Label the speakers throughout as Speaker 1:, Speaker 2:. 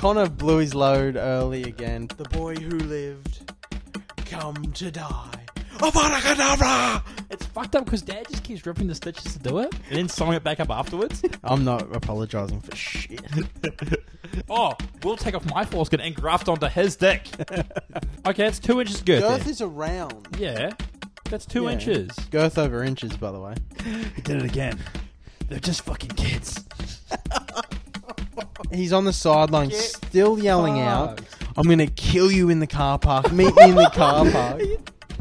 Speaker 1: Connor blew his load early again. The boy who lived, come to die. Avaracadabra!
Speaker 2: It's fucked up because Dad just keeps ripping the stitches to do it and then sewing it back up afterwards.
Speaker 1: I'm not apologising for shit.
Speaker 2: oh, we'll take off my foreskin and graft onto his dick. Okay, it's two inches girth.
Speaker 1: Girth is around.
Speaker 2: yeah, that's two
Speaker 1: Yeah.
Speaker 2: inches.
Speaker 1: Girth over inches, by the way.
Speaker 2: He did it again. They're just fucking kids.
Speaker 1: He's on the sideline,
Speaker 2: Get
Speaker 1: still yelling out, I'm going to kill you in the car park. Meet me in the car park.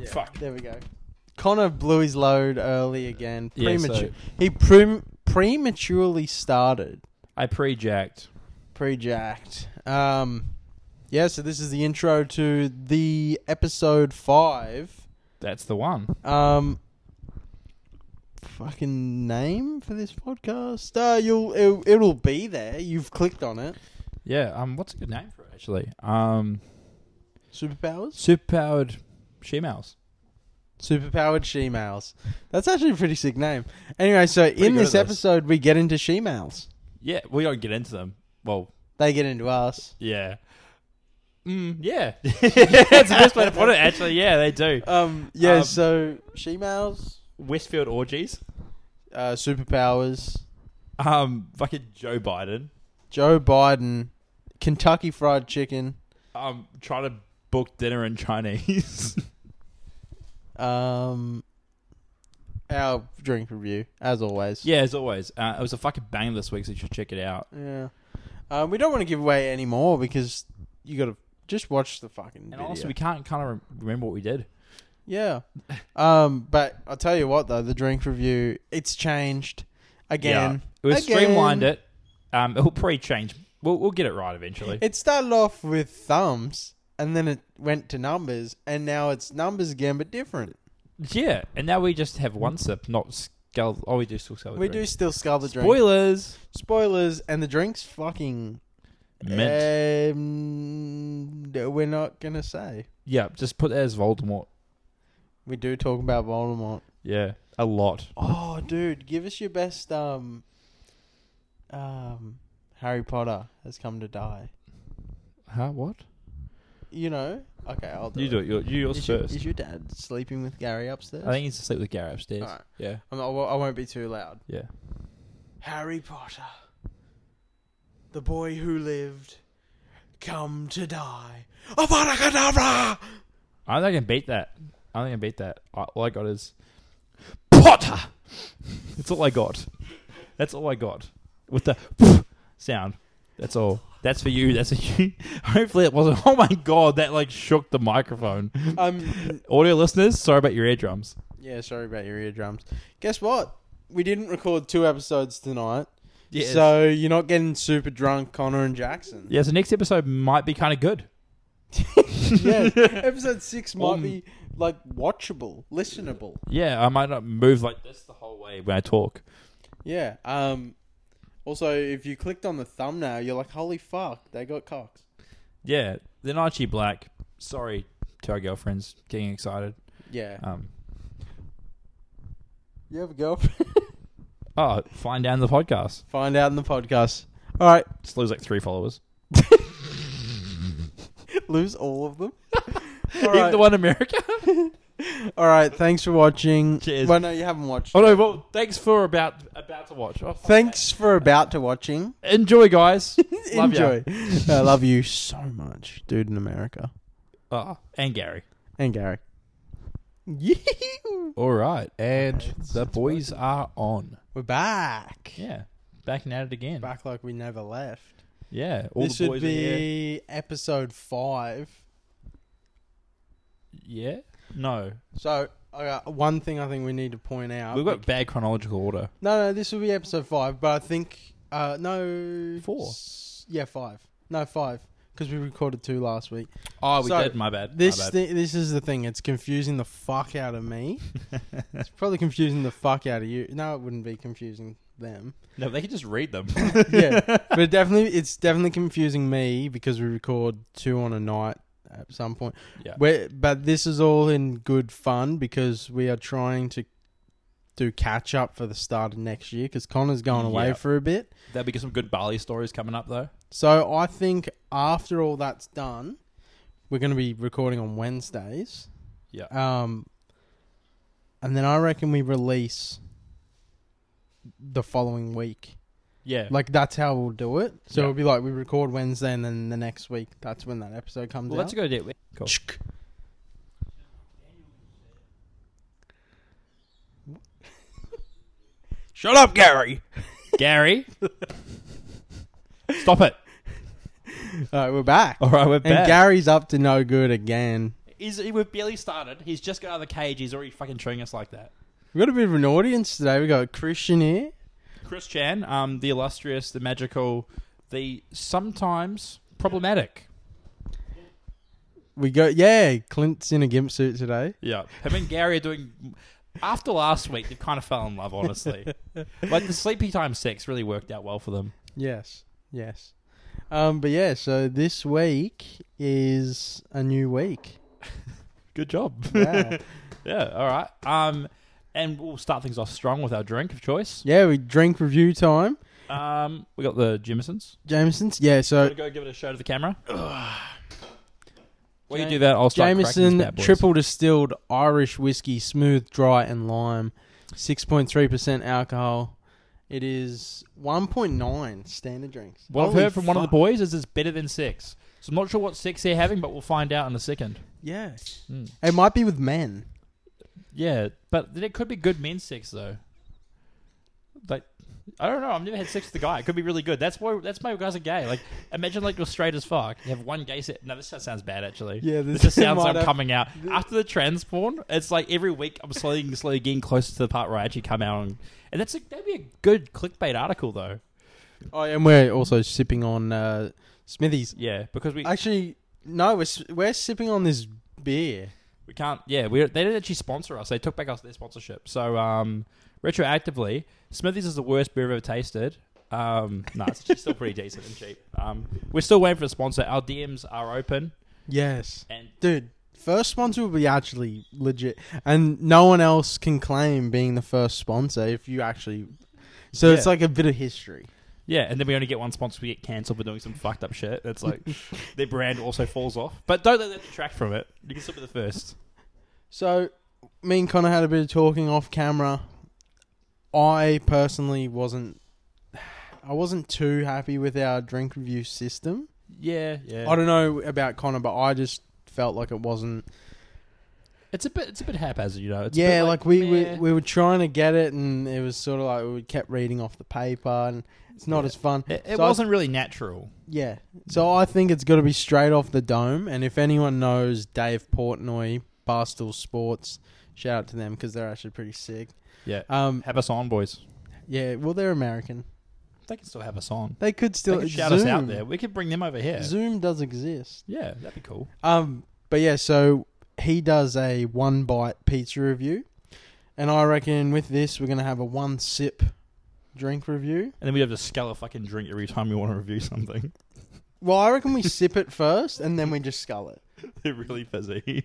Speaker 2: Fuck.
Speaker 1: There we go. Connor blew his load early again.
Speaker 2: Yeah,
Speaker 1: Premature.
Speaker 2: so-
Speaker 1: He prem prematurely started.
Speaker 2: I pre-jacked.
Speaker 1: Pre-jacked. Um, yeah, so this is the intro to the episode five.
Speaker 2: That's the one.
Speaker 1: Um, fucking name for this podcast? Uh, you'll it'll, it'll be there. You've clicked on it.
Speaker 2: Yeah. Um. What's a good name for it actually? Um.
Speaker 1: Superpowers.
Speaker 2: Superpowered shemales.
Speaker 1: Superpowered she-males. That's actually a pretty sick name. Anyway, so in
Speaker 2: good at
Speaker 1: this
Speaker 2: this.
Speaker 1: episode, we get into she-males.
Speaker 2: Yeah. We don't get into them. Well.
Speaker 1: They get into us.
Speaker 2: Yeah. Mm, yeah. That's the best way to put it. Actually, yeah, they do.
Speaker 1: Um, yeah,
Speaker 2: Um,
Speaker 1: so she-males,
Speaker 2: Westfield orgies.
Speaker 1: uh, superpowers,
Speaker 2: Um. Fucking Joe Biden.
Speaker 1: Joe Biden, Kentucky Fried Chicken,
Speaker 2: Um. Trying to book dinner in Chinese.
Speaker 1: um, our drink review, as always.
Speaker 2: yeah, as always. Uh, it was a fucking bang this week, so you should check it out.
Speaker 1: Yeah. Um, we don't want to give away any more because you got to just watch the fucking
Speaker 2: And
Speaker 1: video.
Speaker 2: also, we can't kind of remember what we did.
Speaker 1: yeah. Um, but I'll tell you what, though, the drink review, it's changed again.
Speaker 2: Yeah. We
Speaker 1: Again.
Speaker 2: streamlined it. Um, it'll probably change. We'll, we'll get it right eventually.
Speaker 1: It started off with thumbs and then it went to numbers and now it's numbers again but different.
Speaker 2: yeah, and now we just have one sip, not skull. Oh, we do still sell.
Speaker 1: We do still scull the drink.
Speaker 2: spoilers.
Speaker 1: Spoilers, and the drink's fucking.
Speaker 2: Mint.
Speaker 1: Um, no, we're not gonna say.
Speaker 2: yeah, just put that as Voldemort.
Speaker 1: We do talk about Voldemort.
Speaker 2: Yeah, a lot.
Speaker 1: Oh, dude, give us your best. Um, um, Harry Potter has come to die.
Speaker 2: Huh? What?
Speaker 1: You know. Okay, I'll do
Speaker 2: You do it. You're, you yours
Speaker 1: Is your,
Speaker 2: first.
Speaker 1: is your dad sleeping with Gary upstairs?
Speaker 2: I think he's asleep with Gary upstairs.
Speaker 1: Alright.
Speaker 2: Yeah,
Speaker 1: I'm not, I won't- I won't be too loud.
Speaker 2: yeah.
Speaker 1: Harry Potter, the boy who lived, come to die. Avada
Speaker 2: I don't think I can beat that. I don't think I can beat that. I- All I got is Potter. That's all I got. That's all I got with the sound. That's all. That's for you. That's for you. Hopefully it wasn't. Oh my god, that like shook the microphone.
Speaker 1: Um,
Speaker 2: Audio listeners, sorry about your eardrums.
Speaker 1: yeah, sorry about your eardrums. Guess what? We didn't record two episodes tonight,
Speaker 2: Yes.
Speaker 1: so you're not getting super drunk, Connor and Jackson.
Speaker 2: yeah. So next episode might be kind of good.
Speaker 1: Yeah, episode six might
Speaker 2: Um,
Speaker 1: be like watchable, listenable.
Speaker 2: Yeah, I might not move like this the whole way when I talk.
Speaker 1: Yeah. Um. Also, if you clicked on the thumbnail, you're like, "Holy fuck, they got cocks."
Speaker 2: Yeah, they're not actually black. Sorry to our girlfriends getting excited.
Speaker 1: Yeah.
Speaker 2: Um,
Speaker 1: You have a girlfriend?
Speaker 2: oh, find down the podcast.
Speaker 1: Find out in the podcast. All right,
Speaker 2: Just lose like three followers.
Speaker 1: lose all of them. all,
Speaker 2: Even
Speaker 1: right.
Speaker 2: the one in America.
Speaker 1: all right. Thanks for watching.
Speaker 2: Cheers.
Speaker 1: Well, no, you haven't watched.
Speaker 2: oh no! Well, thanks for about about to watch. Oh, fuck.
Speaker 1: Thanks for about to watching.
Speaker 2: Enjoy, guys. Love ya.
Speaker 1: Enjoy. I love you so much, dude in America.
Speaker 2: Oh, and Gary.
Speaker 1: And Gary.
Speaker 2: All right, and
Speaker 1: It's-
Speaker 2: the
Speaker 1: it's
Speaker 2: boys are on.
Speaker 1: We're back.
Speaker 2: Yeah, back at it again.
Speaker 1: Back like we never left.
Speaker 2: Yeah, all
Speaker 1: this
Speaker 2: the
Speaker 1: should
Speaker 2: boys are here.
Speaker 1: be episode five.
Speaker 2: Yeah. No,
Speaker 1: So, I got one thing I think we need to point out.
Speaker 2: we've got bad chronological order.
Speaker 1: No, no, this will be episode five, but I think uh no
Speaker 2: Four.
Speaker 1: s- yeah, five. No, five because we recorded two last week.
Speaker 2: Oh, we
Speaker 1: So,
Speaker 2: did. My bad.
Speaker 1: This
Speaker 2: my bad.
Speaker 1: thi- this is the thing. It's confusing the fuck out of me. it's probably confusing the fuck out of you. No, it wouldn't be confusing them.
Speaker 2: no, they could just read them.
Speaker 1: Yeah, but it definitely it's definitely confusing me because we record two on a night at some point.
Speaker 2: Yeah.
Speaker 1: We're- but this is all in good fun because we are trying to do catch up for the start of next year because Connor's going away
Speaker 2: Yeah.
Speaker 1: for a bit.
Speaker 2: There'll be some good Bali stories coming up though.
Speaker 1: So I think after all that's done, we're going to be recording on Wednesdays.
Speaker 2: Yeah.
Speaker 1: Um, and then I reckon we release the following week.
Speaker 2: Yeah.
Speaker 1: Like that's how we'll do it. So
Speaker 2: Yeah.
Speaker 1: it'll be like we record Wednesday, and then the next week that's when that episode comes
Speaker 2: well,
Speaker 1: out.
Speaker 2: that's a good idea. Cool.
Speaker 1: Shut up, Gary.
Speaker 2: Gary, stop it.
Speaker 1: All right, we're back.
Speaker 2: All right, Oh, we're
Speaker 1: and
Speaker 2: back.
Speaker 1: Gary's up to no good again.
Speaker 2: He's, he, we've barely started. He's just got out of the cage. He's already fucking treating us like that.
Speaker 1: We've got a bit of an audience today. We got Christian here.
Speaker 2: Chris Chan, um, the illustrious, the magical, the sometimes problematic.
Speaker 1: We got yeah, Clint's in a gimp suit today.
Speaker 2: Yeah. Him and Gary are doing. After last week, they kind of fell in love, honestly. like the sleepy time sex really worked out well for them.
Speaker 1: Yes, yes. Um, but yeah, so this week is a new week.
Speaker 2: Good job.
Speaker 1: Yeah,
Speaker 2: yeah. All right. Um, and we'll start things off strong with our drink of choice.
Speaker 1: yeah. We drink review time.
Speaker 2: Um, we got the Jimsons.
Speaker 1: Jameson's. Yeah, so
Speaker 2: Gotta go give it a show to the camera. While you
Speaker 1: Ja-
Speaker 2: do that, I'll start cracking these
Speaker 1: Jameson
Speaker 2: bad boys.
Speaker 1: triple distilled Irish whiskey, smooth, dry, and lime, six point three percent alcohol. It is one point nine standard drinks.
Speaker 2: What I've
Speaker 1: Holy
Speaker 2: heard from one of the
Speaker 1: fuck.
Speaker 2: boys is it's better than six. So I'm not sure what six they're having, but we'll find out in a second.
Speaker 1: Yeah,
Speaker 2: Mm.
Speaker 1: it might be with men.
Speaker 2: Yeah, but then it could be good men's sex though. Like, I don't know. I've never had sex with a guy. It could be really good. That's why. That's why guys are gay. Like, imagine like you're straight as fuck. You have one gay set. No, this just sounds bad actually.
Speaker 1: Yeah,
Speaker 2: this,
Speaker 1: this-
Speaker 2: just sounds
Speaker 1: might
Speaker 2: like I'm
Speaker 1: have-
Speaker 2: coming out after the trans porn. It's like every week I'm slowly, slowly getting closer to the part where I actually come out, and, and that's a, that'd be a good clickbait article though.
Speaker 1: Oh, and we're also sipping on uh, Smithies.
Speaker 2: Yeah, because we
Speaker 1: Actually, no, we're s- we're sipping on this beer.
Speaker 2: We can't. Yeah, we they didn't actually sponsor us. They took back us their sponsorship. So um, retroactively, Smithies is the worst beer I've ever tasted. Um, no, it's actually still pretty decent and cheap. Um, we're still waiting for a sponsor. Our DMs are open,
Speaker 1: Yes,
Speaker 2: and
Speaker 1: dude. First sponsor will be actually legit, and no one else can claim being the first sponsor if you actually. So it's
Speaker 2: Yeah.
Speaker 1: like a bit of history.
Speaker 2: yeah, and then we only get one sponsor. We get cancelled for doing some fucked up shit. That's like their brand also falls off. But don't let that detract from it. You can still be the first.
Speaker 1: So, me and Connor had a bit of talking off camera. I personally wasn't. I wasn't too happy with our drink review system.
Speaker 2: Yeah, yeah.
Speaker 1: I don't know about Connor, but I just felt like it wasn't.
Speaker 2: It's a bit. It's a bit haphazard, you know. It's a
Speaker 1: yeah,
Speaker 2: bit
Speaker 1: like, we, we
Speaker 2: meh.
Speaker 1: we were trying to get it, and it was sort of like we kept reading off the paper, and it's not
Speaker 2: Yeah.
Speaker 1: as fun.
Speaker 2: It, it
Speaker 1: so I-
Speaker 2: wasn't really natural.
Speaker 1: Yeah. So I think it's got to be straight off the dome. And if anyone knows Dave Portnoy, Barstool Sports, shout out to them because they're actually pretty sick.
Speaker 2: Yeah.
Speaker 1: Um.
Speaker 2: Have us on, boys.
Speaker 1: Yeah. Well, they're American.
Speaker 2: They can still have us on.
Speaker 1: They could still
Speaker 2: they could shout us
Speaker 1: Zoom-
Speaker 2: out there. We could bring them over here.
Speaker 1: Zoom does exist.
Speaker 2: Yeah, that'd be cool.
Speaker 1: Um. But yeah. So he does a one bite pizza review, and I reckon with this we're gonna have a one sip drink review.
Speaker 2: And then we'd have to scale a fucking drink every time we want to review something.
Speaker 1: Well, I reckon we sip it first, and then we just scull it.
Speaker 2: They're really fizzy.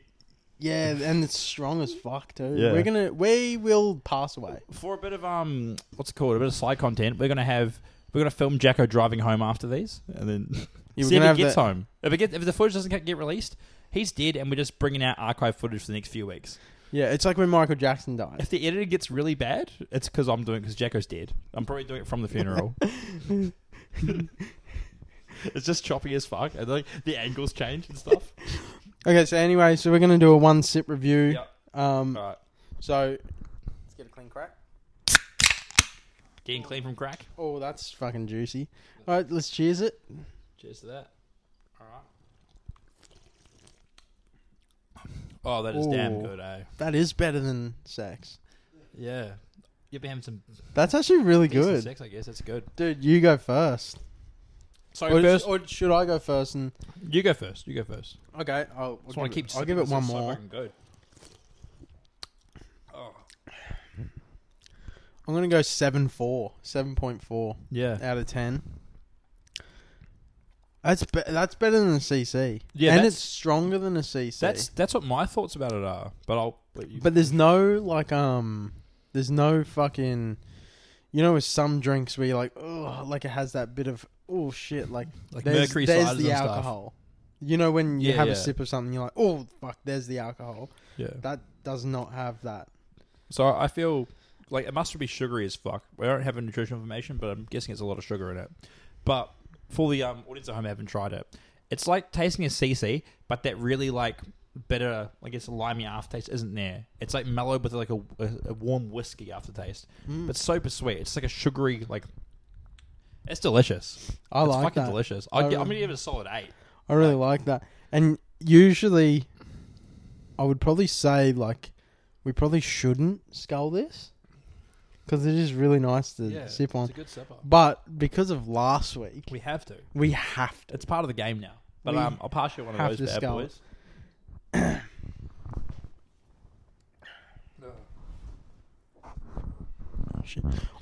Speaker 1: Yeah, and it's strong as fuck too.
Speaker 2: Yeah.
Speaker 1: We're gonna we will pass away.
Speaker 2: For a bit of um, what's it called? A bit of side content. We're gonna have we're gonna film Jacko driving home after these, and then
Speaker 1: Yeah, we're
Speaker 2: see if
Speaker 1: gonna
Speaker 2: he
Speaker 1: have
Speaker 2: gets
Speaker 1: that-
Speaker 2: home. If, it get, if the footage doesn't get- get released, he's dead, and we're just bringing out archive footage for the next few weeks.
Speaker 1: Yeah, it's like when Michael Jackson died.
Speaker 2: If the editor gets really bad, it's because I'm doing because Jacko's dead. I'm probably doing it from the funeral. it's just choppy as fuck, and like the angles change and stuff.
Speaker 1: Okay, so anyway, so we're gonna do a one sip review.
Speaker 2: Yep.
Speaker 1: Um,
Speaker 2: All right.
Speaker 1: so let's get a clean crack.
Speaker 2: Getting clean from crack.
Speaker 1: Oh, that's fucking juicy. All right, let's cheers it.
Speaker 2: Cheers to that. All right. Oh, that is damn
Speaker 1: Ooh.
Speaker 2: good, eh?
Speaker 1: That is better than sex.
Speaker 2: Yeah. You've been having some
Speaker 1: That's actually really
Speaker 2: decent
Speaker 1: good,
Speaker 2: sex, I guess. That's good.
Speaker 1: dude. You go first,
Speaker 2: So
Speaker 1: or,
Speaker 2: first,
Speaker 1: or should I go first? And
Speaker 2: you go first. You go first.
Speaker 1: okay, I'll,
Speaker 2: Just want to keep.
Speaker 1: I'll
Speaker 2: sipping.
Speaker 1: give it
Speaker 2: This
Speaker 1: one
Speaker 2: is so
Speaker 1: more.
Speaker 2: fucking good. Oh.
Speaker 1: I'm gonna go seven four, seven point four
Speaker 2: Yeah.
Speaker 1: out of ten. That's be- that's better than a CC.
Speaker 2: Yeah,
Speaker 1: and
Speaker 2: that's-
Speaker 1: it's stronger than a CC.
Speaker 2: That's that's what my thoughts about it are. But I'll. But, you,
Speaker 1: But there's no like um There's no fucking. You know, with some drinks where you're like, oh, like it has that bit of oh shit, like
Speaker 2: Like
Speaker 1: there's,
Speaker 2: mercury
Speaker 1: there's
Speaker 2: sliders
Speaker 1: the
Speaker 2: and
Speaker 1: alcohol. You know, when you
Speaker 2: Yeah,
Speaker 1: have
Speaker 2: yeah.
Speaker 1: a sip of something, you're like, oh fuck, there's the alcohol.
Speaker 2: stuff. Yeah.
Speaker 1: That does not have that.
Speaker 2: So I feel like it must be sugary as fuck. We don't have nutritional information, but I'm guessing it's a lot of sugar in it. But for the um, audience at home, who haven't tried it. It's like tasting a CC, but that really like bitter, I guess, limey aftertaste isn't there. It's like mellow, but like a, a, a warm whiskey aftertaste.
Speaker 1: Mm.
Speaker 2: But super sweet. It's like a sugary like. It's delicious.
Speaker 1: I
Speaker 2: it's
Speaker 1: like
Speaker 2: fucking
Speaker 1: that.
Speaker 2: delicious.
Speaker 1: I
Speaker 2: I'd, gi- I'm
Speaker 1: really-
Speaker 2: gonna give it a solid eight.
Speaker 1: I really like that. And usually, I would probably say like we probably shouldn't scull this because it is really nice to sip on.
Speaker 2: It's a good sipper.
Speaker 1: But because of last week,
Speaker 2: We have to.
Speaker 1: we have to.
Speaker 2: It's part of the game now. But
Speaker 1: We
Speaker 2: um, I'll pass you one
Speaker 1: have
Speaker 2: of
Speaker 1: to
Speaker 2: those bad
Speaker 1: scull
Speaker 2: boys.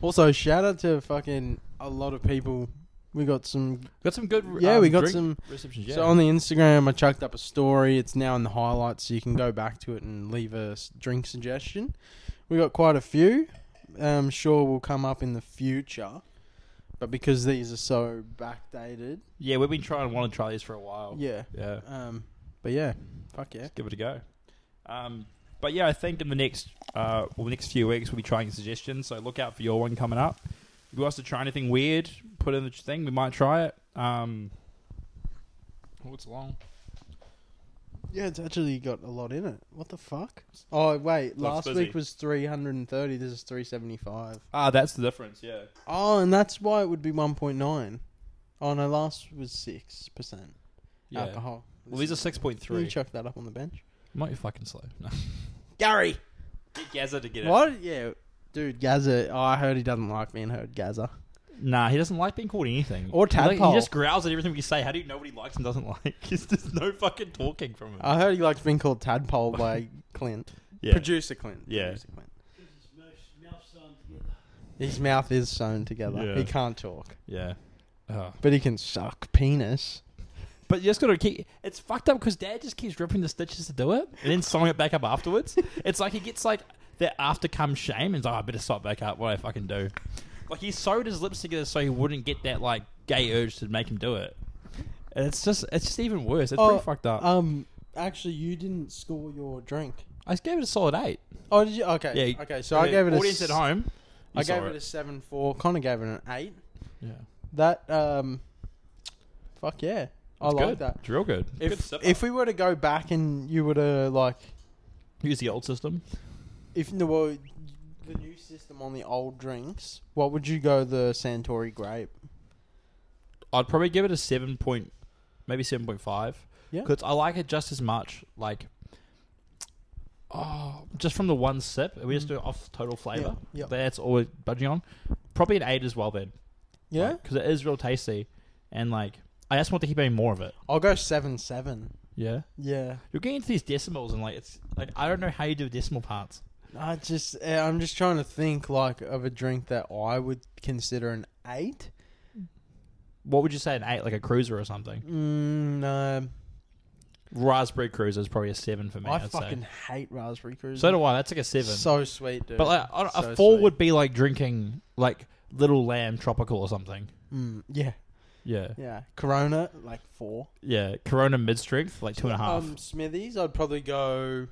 Speaker 1: Also, shout out to fucking a lot of people. We got some.
Speaker 2: Got some good.
Speaker 1: Yeah, we
Speaker 2: um,
Speaker 1: got
Speaker 2: drink
Speaker 1: some.
Speaker 2: receptions. Yeah.
Speaker 1: So on the Instagram, I chucked up a story. It's now in the highlights, so you can go back to it and leave a s- drink suggestion. We got quite a few. I'm sure will come up in the future, but because these are so backdated,
Speaker 2: yeah, we've been trying, want to try these for a while.
Speaker 1: yeah.
Speaker 2: yeah.
Speaker 1: Um, but yeah, fuck yeah.
Speaker 2: Let's give it a go. Um, but yeah, I think in the next, uh, well, the next few weeks we'll be trying suggestions. So look out for your one coming up. If you want us to try anything weird, put in the thing. We might try it. Um, oh, it's long.
Speaker 1: Yeah, it's actually got a lot in it. What the fuck? Oh wait,
Speaker 2: Oh, it's
Speaker 1: last week
Speaker 2: busy.
Speaker 1: was 330. This is 375.
Speaker 2: Ah, that's the difference. Yeah.
Speaker 1: Oh, and that's why it would be 1.9. Oh no, last was six percent
Speaker 2: Yeah.
Speaker 1: alcohol.
Speaker 2: Well, these are
Speaker 1: This is-
Speaker 2: six point
Speaker 1: Can you
Speaker 2: three.
Speaker 1: chuck that up on the bench?
Speaker 2: Might be fucking slow. No.
Speaker 1: Gary.
Speaker 2: Get Gazza to get it.
Speaker 1: What? Yeah, dude, Gaza. Oh, I heard he doesn't like being heard, Gaza.
Speaker 2: Nah, he doesn't like being called anything.
Speaker 1: Or
Speaker 2: He, like-
Speaker 1: tadpole.
Speaker 2: He just growls at everything we say. How do you know what he likes and doesn't like? There's just no fucking talking from him.
Speaker 1: I heard he likes being called tadpole by Clint,
Speaker 2: yeah.
Speaker 1: producer Clint.
Speaker 2: Yeah.
Speaker 1: Producer Clint. His mouth is sewn together.
Speaker 2: Yeah.
Speaker 1: He can't talk,
Speaker 2: yeah. Oh.
Speaker 1: but he can suck penis.
Speaker 2: But you just gotta keep. It's fucked up because Dad just keeps ripping the stitches to do it and then sewing it back up afterwards. it's like he gets like that after come shame and is like, oh, I better sew it back up. What do I fucking do? Like he sewed his lips together so he wouldn't get that like gay urge to make him do it. And it's just it's just even worse. It's
Speaker 1: Oh,
Speaker 2: pretty fucked up.
Speaker 1: Um, actually, you didn't score your drink.
Speaker 2: I just gave it a solid eight.
Speaker 1: Oh, did you? Okay.
Speaker 2: Yeah.
Speaker 1: Okay. So I gave it a.
Speaker 2: audience
Speaker 1: s-
Speaker 2: at home.
Speaker 1: I gave it a seven four. Connor gave it an eight.
Speaker 2: Yeah.
Speaker 1: That um, fuck yeah, I
Speaker 2: It's
Speaker 1: like
Speaker 2: good.
Speaker 1: that.
Speaker 2: It's real good.
Speaker 1: If if we were to go back and you were to like
Speaker 2: use the old system,
Speaker 1: if the well, the new system on the old drinks, what would you go the Santori grape?
Speaker 2: I'd probably give it a seven point, maybe seven point five.
Speaker 1: Yeah.
Speaker 2: because I like it just as much. Like, oh, just from the one sip, we just do it off total flavor.
Speaker 1: Mm. Yeah, yeah.
Speaker 2: that's all we're budging on. Probably an eight as well then.
Speaker 1: Yeah,
Speaker 2: because it is real tasty, and like I just want to keep eating more of it.
Speaker 1: I'll go seven seven.
Speaker 2: Yeah,
Speaker 1: Yeah,
Speaker 2: you're getting into these decimals, and like it's like I don't know how you do decimal parts.
Speaker 1: I just eh, I'm just trying to think like of a drink that I would consider an eight.
Speaker 2: What would you say an eight, like a cruiser or something?
Speaker 1: Mm, no,
Speaker 2: Raspberry cruiser is probably a seven for me.
Speaker 1: I
Speaker 2: would
Speaker 1: fucking
Speaker 2: say.
Speaker 1: hate raspberry cruiser.
Speaker 2: So do I. That's like a seven.
Speaker 1: So sweet, dude.
Speaker 2: But like, I don't-
Speaker 1: So
Speaker 2: a four
Speaker 1: sweet.
Speaker 2: would be like drinking like Little Lamb Tropical or something.
Speaker 1: Mm, yeah,
Speaker 2: Yeah,
Speaker 1: yeah. Corona like four.
Speaker 2: yeah. Corona mid strength, like two and a half.
Speaker 1: Um, Smithies, I'd probably go.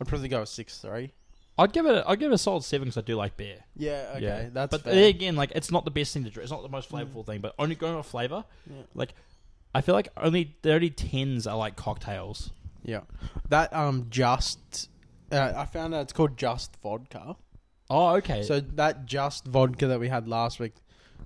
Speaker 1: I'd probably go a six three.
Speaker 2: I'd give it. A, I'd give it a solid seven because I do like beer.
Speaker 1: Yeah, okay,
Speaker 2: Yeah.
Speaker 1: that's
Speaker 2: but
Speaker 1: fair. Mm.
Speaker 2: then again, like it's not the best thing to drink. It's not the most flavorful thing. But only going off flavor,
Speaker 1: Yeah.
Speaker 2: like I feel like only thirty tens are like cocktails.
Speaker 1: Yeah, that um just. Uh, I found out it's called Just Vodka.
Speaker 2: Oh, okay. So
Speaker 1: So that Just Vodka that we had last week.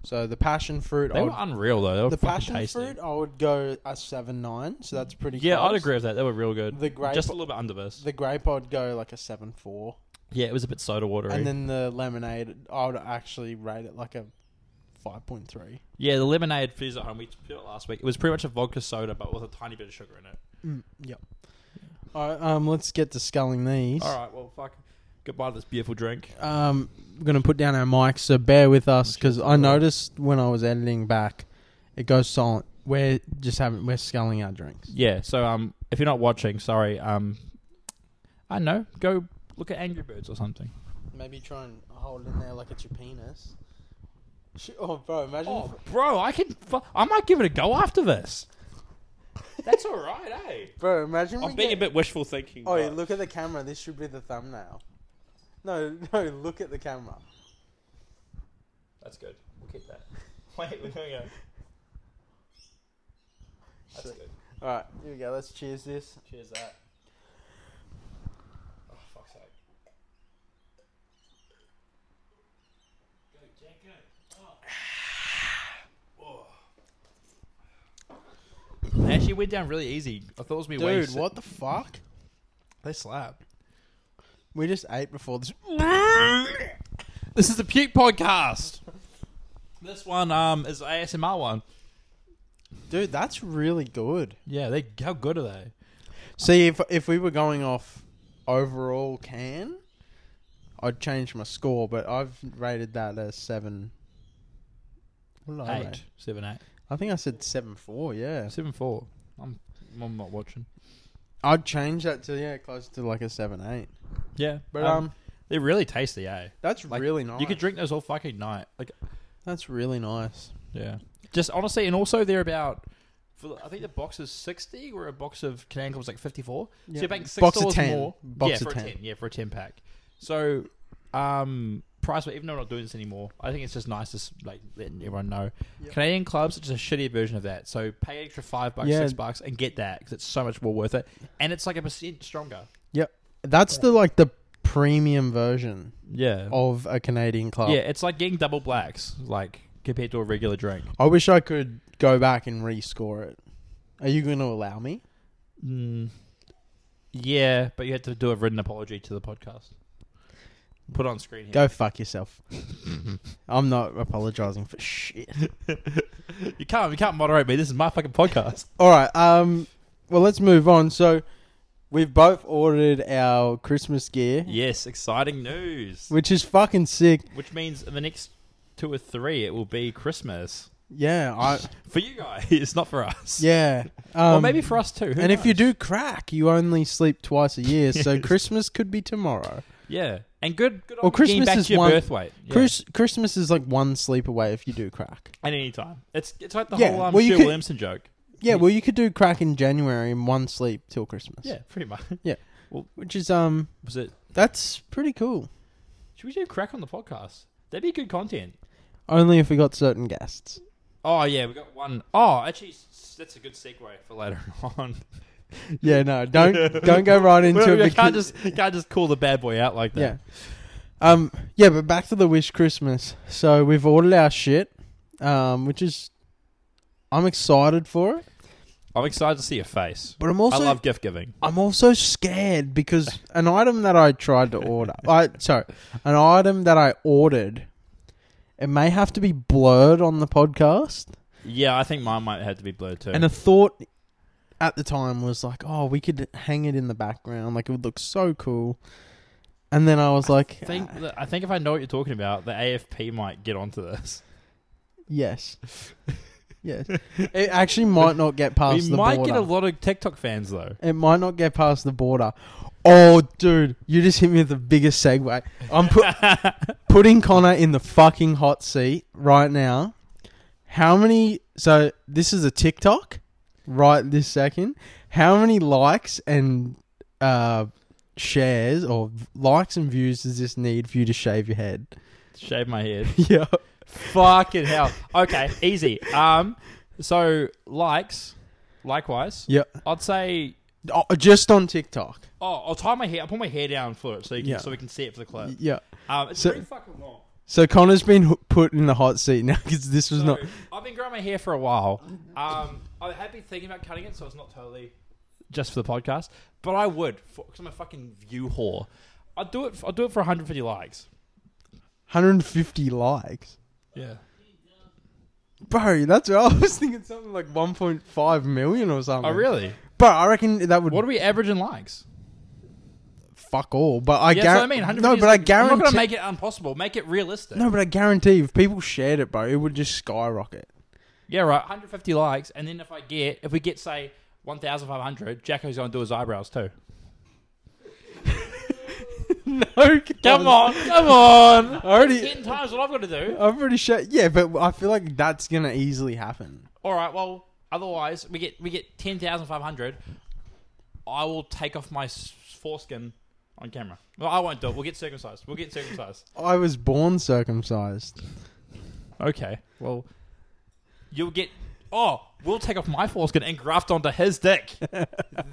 Speaker 1: So the passion fruit,
Speaker 2: they
Speaker 1: I
Speaker 2: were
Speaker 1: would,
Speaker 2: unreal though. They were
Speaker 1: um, the
Speaker 2: fucking
Speaker 1: passion
Speaker 2: tasty.
Speaker 1: fruit, I would go a seven nine. So that's pretty.
Speaker 2: Yeah,
Speaker 1: close.
Speaker 2: I'd agree with that. They were real good.
Speaker 1: The grape,
Speaker 2: Just a little bit under this.
Speaker 1: the grape, I'd go like a seven four,
Speaker 2: Yeah, it was a bit soda watery.
Speaker 1: and then the lemonade, I would actually rate it like a five point three.
Speaker 2: yeah, the lemonade fizz at home. We put it last week. It was pretty much a vodka soda, but with a tiny bit of sugar in it.
Speaker 1: Mm, yep. All right, um, let's get to sculling these.
Speaker 2: All right, well, fuck. Goodbye to this beautiful drink.
Speaker 1: Um, we're gonna put down our mics, so bear with us because I noticed when I was editing back, it goes silent. We're just having we're sculling our drinks.
Speaker 2: Yeah. So, um, if you're not watching, sorry. Um, I don't know. Go look at Angry Birds or something.
Speaker 1: Maybe try and hold it in there like it's your penis. Sh- Oh, bro, imagine.
Speaker 2: Oh, bro, I can. Fu- I might give it a go after this. That's all right, eh?
Speaker 1: Bro, imagine. we
Speaker 3: I'm being
Speaker 1: get-
Speaker 3: a bit wishful thinking.
Speaker 1: Oh,
Speaker 3: but-
Speaker 1: look at the camera. This should be the thumbnail. No, no, look at the camera.
Speaker 2: That's good. We'll keep that. Wait, we're going. That's good.
Speaker 1: All right, here we go. Let's cheers this.
Speaker 2: Cheers that. Oh fuck's sake. Go, Jack, go. They actually went down really easy. I thought it was gonna be way
Speaker 1: Dude,
Speaker 2: si-
Speaker 1: what the fuck?
Speaker 2: They slap.
Speaker 1: We just ate before this.
Speaker 2: This is the puke podcast. This one um is ASMR one.
Speaker 1: Dude, that's really good.
Speaker 2: Yeah, they how good are they?
Speaker 1: See, if if we were going off overall can, I'd change my score, but I've rated that as seven. What did I
Speaker 2: Eight,
Speaker 1: rate?
Speaker 2: seven, eight,
Speaker 1: I think I said seven four. Yeah,
Speaker 2: seven, four. I'm I'm not watching.
Speaker 1: I'd change that to yeah, close to like a seven eight.
Speaker 2: Yeah,
Speaker 1: But um,
Speaker 2: they're really tasty, eh?
Speaker 1: that's
Speaker 2: like,
Speaker 1: really nice.
Speaker 2: You could drink those all fucking night. Like,
Speaker 1: That's really nice.
Speaker 2: yeah. Just honestly, and also they're about. For, the- I think the box is sixty, where a box of Canadian Club was like fifty-four.
Speaker 1: Yeah.
Speaker 2: So you're paying six
Speaker 1: Box of
Speaker 2: dollars
Speaker 1: 10.
Speaker 2: more.
Speaker 1: Box
Speaker 2: yeah,
Speaker 1: of
Speaker 2: for
Speaker 1: 10.
Speaker 2: a ten. Yeah, for a ten pack. So, um, price. But even though we're not doing this anymore, I think it's just nice to s- like letting everyone know.
Speaker 1: Yep.
Speaker 2: Canadian clubs are just a shittier version of that. So pay extra five bucks,
Speaker 1: Yeah.
Speaker 2: six bucks, and get that because it's so much more worth it, and it's like a percent stronger.
Speaker 1: Yep, that's the like the premium version
Speaker 2: Yeah.
Speaker 1: of a Canadian club.
Speaker 2: Yeah, it's like getting double blacks, like compared to a regular drink.
Speaker 1: I wish I could go back and rescore it. Are you going to allow me?
Speaker 2: Mm. Yeah, but you had to do a written apology to the podcast. Put on screen here.
Speaker 1: Go fuck yourself. I'm not apologizing for shit.
Speaker 2: You can't. You can't moderate me. This is my fucking podcast.
Speaker 1: All right. Um. Well, let's move on. So, we've both ordered our Christmas gear,
Speaker 2: yes, exciting news.
Speaker 1: which is fucking sick.
Speaker 2: Which means in the next two or three, it will be Christmas
Speaker 1: Yeah. I.
Speaker 2: for you guys. It's not for us.
Speaker 1: Yeah. Um,
Speaker 2: or maybe for us too. Who
Speaker 1: and if you
Speaker 2: knows?
Speaker 1: do crack, you only sleep twice a year, so
Speaker 2: Yes.
Speaker 1: Christmas could be tomorrow.
Speaker 2: yeah, and good. Good.
Speaker 1: Well,
Speaker 2: on you getting
Speaker 1: Christmas
Speaker 2: back
Speaker 1: is
Speaker 2: to your
Speaker 1: one-
Speaker 2: birth weight. Yeah.
Speaker 1: Chris, Christmas is like one sleep away if you do crack.
Speaker 2: at any time. It's it's like the
Speaker 1: Yeah,
Speaker 2: whole um,
Speaker 1: well, you
Speaker 2: Stu
Speaker 1: could-
Speaker 2: Williamson joke.
Speaker 1: Yeah, well, you could do crack in January and one sleep till Christmas.
Speaker 2: Yeah, pretty much.
Speaker 1: which is um,
Speaker 2: Was it?
Speaker 1: that's pretty cool.
Speaker 2: Should we do crack on the podcast? That'd be good content.
Speaker 1: Only if we got certain guests.
Speaker 2: Oh yeah, we got one oh actually, s- that's a good segue for later on.
Speaker 1: Yeah, no, don't don't go right into it.
Speaker 2: I can't
Speaker 1: because-
Speaker 2: just can't just call the bad boy out like
Speaker 1: yeah,
Speaker 2: that.
Speaker 1: um, yeah, but back to the wish Christmas. So we've ordered our shit, um, which is I'm excited for it,
Speaker 2: I'm excited to see your face.
Speaker 1: but I'm also
Speaker 2: I love gift giving.
Speaker 1: I'm also scared because an item that I tried to order, I sorry, an item that I ordered, it may have to be blurred on the podcast.
Speaker 2: Yeah, I think mine might have to be blurred too.
Speaker 1: And a thought at the time was like, oh, we could hang it in the background, like it would look so cool. And then I was like,
Speaker 2: I think
Speaker 1: "Ah,
Speaker 2: that- I think if I know what you're talking about, the AFP might get onto this.
Speaker 1: yes, yes. It actually might not get past
Speaker 2: we
Speaker 1: the
Speaker 2: might
Speaker 1: border.
Speaker 2: get a lot of TikTok fans though.
Speaker 1: it might not get past the border. Oh, dude, you just hit me with the biggest segue. I'm put, putting Connor in the fucking hot seat right now. How many? So this is a TikTok, right this second. How many likes and uh, shares or v- likes and views does this need for you to shave your head?
Speaker 2: Shave my head.
Speaker 1: yeah,
Speaker 2: Fucking hell. Okay, easy. Um, so likes, likewise.
Speaker 1: yeah.
Speaker 2: I'd say.
Speaker 1: Oh, just on TikTok.
Speaker 2: Oh, I'll tie my hair. I'll put my hair down for it, so you can,
Speaker 1: Yeah.
Speaker 2: so we can see it for the clip.
Speaker 1: Uh, Yeah.
Speaker 2: Um, it's
Speaker 1: So-
Speaker 2: pretty fucking long.
Speaker 1: So Connor's been h- put in the hot seat now because this was
Speaker 2: So,
Speaker 1: not.
Speaker 2: I've been growing my hair for a while. Um, I have been thinking about cutting it, so it's not totally just for the podcast. But I would, because I'm a fucking view whore. I'd do it. I'd do it for 150 likes.
Speaker 1: 150 likes.
Speaker 2: Yeah.
Speaker 1: Bro, that's what I was thinking something like 1.5 million or something.
Speaker 2: Oh, really?
Speaker 1: Bro, I reckon that would
Speaker 2: What are we averaging likes?
Speaker 1: fuck all. But I
Speaker 2: yeah, that's
Speaker 1: guarantee.
Speaker 2: what I mean. 150
Speaker 1: No,
Speaker 2: is
Speaker 1: but I
Speaker 2: like-
Speaker 1: guarantee.
Speaker 2: I'm not gonna make it impossible. Make it realistic.
Speaker 1: no, but I guarantee if people shared it, bro, it would just skyrocket.
Speaker 2: Yeah, right. 150 likes, and then if I get, if we get say 1,500, Jacko's gonna do his eyebrows too.
Speaker 1: no,
Speaker 2: Come on, come on.
Speaker 1: already,
Speaker 2: Getting times what I've got to do.
Speaker 1: I'm pretty sure. Yeah, but I feel like that's gonna easily happen.
Speaker 2: All right. Well, otherwise we get we get ten thousand five hundred. I will take off my s- foreskin on camera. Well, I won't do it. We'll get circumcised. We'll get circumcised.
Speaker 1: I was born circumcised.
Speaker 2: Okay. Well, you'll get. Oh, we'll take off my foreskin and graft onto his dick.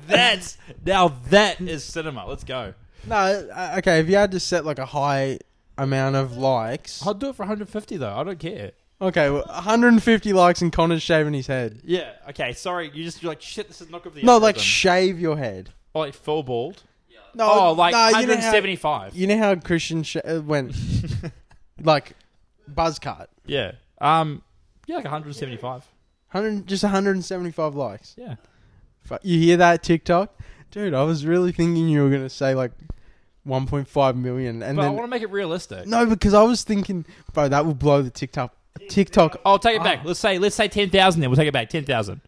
Speaker 2: That's now that is cinema. Let's go.
Speaker 1: No, uh, okay. If you had to set like a high amount of likes,
Speaker 2: I'll do it for 150 though. I don't care.
Speaker 1: okay, well, 150 likes and Connor's shaving his head.
Speaker 2: Yeah. Okay. Sorry. You just you're like shit. This is not good for the
Speaker 1: No, like
Speaker 2: algorithm."
Speaker 1: shave your head.
Speaker 2: Or, like full bald.
Speaker 1: No,
Speaker 2: Oh, like
Speaker 1: no, you know how-
Speaker 2: 175.
Speaker 1: You know how Christian sh- uh, went like buzz cut,
Speaker 2: Yeah. Um. Yeah, like 175.
Speaker 1: hundred just 175 likes.
Speaker 2: Yeah.
Speaker 1: Fu- You hear that TikTok, dude? I was really thinking you were gonna say like 1.5 million, and
Speaker 2: But I
Speaker 1: then
Speaker 2: want to make it realistic.
Speaker 1: no, because I was thinking, bro, that will blow the TikTok. TikTok.
Speaker 2: I'll take it back.
Speaker 1: Ah.
Speaker 2: Let's say let's say 10,000. Then we'll take it back. 10,000.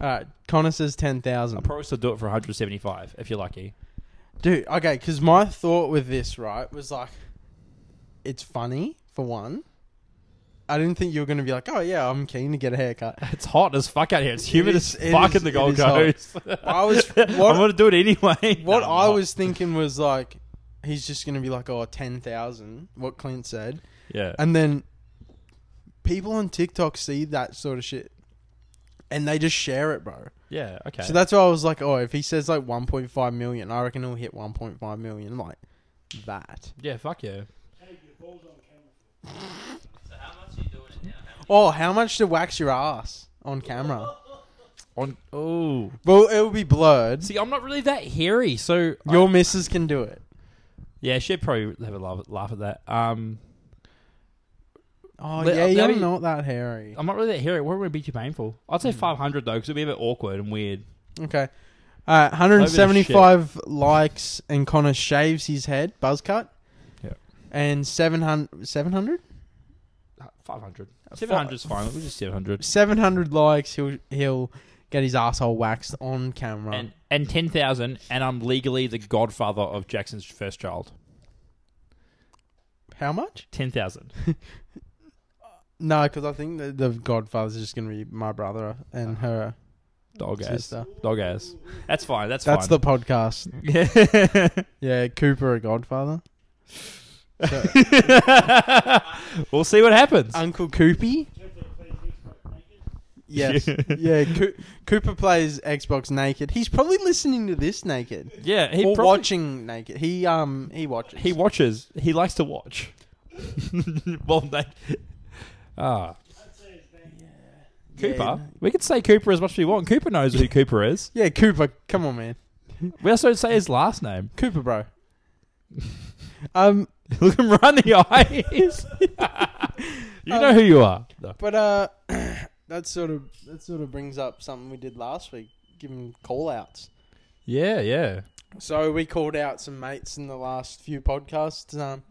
Speaker 1: All right, Connor says 10,000.
Speaker 2: I'll probably still do it for 175 if you're lucky.
Speaker 1: Dude, okay, because my thought with this, right, was like, it's funny, for one. I didn't think you were going to be like, oh, yeah, I'm keen to get a haircut.
Speaker 2: It's hot as fuck out here. It's humid
Speaker 1: It
Speaker 2: as
Speaker 1: is- it
Speaker 2: fuck
Speaker 1: is-
Speaker 2: in the
Speaker 1: it
Speaker 2: Gold
Speaker 1: is hot.
Speaker 2: Coast.
Speaker 1: I was,
Speaker 2: I'm
Speaker 1: what,
Speaker 2: gonna do it anyway.
Speaker 1: what
Speaker 2: No, I'm
Speaker 1: I
Speaker 2: not.
Speaker 1: was thinking was like, he's just going to be like, oh, 10,000, what Clint said.
Speaker 2: Yeah.
Speaker 1: And then people on TikTok see that sort of shit and they just share it, bro.
Speaker 2: Yeah. Okay.
Speaker 1: So that's why I was like, oh, if he says like 1.5 million, I reckon he'll hit 1.5 million, like that.
Speaker 2: yeah. Fuck yeah.
Speaker 3: So how much are you doing it now? How
Speaker 1: Oh, how much to wax your ass on camera?
Speaker 2: On. Oh.
Speaker 1: Well, it will be blurred.
Speaker 2: See, I'm not really that hairy, so I-
Speaker 1: Your missus can do it.
Speaker 2: yeah, she'd probably have a laugh, laugh at that. Um,
Speaker 1: Oh
Speaker 2: Let-
Speaker 1: yeah,
Speaker 2: let
Speaker 1: you're
Speaker 2: me-
Speaker 1: not that hairy.
Speaker 2: I'm not really that hairy. What would be too painful? I'd
Speaker 1: Hmm.
Speaker 2: say 500 though, because it'd be a bit awkward and weird.
Speaker 1: Okay. Uh, 175 likes and Connor shaves his head, buzz cut.
Speaker 2: Yeah.
Speaker 1: And 700, 700? Uh,
Speaker 2: 500, 700 is fine. We'll just 700.
Speaker 1: 700 likes, he'll he'll get his asshole waxed on camera.
Speaker 2: And and 10,000, and I'm legally the godfather of Jackson's first child.
Speaker 1: How much?
Speaker 2: 10,000.
Speaker 1: No, because I think the, the Godfather's just going to be my brother
Speaker 2: Uh,
Speaker 1: and her
Speaker 2: Dog ass.
Speaker 1: sister.
Speaker 2: Dog ass. That's fine. That's,
Speaker 1: That's
Speaker 2: fine.
Speaker 1: the podcast. Yeah, Cooper a Godfather. So,
Speaker 2: the. we'll see what happens.
Speaker 1: Uncle Coopy. Yes. yeah. Coo- Cooper plays Xbox naked. He's probably listening to this naked
Speaker 2: yeah, he
Speaker 1: or
Speaker 2: probably,
Speaker 1: watching naked. He um he watches.
Speaker 2: He watches. He likes to watch. well, they, ah,
Speaker 1: Yeah,
Speaker 2: Cooper.
Speaker 1: no.
Speaker 2: We could say Cooper as much as we want. Cooper knows who Cooper is.
Speaker 1: Yeah, Cooper. Come on, man.
Speaker 2: We also say his last name.
Speaker 1: Cooper, bro. um,
Speaker 2: Look him run the eyes. you
Speaker 1: Um,
Speaker 2: know who you are.
Speaker 1: but uh, that sort of that sort of brings up something we did last week, giving call outs.
Speaker 2: Yeah, yeah,
Speaker 1: So we called out some mates in the last few podcasts. Um,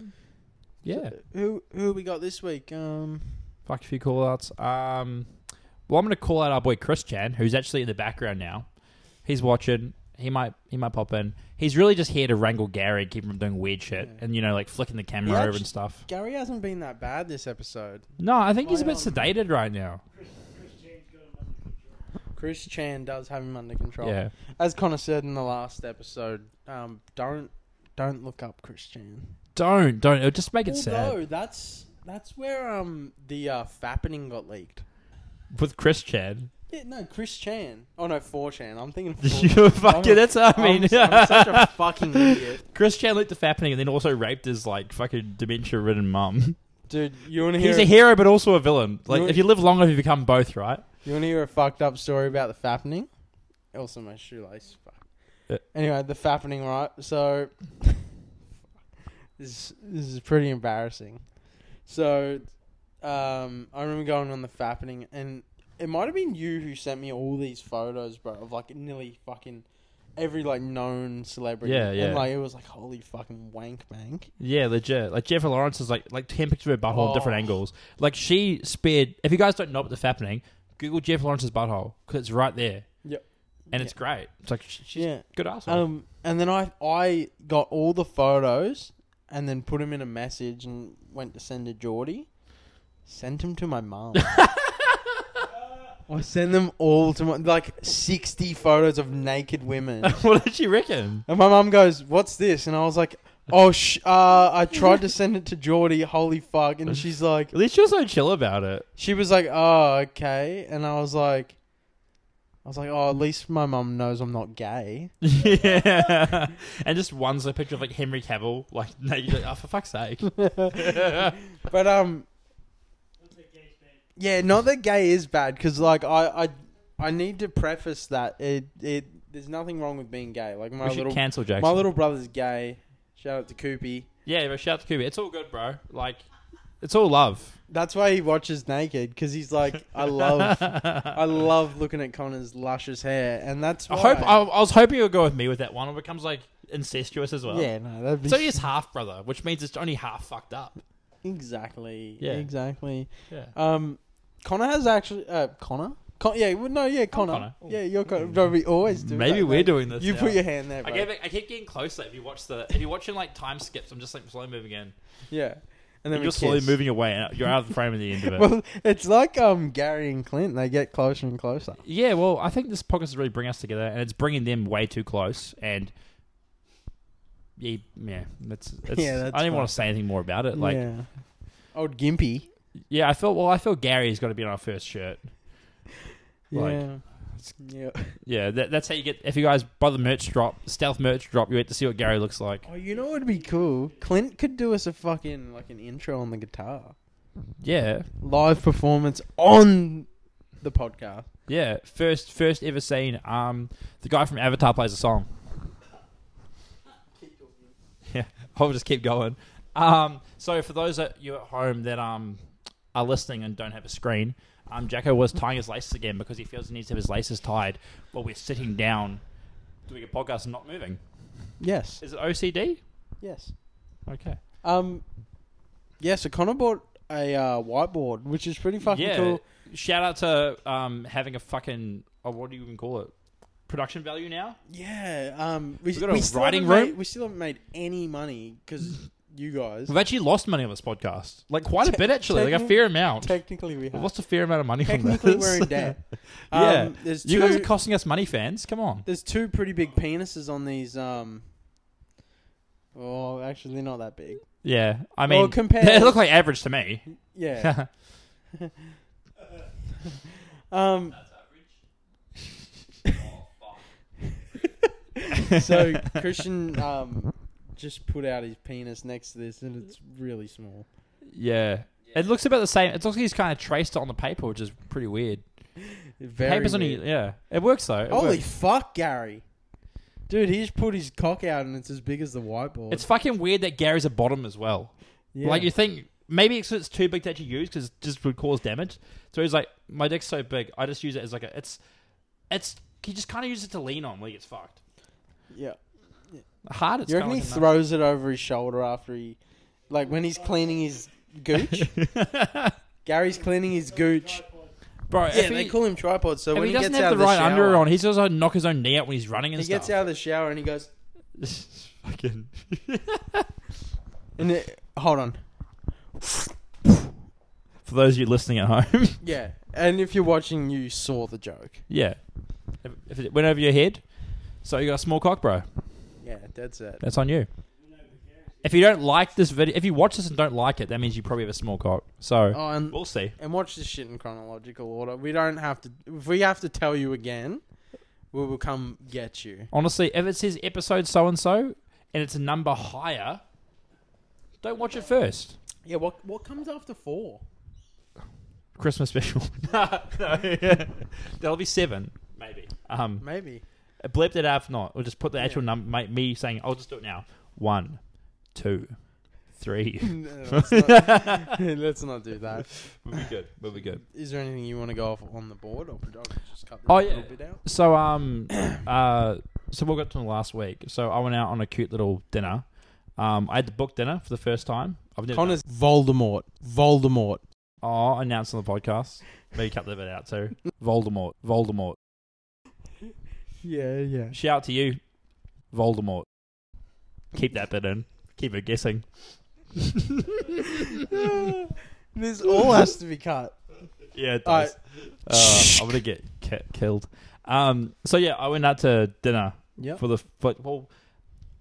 Speaker 2: yeah.
Speaker 1: who who we got this week? Um,
Speaker 2: Fuck a few call outs. Um, well, I'm going to call out our boy Chris Chan, who's actually in the background now. He's watching. He might he might pop in. He's really just here to wrangle Gary, and keep him from doing weird shit,
Speaker 1: Yeah.
Speaker 2: and you know, like flicking the camera
Speaker 1: He
Speaker 2: over
Speaker 1: actu-
Speaker 2: and stuff.
Speaker 1: Gary hasn't been that bad this episode.
Speaker 2: No, I think he's a bit
Speaker 1: My, um,
Speaker 2: sedated right now.
Speaker 1: Chris Chan does have him under control.
Speaker 2: Yeah,
Speaker 1: As Connor said in the last episode, um, don't don't look up Chris Chan.
Speaker 2: don't don't. It'll just make it
Speaker 1: Although
Speaker 2: sad
Speaker 1: that's that's where um the uh, fappening got leaked.
Speaker 2: with Chris Chan.
Speaker 1: Yeah, no, Chris Chan. Oh no, 4chan. I'm thinking. 4chan.
Speaker 2: you fucking. That's what I
Speaker 1: I'm-
Speaker 2: mean.
Speaker 1: I'm, such a fucking idiot,
Speaker 2: Chris Chan looked the fappening and then also raped his like fucking dementia-ridden mum.
Speaker 1: dude. You want to hear?
Speaker 2: He's a hero, but also a villain. Like
Speaker 1: You're-
Speaker 2: if you live long enough, you become both, right?
Speaker 1: You want to hear a fucked up story about the fappening? Also, my shoelace. Fuck.
Speaker 2: Yeah.
Speaker 1: Anyway, the fappening, right? So, this, this is pretty embarrassing. So, um, I remember going on the fappening, and it might have been you who sent me all these photos, bro, of like nearly fucking every like known celebrity.
Speaker 2: Yeah, yeah.
Speaker 1: And like it was like holy fucking wank bank.
Speaker 2: Yeah, legit. Like Jennifer Lawrence is like like ten pictures of her butthole in different
Speaker 1: Oh.
Speaker 2: angles. Like she spared. If you guys don't know what the fappening, Google Jennifer Lawrence's butthole because it's right there.
Speaker 1: Yep.
Speaker 2: And it's great. It's like sh- she's
Speaker 1: Yeah.
Speaker 2: good asshole.
Speaker 1: Um, and then I I got all the photos and then put him in a message and went to send to Geordie. Sent him to my mum. I send them all to my like sixty photos of naked women.
Speaker 2: what did she reckon?
Speaker 1: And my mum goes, "What's this?" And I was like, "Oh, sh- uh, I tried to send it to Geordie. Holy fuck!" And she's like,
Speaker 2: At least she was so chill about it.
Speaker 1: she was like, "Oh, okay," and I was like, I was like, "Oh, at least my mum knows I'm not gay."
Speaker 2: yeah. And just one's a picture of like Henry Cavill, like, naked, like, oh, for fuck's sake.
Speaker 1: But um, yeah, not that gay is bad because like I I I need to preface that it it there's nothing wrong with being gay. Like my
Speaker 2: we should
Speaker 1: little
Speaker 2: cancel Jackson.
Speaker 1: my little brother's gay. Shout out to Koopy.
Speaker 2: yeah, but shout out to Kubi. It's all good, bro. Like, it's all love.
Speaker 1: That's why he watches naked because he's like, I love I love looking at Connor's luscious hair, and that's
Speaker 2: I
Speaker 1: why.
Speaker 2: hope I, I was hoping you'd go with me with that one. It becomes like incestuous as well.
Speaker 1: yeah, no, that'd be
Speaker 2: So he's half brother, which means it's only half fucked up.
Speaker 1: exactly,
Speaker 2: Yeah.
Speaker 1: exactly.
Speaker 2: Yeah.
Speaker 1: Um, Connor has actually uh, Connor. Con- yeah, well, no, yeah, Connor.
Speaker 2: Connor.
Speaker 1: Yeah, you're Connor. Bro, we always do.
Speaker 2: Maybe
Speaker 1: that,
Speaker 2: we're
Speaker 1: mate.
Speaker 2: doing this.
Speaker 1: You
Speaker 2: now.
Speaker 1: put your hand there,
Speaker 2: I
Speaker 1: bro.
Speaker 2: gave it, I keep getting closer. If you watch the, if you're watching like time skips, I'm just like slow moving in.
Speaker 1: yeah, and
Speaker 2: And
Speaker 1: then
Speaker 2: then
Speaker 1: we
Speaker 2: you're slowly
Speaker 1: kiss.
Speaker 2: moving away, and you're out of the frame at the end of it.
Speaker 1: Well, it's like um Gary and Clint. They get closer and closer.
Speaker 2: yeah, well, I think this podcast is really bringing us together, and it's bringing them way too close. And yeah, yeah, that's, that's
Speaker 1: Yeah, that's
Speaker 2: I don't even
Speaker 1: fine.
Speaker 2: want to say anything more about it. Like, yeah,
Speaker 1: yeah. old Gimpy.
Speaker 2: I feel well, I feel Gary's got to be on our first shirt. Like-
Speaker 1: yeah. Yeah.
Speaker 2: Yeah, that, that's how you get. If you guys buy the merch drop, stealth merch drop, you get to see what Gary looks like.
Speaker 1: Oh, you know what would be cool? Clint could do us a fucking like an intro on the guitar,
Speaker 2: Yeah,
Speaker 1: live performance on the podcast.
Speaker 2: yeah. First, first ever seen. Um, the guy from Avatar plays a song. Yeah, I'll just keep going. Um, so for those of you at home that um are listening and don't have a screen, um, Jacko was tying his laces again because he feels he needs to have his laces tied while we're sitting down doing a podcast and not moving.
Speaker 1: Yes.
Speaker 2: Is it OCD?
Speaker 1: Yes.
Speaker 2: Okay.
Speaker 1: Um. Yeah. So Connor bought a uh, whiteboard, which is pretty fucking
Speaker 2: yeah.
Speaker 1: cool.
Speaker 2: Shout out to um having a fucking oh, what do you even call it? Production value now.
Speaker 1: Yeah. Um. We,
Speaker 2: We got a
Speaker 1: still
Speaker 2: writing
Speaker 1: haven't made-
Speaker 2: room?
Speaker 1: we still haven't made any money because you guys.
Speaker 2: We've actually lost money on this podcast, like quite a
Speaker 1: Te-
Speaker 2: bit actually, like a
Speaker 1: techni-
Speaker 2: fair amount.
Speaker 1: Technically, we have.
Speaker 2: We've lost a fair amount of money from this.
Speaker 1: technically, we're in debt.
Speaker 2: Yeah.
Speaker 1: Um, there's
Speaker 2: You guys are
Speaker 1: two.
Speaker 2: costing us money, fans. Come on.
Speaker 1: there's two pretty big penises on these. Um. Oh, actually, they're not that big.
Speaker 2: Yeah, I mean,
Speaker 1: Well, compared-
Speaker 2: they look like average to me.
Speaker 1: Yeah. um.
Speaker 3: That's average. oh, fuck.
Speaker 1: So Christian um just put out his penis next to this, and it's really small.
Speaker 2: yeah. It looks about the same. It looks like he's kind of traced it on the paper, which is pretty weird.
Speaker 1: Very
Speaker 2: Papers
Speaker 1: weird.
Speaker 2: on, yeah, it works though. It
Speaker 1: Holy
Speaker 2: works.
Speaker 1: fuck, Gary. Dude, he just put his cock out and it's as big as the whiteboard.
Speaker 2: it's fucking weird that Gary's a bottom as well.
Speaker 1: yeah.
Speaker 2: Like you think maybe it's, it's too big to actually use because it just would cause damage. So he's like, my dick's so big, I just use it as like a it's it's he just kind of uses it to lean on when he gets fucked.
Speaker 1: yeah.
Speaker 2: Hard. It's
Speaker 1: You reckon he
Speaker 2: kinda
Speaker 1: throws it over his shoulder after he, like when he's cleaning his gooch?
Speaker 2: like a nut.
Speaker 1: Gary's cleaning his gooch.
Speaker 2: Bro,
Speaker 1: Yeah,
Speaker 2: if
Speaker 1: they
Speaker 2: he,
Speaker 1: call him tripod. So
Speaker 2: if
Speaker 1: when
Speaker 2: he
Speaker 1: he,
Speaker 2: doesn't
Speaker 1: gets
Speaker 2: have
Speaker 1: out
Speaker 2: the
Speaker 1: of the
Speaker 2: right
Speaker 1: shower,
Speaker 2: underwear on, he's just gonna knock his own knee out when he's running and
Speaker 1: he
Speaker 2: stuff.
Speaker 1: gets out of the shower and he goes,
Speaker 2: Fucking.
Speaker 1: and it, hold on,
Speaker 2: For those of you listening at home,
Speaker 1: yeah. And if you're watching, you saw the joke.
Speaker 2: yeah, if, if it went over your head, so you got a small cock, bro.
Speaker 1: Yeah, that's it.
Speaker 2: That's on you. If you don't like this video, if you watch this and don't like it, that means you probably have a small cock. So
Speaker 1: Oh, and
Speaker 2: we'll see.
Speaker 1: and watch this shit in chronological order. We don't have to. If we have to tell you again, we will come get you.
Speaker 2: Honestly, if it says episode so and so and it's a number higher, don't watch it first.
Speaker 1: Yeah, what what comes after four?
Speaker 2: Christmas special. no, yeah. That'll be seven, maybe. Um,
Speaker 1: Maybe.
Speaker 2: blip it out if not. We'll just put the actual
Speaker 1: Yeah.
Speaker 2: number. Mate, me saying, "I'll just do it now." One, two, three.
Speaker 1: No, let's, not, let's not do that.
Speaker 2: we'll be good. We'll be good.
Speaker 1: Is there anything you want to go off on the board, or could I just cut this
Speaker 2: Oh,
Speaker 1: little
Speaker 2: yeah.
Speaker 1: bit out?
Speaker 2: So um uh so we got to last week. So I went out on a cute little dinner. Um I had to book dinner for the first time. I've never
Speaker 1: Connor's Voldemort. Voldemort.
Speaker 2: done- Oh announced on the podcast. Maybe cut that bit out too. Voldemort. Voldemort.
Speaker 1: Yeah, yeah.
Speaker 2: Shout out to you. Voldemort. Keep that bit in. Keep it guessing.
Speaker 1: this all has to be cut.
Speaker 2: Yeah, it
Speaker 1: All
Speaker 2: does. Uh, I'm gonna get ki- killed. Um, so yeah, I went out to dinner
Speaker 1: Yep.
Speaker 2: for the for, well.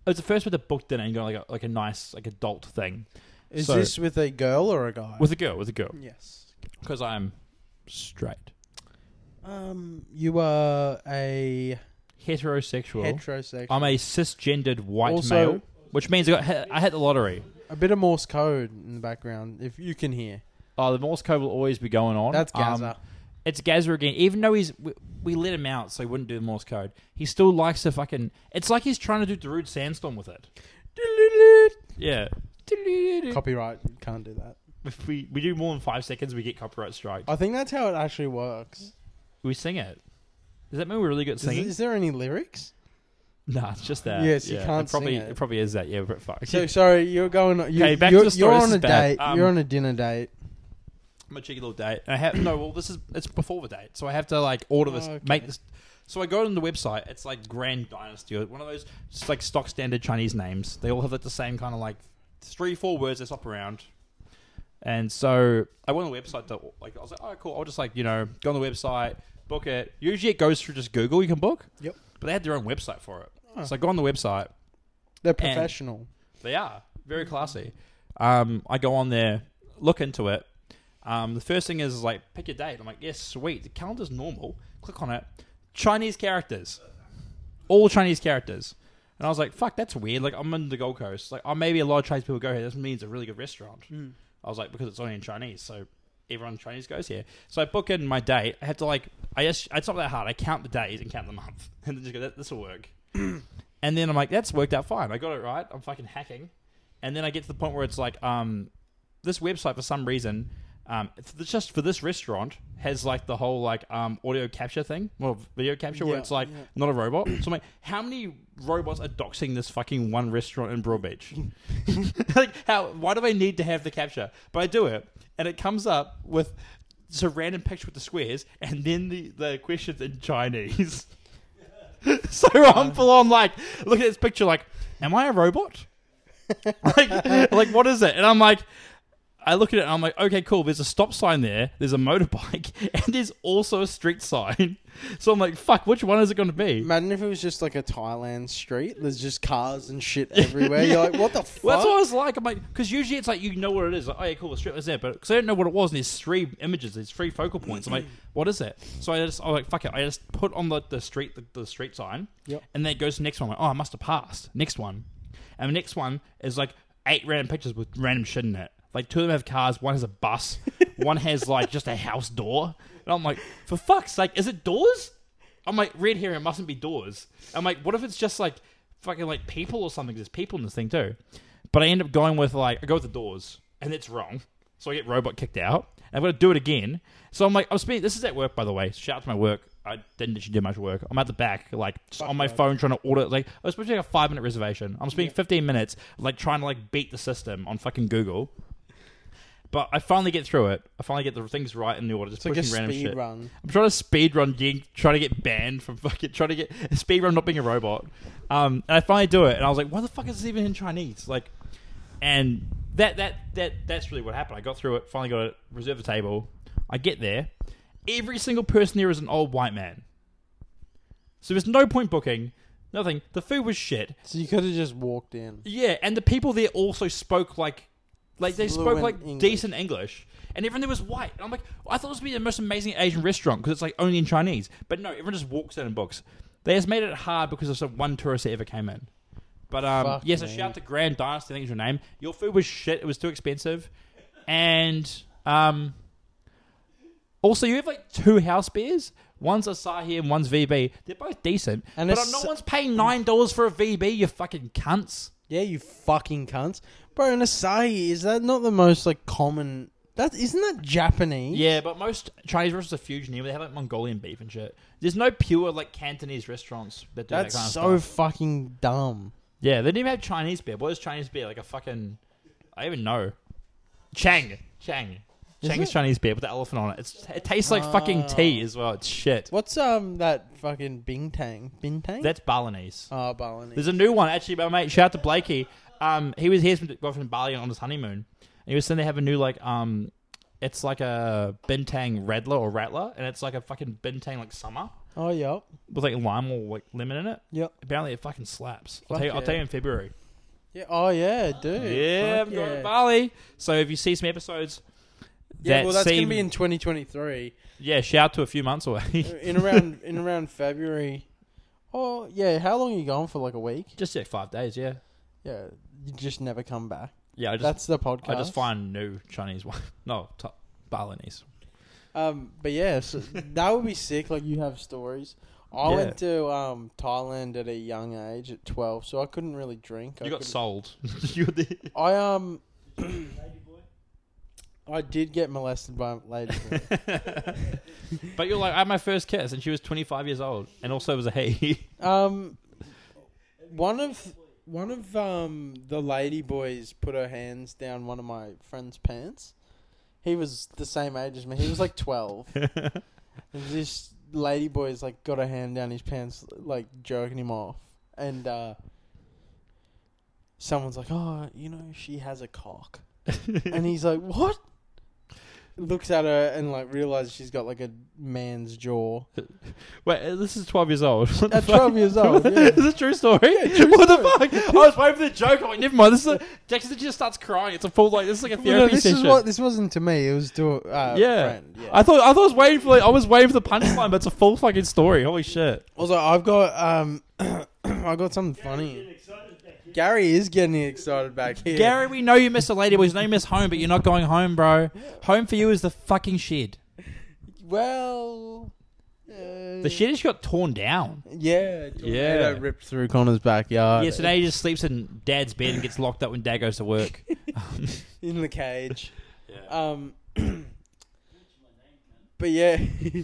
Speaker 2: It was the first one to book dinner and go like a, like a nice like adult thing
Speaker 1: Is
Speaker 2: So-
Speaker 1: this with a girl or a guy?
Speaker 2: with a girl with a girl
Speaker 1: yes.
Speaker 2: because I'm straight
Speaker 1: Um, you are a
Speaker 2: heterosexual.
Speaker 1: heterosexual.
Speaker 2: I'm a cisgendered white
Speaker 1: Also-
Speaker 2: male, which means I got hit, I hit the lottery.
Speaker 1: a bit of Morse code in the background, if you can hear.
Speaker 2: Oh, the Morse code will always be going on.
Speaker 1: That's
Speaker 2: Um,
Speaker 1: Gaza.
Speaker 2: It's Gazza again. Even though he's we, we let him out, so he wouldn't do the Morse code. He still likes to fucking. It's like he's trying to do Darude Sandstorm with it. Yeah.
Speaker 1: Copyright can't do that.
Speaker 2: If we we do more than five seconds, we get copyright strike.
Speaker 1: I think that's how it actually works.
Speaker 2: We sing it. Does that mean we're really good at
Speaker 1: Is,
Speaker 2: singing?
Speaker 1: is there any lyrics?
Speaker 2: Nah, it's just that.
Speaker 1: Yes, you can't
Speaker 2: it probably,
Speaker 1: sing it.
Speaker 2: probably is that. Yeah, we're fucked.
Speaker 1: So sorry, you're going. You,
Speaker 2: Okay, back to
Speaker 1: you're,
Speaker 2: the story,
Speaker 1: You're
Speaker 2: this
Speaker 1: on
Speaker 2: is
Speaker 1: a
Speaker 2: bad.
Speaker 1: date.
Speaker 2: Um,
Speaker 1: you're on a dinner date.
Speaker 2: I'm a cheeky little date. And I have no. Well, this is it's before the date, so I have to like order this,
Speaker 1: Oh, Okay.
Speaker 2: make this. So I go on the website. It's like Grand Dynasty, or one of those just like stock standard Chinese names. They all have like the same kind of like three, four words that swap around. And so I went on the website to like I was like, oh cool, I'll just like you know go on the website, book it. Usually it goes through just Google. You can book.
Speaker 1: Yep.
Speaker 2: But they had their own website for it.
Speaker 1: Oh.
Speaker 2: So I go on the website.
Speaker 1: They're professional.
Speaker 2: They are very classy. Um, I go on there, look into it. Um, the first thing is like pick a date. I'm like, yes, sweet. The calendar's normal. Click on it. Chinese characters, all Chinese characters. And I was like, fuck, that's weird. Like I'm in the Gold Coast. Like oh, maybe a lot of Chinese people go here. This means a really good restaurant.
Speaker 1: Hmm.
Speaker 2: I was like, because it's only in Chinese, so everyone in Chinese goes here. So I book in my date. I have to like, I just, it's not that hard. I count the days and count the month, and then just go, "That- this will work. and then I'm like, that's worked out fine. I got it right. I'm fucking hacking. And then I get to the point where it's like, um, this website for some reason, um, it's it's just for this restaurant has like the whole like um audio capture thing, well video capture where
Speaker 1: Yeah,
Speaker 2: it's like
Speaker 1: yeah.
Speaker 2: not a robot. So I'm like, how many robots are doxing this fucking one restaurant in Broadbeach? like how why do I need to have the capture? But I do it and it comes up with just a random picture with the squares and then the, the questions in Chinese. so I'm full on like look at this picture like, Am I a robot? like like what is it? And I'm like I look at it and I'm like, okay, cool. There's a stop sign there. There's a motorbike, and there's also a street sign. So I'm like, fuck, which one is it going to be?
Speaker 1: Imagine if it was just like a Thailand street. There's just cars and shit everywhere. You're like, what the fuck?
Speaker 2: Well, that's what I was like. I'm like, because usually it's like you know what it is. Like, oh yeah, cool, the strip is there, but because I didn't know what it was, and there's three images, there's three focal points. I'm like, what is it? So I just, I'm like, fuck it. I just put on the, the street, the, the street sign,
Speaker 1: Yep.
Speaker 2: and then it goes to the next one. I'm like, oh, I must have passed. Next one, and the next one is like eight random pictures with random shit in it. Like two of them have cars, one has a bus, one has like just a house door, and I'm like, for fuck's sake, is it doors? I'm like, red herring, it mustn't be doors. I'm like, what if it's just like fucking like people or something? There's people in this thing too. But I end up going with like I go with the doors, and it's wrong. So I get robot kicked out. And I've got to do it again. So I'm like, I'm spending. This is at work, by the way. Shout out to my work. I didn't actually do much work. I'm at the back, like just on my phone, trying to order. Like I was supposed to take a five minute reservation. I'm spending 15 minutes, like trying to like beat the system on fucking Google. But I finally get through it. I finally get the things right in the order.
Speaker 1: It's
Speaker 2: Just
Speaker 1: like a
Speaker 2: pushing random
Speaker 1: speed
Speaker 2: shit.
Speaker 1: run.
Speaker 2: I'm trying to speed run gig, trying to get banned from fucking trying to get speed run not being a robot. Um, and I finally do it, and I was like, "Why the fuck is this even in Chinese?" Like, and that that that that's really what happened. I got through it, finally got it, reserved the table. I get there, every single person there is an old white man. So there's no point booking, nothing. The food was shit.
Speaker 1: So you could have just walked in.
Speaker 2: Yeah, and the people there also spoke like, like they spoke
Speaker 1: Fluent
Speaker 2: like
Speaker 1: English.
Speaker 2: decent English, and everyone there was white. And I'm like, I thought this would be the most amazing Asian restaurant because it's like only in Chinese, but no, everyone just walks in and books. They just made it hard because of some one tourist that ever came in. But um,
Speaker 1: Fuck
Speaker 2: yes, a
Speaker 1: me.
Speaker 2: shout out to Grand Dynasty. I think is your name. Your food was shit. It was too expensive, and um, also you have like two house beers. One's Asahi and one's VB. They're both decent,
Speaker 1: And
Speaker 2: but
Speaker 1: Asa-
Speaker 2: no one's paying nine dollars for a VB. You fucking cunts.
Speaker 1: Yeah, you fucking cunts, bro. And Asahi is that not the most like common? That isn't that Japanese?
Speaker 2: Yeah, but most Chinese restaurants are fusion here. They have like Mongolian beef and shit. There's no pure like Cantonese restaurants that do
Speaker 1: That's
Speaker 2: that kind
Speaker 1: so
Speaker 2: of stuff.
Speaker 1: fucking dumb.
Speaker 2: yeah, they don't even have Chinese beer. What is Chinese beer? Like a fucking I don't even know. Chang, Chang,
Speaker 1: Is
Speaker 2: Chang is
Speaker 1: it? Oh.
Speaker 2: Chinese beer with the elephant on it. It's, it tastes like fucking tea as well. It's shit.
Speaker 1: What's um that fucking Bintang? Bintang?
Speaker 2: That's Balinese.
Speaker 1: oh, Balinese.
Speaker 2: There's a new one actually, by my mate. Shout out to Blakey. Um, he was here from, got from Bali on his honeymoon, and he was saying they have a new like um, it's like a bintang redler or rattler, and it's like a fucking bintang like summer
Speaker 1: Oh, yep.
Speaker 2: with like lime or like lemon in it.
Speaker 1: Yep.
Speaker 2: Apparently, it fucking slaps. I'll,
Speaker 1: Fuck
Speaker 2: tell you, I'll
Speaker 1: yeah.
Speaker 2: tell you in February.
Speaker 1: Yeah. Oh, yeah, dude.
Speaker 2: yeah,
Speaker 1: Fuck
Speaker 2: I'm going
Speaker 1: yeah.
Speaker 2: to Bali. So if you see some episodes,
Speaker 1: Yeah,
Speaker 2: that
Speaker 1: well, that's
Speaker 2: seem,
Speaker 1: gonna be in 2023,
Speaker 2: yeah, shout to a few months away.
Speaker 1: in around in around February. Oh, yeah. How long are you going for? Like a week?
Speaker 2: just like five days, yeah,
Speaker 1: Yeah, you just never come back.
Speaker 2: yeah. I just
Speaker 1: that's the podcast.
Speaker 2: I just find new Chinese one. No, t- Balinese.
Speaker 1: Um, but yeah, so that would be sick. Like you have stories. I
Speaker 2: Yeah.
Speaker 1: went to um Thailand at a young age, at 12, so I couldn't really drink. I
Speaker 2: You got
Speaker 1: couldn't-
Speaker 2: sold. you were the-
Speaker 1: I um. I did get molested by a lady.
Speaker 2: but you're like, I had my first kiss, and she was 25 years old, and also was a he.
Speaker 1: um, one of one of um the lady boys put her hands down one of my friend's pants. He was the same age as me. He was like twelve. And this lady boy's like got her hand down his pants, like jerking him off, and uh, someone's like, "Oh, you know, she has a cock," and he's like, "What?" Looks at her and like realizes she's got like a man's jaw.
Speaker 2: Wait, this is 12 years old. What the
Speaker 1: At
Speaker 2: fuck?
Speaker 1: twelve years old, yeah.
Speaker 2: Is this a true story? what the fuck? I was waiting for the joke. I'm like, never mind. This is a, Jackson just starts crying. It's a full like this is like a
Speaker 1: Well,
Speaker 2: therapy
Speaker 1: no, this
Speaker 2: session.
Speaker 1: is what this wasn't to me. It was to uh,
Speaker 2: yeah.
Speaker 1: friend. Yeah.
Speaker 2: I thought I thought I was waiting for like, I was waiting for the punchline, but it's a full fucking story. Holy shit!
Speaker 1: Also, I've got um, I got something funny. Gary is getting excited back here.
Speaker 2: Gary, we know you miss a lady, but we know you miss home, but you're not going home, bro. Home for you is the fucking shed.
Speaker 1: well, uh,
Speaker 2: The shed has got torn down.
Speaker 1: Yeah,
Speaker 2: tornado Yeah.
Speaker 1: ripped through Connor's backyard.
Speaker 2: Yeah, so now he just sleeps in dad's bed and gets locked up when dad goes to work.
Speaker 1: in the cage. Um, but yeah,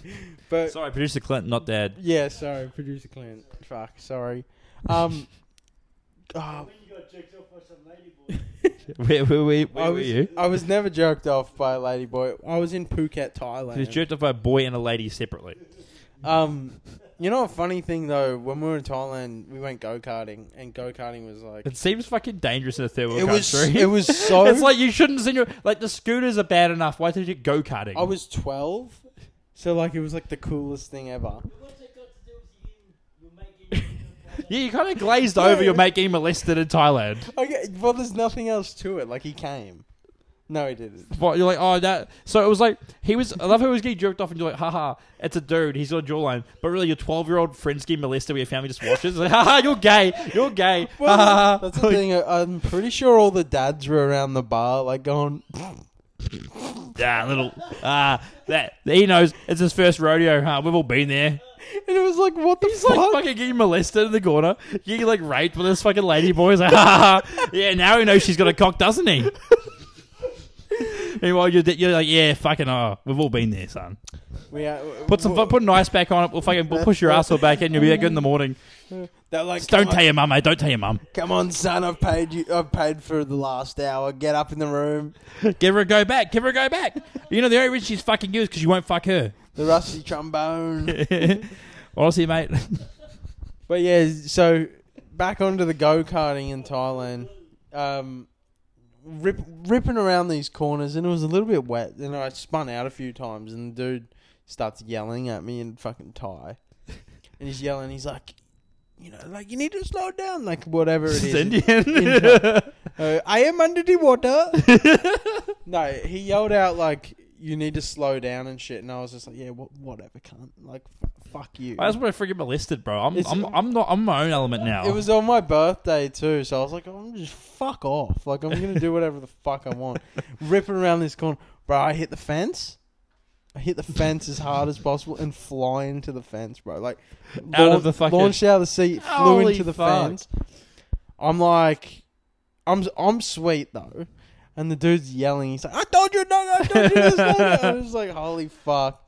Speaker 1: but
Speaker 2: Sorry, producer Clint, not dad.
Speaker 1: yeah, sorry, producer Clint. Fuck, sorry. Um, oh,
Speaker 2: Where, where, where, where
Speaker 1: I
Speaker 2: were
Speaker 1: was
Speaker 2: you?
Speaker 1: I was never jerked off by a lady boy. I was in Phuket, Thailand.
Speaker 2: He was jerked off by a boy and a lady separately.
Speaker 1: Um, you know a funny thing though, when we were in Thailand, we went go karting, and go karting was like
Speaker 2: It seems fucking dangerous in a third world
Speaker 1: it was
Speaker 2: country.
Speaker 1: it was so.
Speaker 2: it's like you shouldn't send your like the scooters are bad enough. Why did you go karting?
Speaker 1: I was twelve, so like it was like the coolest thing ever.
Speaker 2: yeah, you kind of glazed over.
Speaker 1: Yeah.
Speaker 2: You're making molested in Thailand.
Speaker 1: Okay, well, there's nothing else to it. Like he came. No, he didn't.
Speaker 2: But you're like, oh that. So it was like he was. I love how he was getting jerked off, and you're like, haha, it's a dude. He's got a jawline. But really, your 12 year old friend's getting molested. Where your family just watches. Like, haha, you're gay. You're gay. Ha, ha, ha.
Speaker 1: that's the thing. I- I'm pretty sure all the dads were around the bar, like going,
Speaker 2: Ah, little. Ah, that he knows. It's his first rodeo. Huh? We've all been there.
Speaker 1: and it was like, "What the
Speaker 2: He's
Speaker 1: fuck?"
Speaker 2: like fucking getting molested in the corner, getting like raped by this fucking lady boy. He's like, ha, ha, ha. yeah, now he knows she's got a cock, doesn't he? Meanwhile, you're, you're like, yeah, fucking, oh, we've all been there, son.
Speaker 1: we uh,
Speaker 2: Put some, put an ice back on it. We'll fucking, we'll push your asshole back in. You'll be that good in the morning.
Speaker 1: They're like,
Speaker 2: Just don't
Speaker 1: come,
Speaker 2: tell
Speaker 1: on,
Speaker 2: your mum, mate. Don't tell your mum.
Speaker 1: come on, son. I've paid you. I've paid for the last hour. Get up in the room.
Speaker 2: Give her a go back. Give her a go back. You know the only reason she's fucking you is because you won't fuck her.
Speaker 1: The rusty trombone.
Speaker 2: Honestly, mate.
Speaker 1: but yeah, so back onto the go karting in Thailand. Um, rip, ripping around these corners, and it was a little bit wet. And I spun out a few times, and the dude starts yelling at me in fucking Thai, and he's yelling. He's like, you know, like you need to slow down, like whatever it
Speaker 2: It's
Speaker 1: is.
Speaker 2: Indian.
Speaker 1: Uh, I am under the water. no, he yelled out like. You need to slow down and shit, and I was just like, "Yeah, wha- whatever, cunt. Like, f- fuck you."
Speaker 2: I just want to freaking molested, bro. I'm,
Speaker 1: It's-
Speaker 2: I'm, I'm not. I'm my own element now.
Speaker 1: It was on my birthday too, so I was like, I'm just fuck off. Like I'm gonna do whatever the fuck I want. Ripping around this corner, bro. I hit the fence. I hit the fence as hard as possible and fly into the fence, bro. Like
Speaker 2: Out of
Speaker 1: laun-
Speaker 2: the fucking-
Speaker 1: launched out of the seat, flew
Speaker 2: Holy
Speaker 1: into the
Speaker 2: fuck.
Speaker 1: fence. I'm like, I'm I'm sweet though, and the dude's yelling. He's like, I told you no, I told you this. no, no." I was like, holy fuck.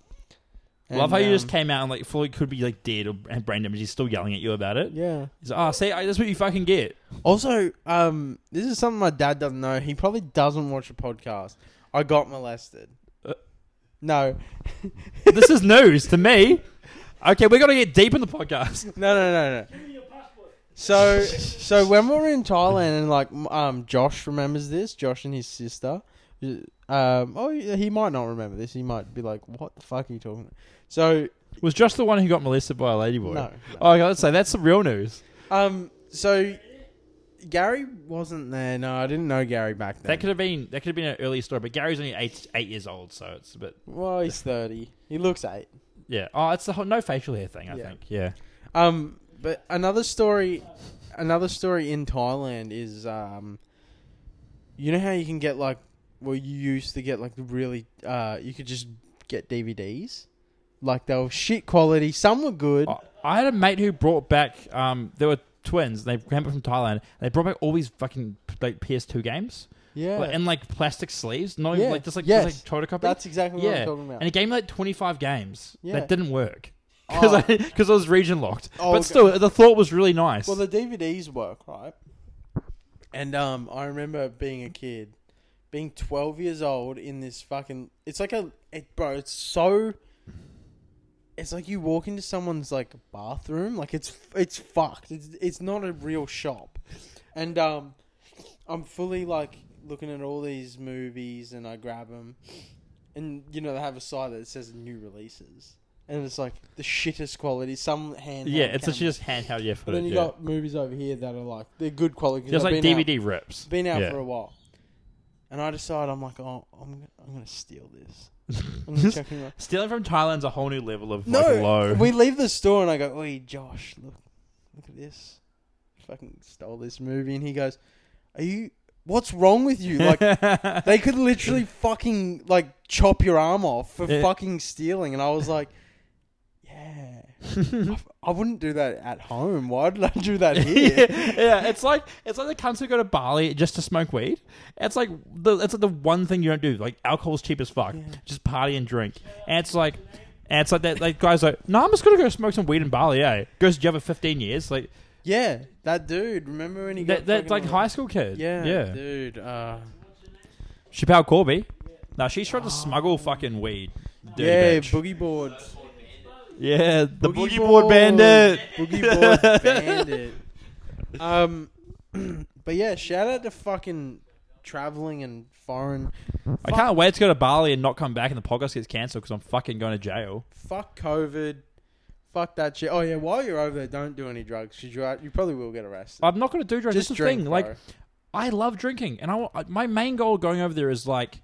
Speaker 2: Love
Speaker 1: And,
Speaker 2: how you just
Speaker 1: um,
Speaker 2: came out and like Floyd could be like dead or and brain damage. He's still yelling at you about it.
Speaker 1: Yeah.
Speaker 2: He's like, "Ah, see, I, that's what you fucking get."
Speaker 1: Also, um, this is something my dad doesn't know. He probably doesn't watch a podcast. I got molested.
Speaker 2: Uh.
Speaker 1: No,
Speaker 2: this is news to me. Okay, we're gonna get deep in the podcast.
Speaker 1: no, no, no, no. So, so when we were in Thailand, and like, m- um, Josh remembers this. Josh and his sister. Um, oh, yeah, he might not remember this. He might be like, "What the fuck are you talking?" About? So,
Speaker 2: Was Josh the one who got molested by a ladyboy?
Speaker 1: no.
Speaker 2: Oh, okay, let's say that's some real news.
Speaker 1: Um. So, Gary wasn't there. No, I didn't know Gary back then.
Speaker 2: That could have been that could have been an early story, but Gary's only eight eight years old, so it's a bit
Speaker 1: well, he's thirty. He looks eight.
Speaker 2: yeah. Oh, it's the whole no facial hair thing. I
Speaker 1: Yeah.
Speaker 2: think yeah.
Speaker 1: Um, but another story, another story in Thailand is, um, you know how you can get like, well, you used to get like the really, uh, you could just get DVDs, like they were shit quality. Some were good.
Speaker 2: I- Oh, I had a mate who brought back. Um, there were twins. And they came back from Thailand. And they brought back all these fucking like PS2 games,
Speaker 1: yeah,
Speaker 2: like, in like plastic sleeves, not
Speaker 1: Yeah.
Speaker 2: even like just like
Speaker 1: Yes.
Speaker 2: just, like photocopy.
Speaker 1: that's exactly what
Speaker 2: Yeah.
Speaker 1: I'm talking about.
Speaker 2: and it gave me like twenty five games
Speaker 1: Yeah.
Speaker 2: that didn't work because
Speaker 1: Oh.
Speaker 2: I because I was region locked.
Speaker 1: Oh,
Speaker 2: but
Speaker 1: okay.
Speaker 2: still, the thought was really nice.
Speaker 1: Well, the DVDs work, right? And um, I remember being a kid, being 12 years old in this fucking. It's like a. It, bro, it's so. It's like you walk into someone's like bathroom, like it's it's fucked. It's it's not a real shop, and um, I'm fully like looking at all these movies, and I grab them, and you know they have a side that says new releases, and it's like the shittest quality. Some hand
Speaker 2: yeah, it's actually just handheld. Yeah,
Speaker 1: but then
Speaker 2: footage.
Speaker 1: you
Speaker 2: yeah.
Speaker 1: got movies over here that are like they're good quality. 'cause
Speaker 2: There's
Speaker 1: they've
Speaker 2: like
Speaker 1: been out-
Speaker 2: DVD rips.
Speaker 1: been out
Speaker 2: Yeah.
Speaker 1: for a while, and I decide I'm like, oh, I'm I'm gonna steal this. I'm gonna
Speaker 2: Just
Speaker 1: check him out.
Speaker 2: Stealing from Thailand's a whole new level of
Speaker 1: No,
Speaker 2: like low.
Speaker 1: we leave the store and I go, "Oi, Josh, look, look at this. Fucking stole this movie." And he goes, "Are you? What's wrong with you? Like, they could literally fucking like chop your arm off for
Speaker 2: Yeah.
Speaker 1: fucking stealing." And I was like, "Yeah, I, I wouldn't do that at home. Why did I do that here?"
Speaker 2: yeah, yeah, it's like it's like the cunts who go to Bali just to smoke weed. It's like the it's like the one thing you don't do. Like alcohol's cheap as fuck.
Speaker 1: Yeah.
Speaker 2: Just party and drink. And it's like and it's like that like guys like, no, I'm just gonna go smoke some weed in Bali, eh? Goes to jail for fifteen years. Like
Speaker 1: Yeah, that dude. Remember when he
Speaker 2: that,
Speaker 1: got
Speaker 2: that's like
Speaker 1: fucking-
Speaker 2: high school kid.
Speaker 1: Yeah,
Speaker 2: Yeah.
Speaker 1: dude. Uh,
Speaker 2: Chappelle Corby. Now she's trying to smuggle fucking weed. Dirty
Speaker 1: Oh. yeah,
Speaker 2: bitch.
Speaker 1: boogie boards.
Speaker 2: yeah, the boogie, board bandit.
Speaker 1: Boogie board bandit. Um, but yeah, shout out to fucking traveling and foreign.
Speaker 2: I can't wait to go to Bali and not come back, and the podcast gets cancelled because I'm fucking going to jail.
Speaker 1: Fuck COVID. Fuck that shit. Oh yeah, while you're over there, don't do any drugs. 'cause You you probably will get arrested.
Speaker 2: I'm not going to do drugs.
Speaker 1: Just
Speaker 2: Oh, That's the
Speaker 1: drink,
Speaker 2: thing. Like,
Speaker 1: bro.
Speaker 2: I love drinking, and I wa- I- my main goal going over there is like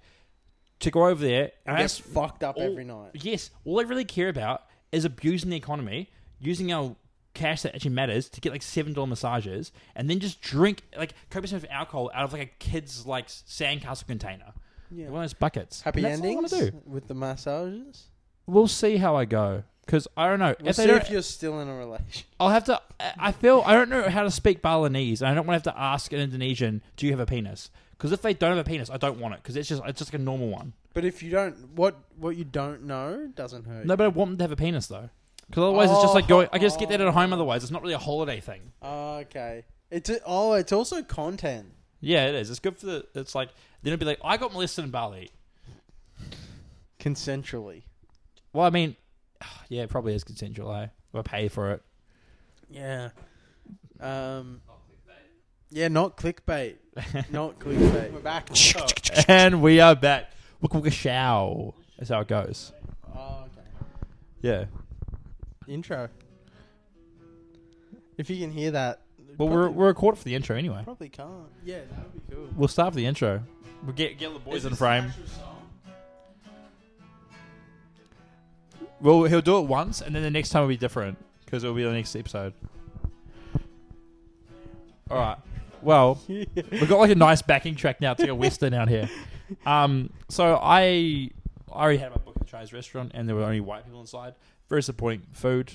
Speaker 2: to go over there. And I
Speaker 1: Get
Speaker 2: just-
Speaker 1: fucked up
Speaker 2: all-
Speaker 1: every night.
Speaker 2: Yes, all I really care about is abusing the economy, using our cash that actually matters to get like seven dollar massages, and then just drink like copious amounts of alcohol out of like a kid's like s- sandcastle container,
Speaker 1: Yeah.
Speaker 2: one of those buckets.
Speaker 1: Happy
Speaker 2: And that's all I
Speaker 1: endings
Speaker 2: wanna do.
Speaker 1: with the massages.
Speaker 2: We'll see how I go. Because I don't know.
Speaker 1: We'll
Speaker 2: if they
Speaker 1: see
Speaker 2: don't-
Speaker 1: if you're still in a relation.
Speaker 2: I'll have to. I I feel I don't know how to speak Balinese, and I don't want to have to ask an Indonesian, "Do you have a penis?" Because if they don't have a penis, I don't want it because it's just it's just like a normal one.
Speaker 1: But if you don't, what what you don't know doesn't hurt.
Speaker 2: No, but I want them to have a penis though, because otherwise it's just like going. I just get that at home. Otherwise, it's not really a holiday thing.
Speaker 1: Oh, okay. It's a, oh, it's also content.
Speaker 2: Yeah, it is. It's good for the. It's like then it'd be like I got molested in Bali.
Speaker 1: Consensually.
Speaker 2: Well, I mean, yeah, it probably is consensual. Eh? If I pay for it.
Speaker 1: Yeah. Um. Yeah, not clickbait. not clickbait. We're back.
Speaker 2: and we are back. Wicka wicka show. That's how it goes.
Speaker 1: oh, okay.
Speaker 2: Yeah.
Speaker 1: Intro. If you can hear that.
Speaker 2: Well, we're we're recorded for the intro anyway.
Speaker 1: probably can't. Yeah, that would be cool.
Speaker 2: We'll start with the intro. We'll get get the boys in frame. Well, he'll do it once, and then the next time will be different because it'll be the next episode. All right. Well, we've got like a nice backing track now to go western out here. Um, so I I already had my book at a Chinese restaurant, and there were only white people inside. Very disappointing food.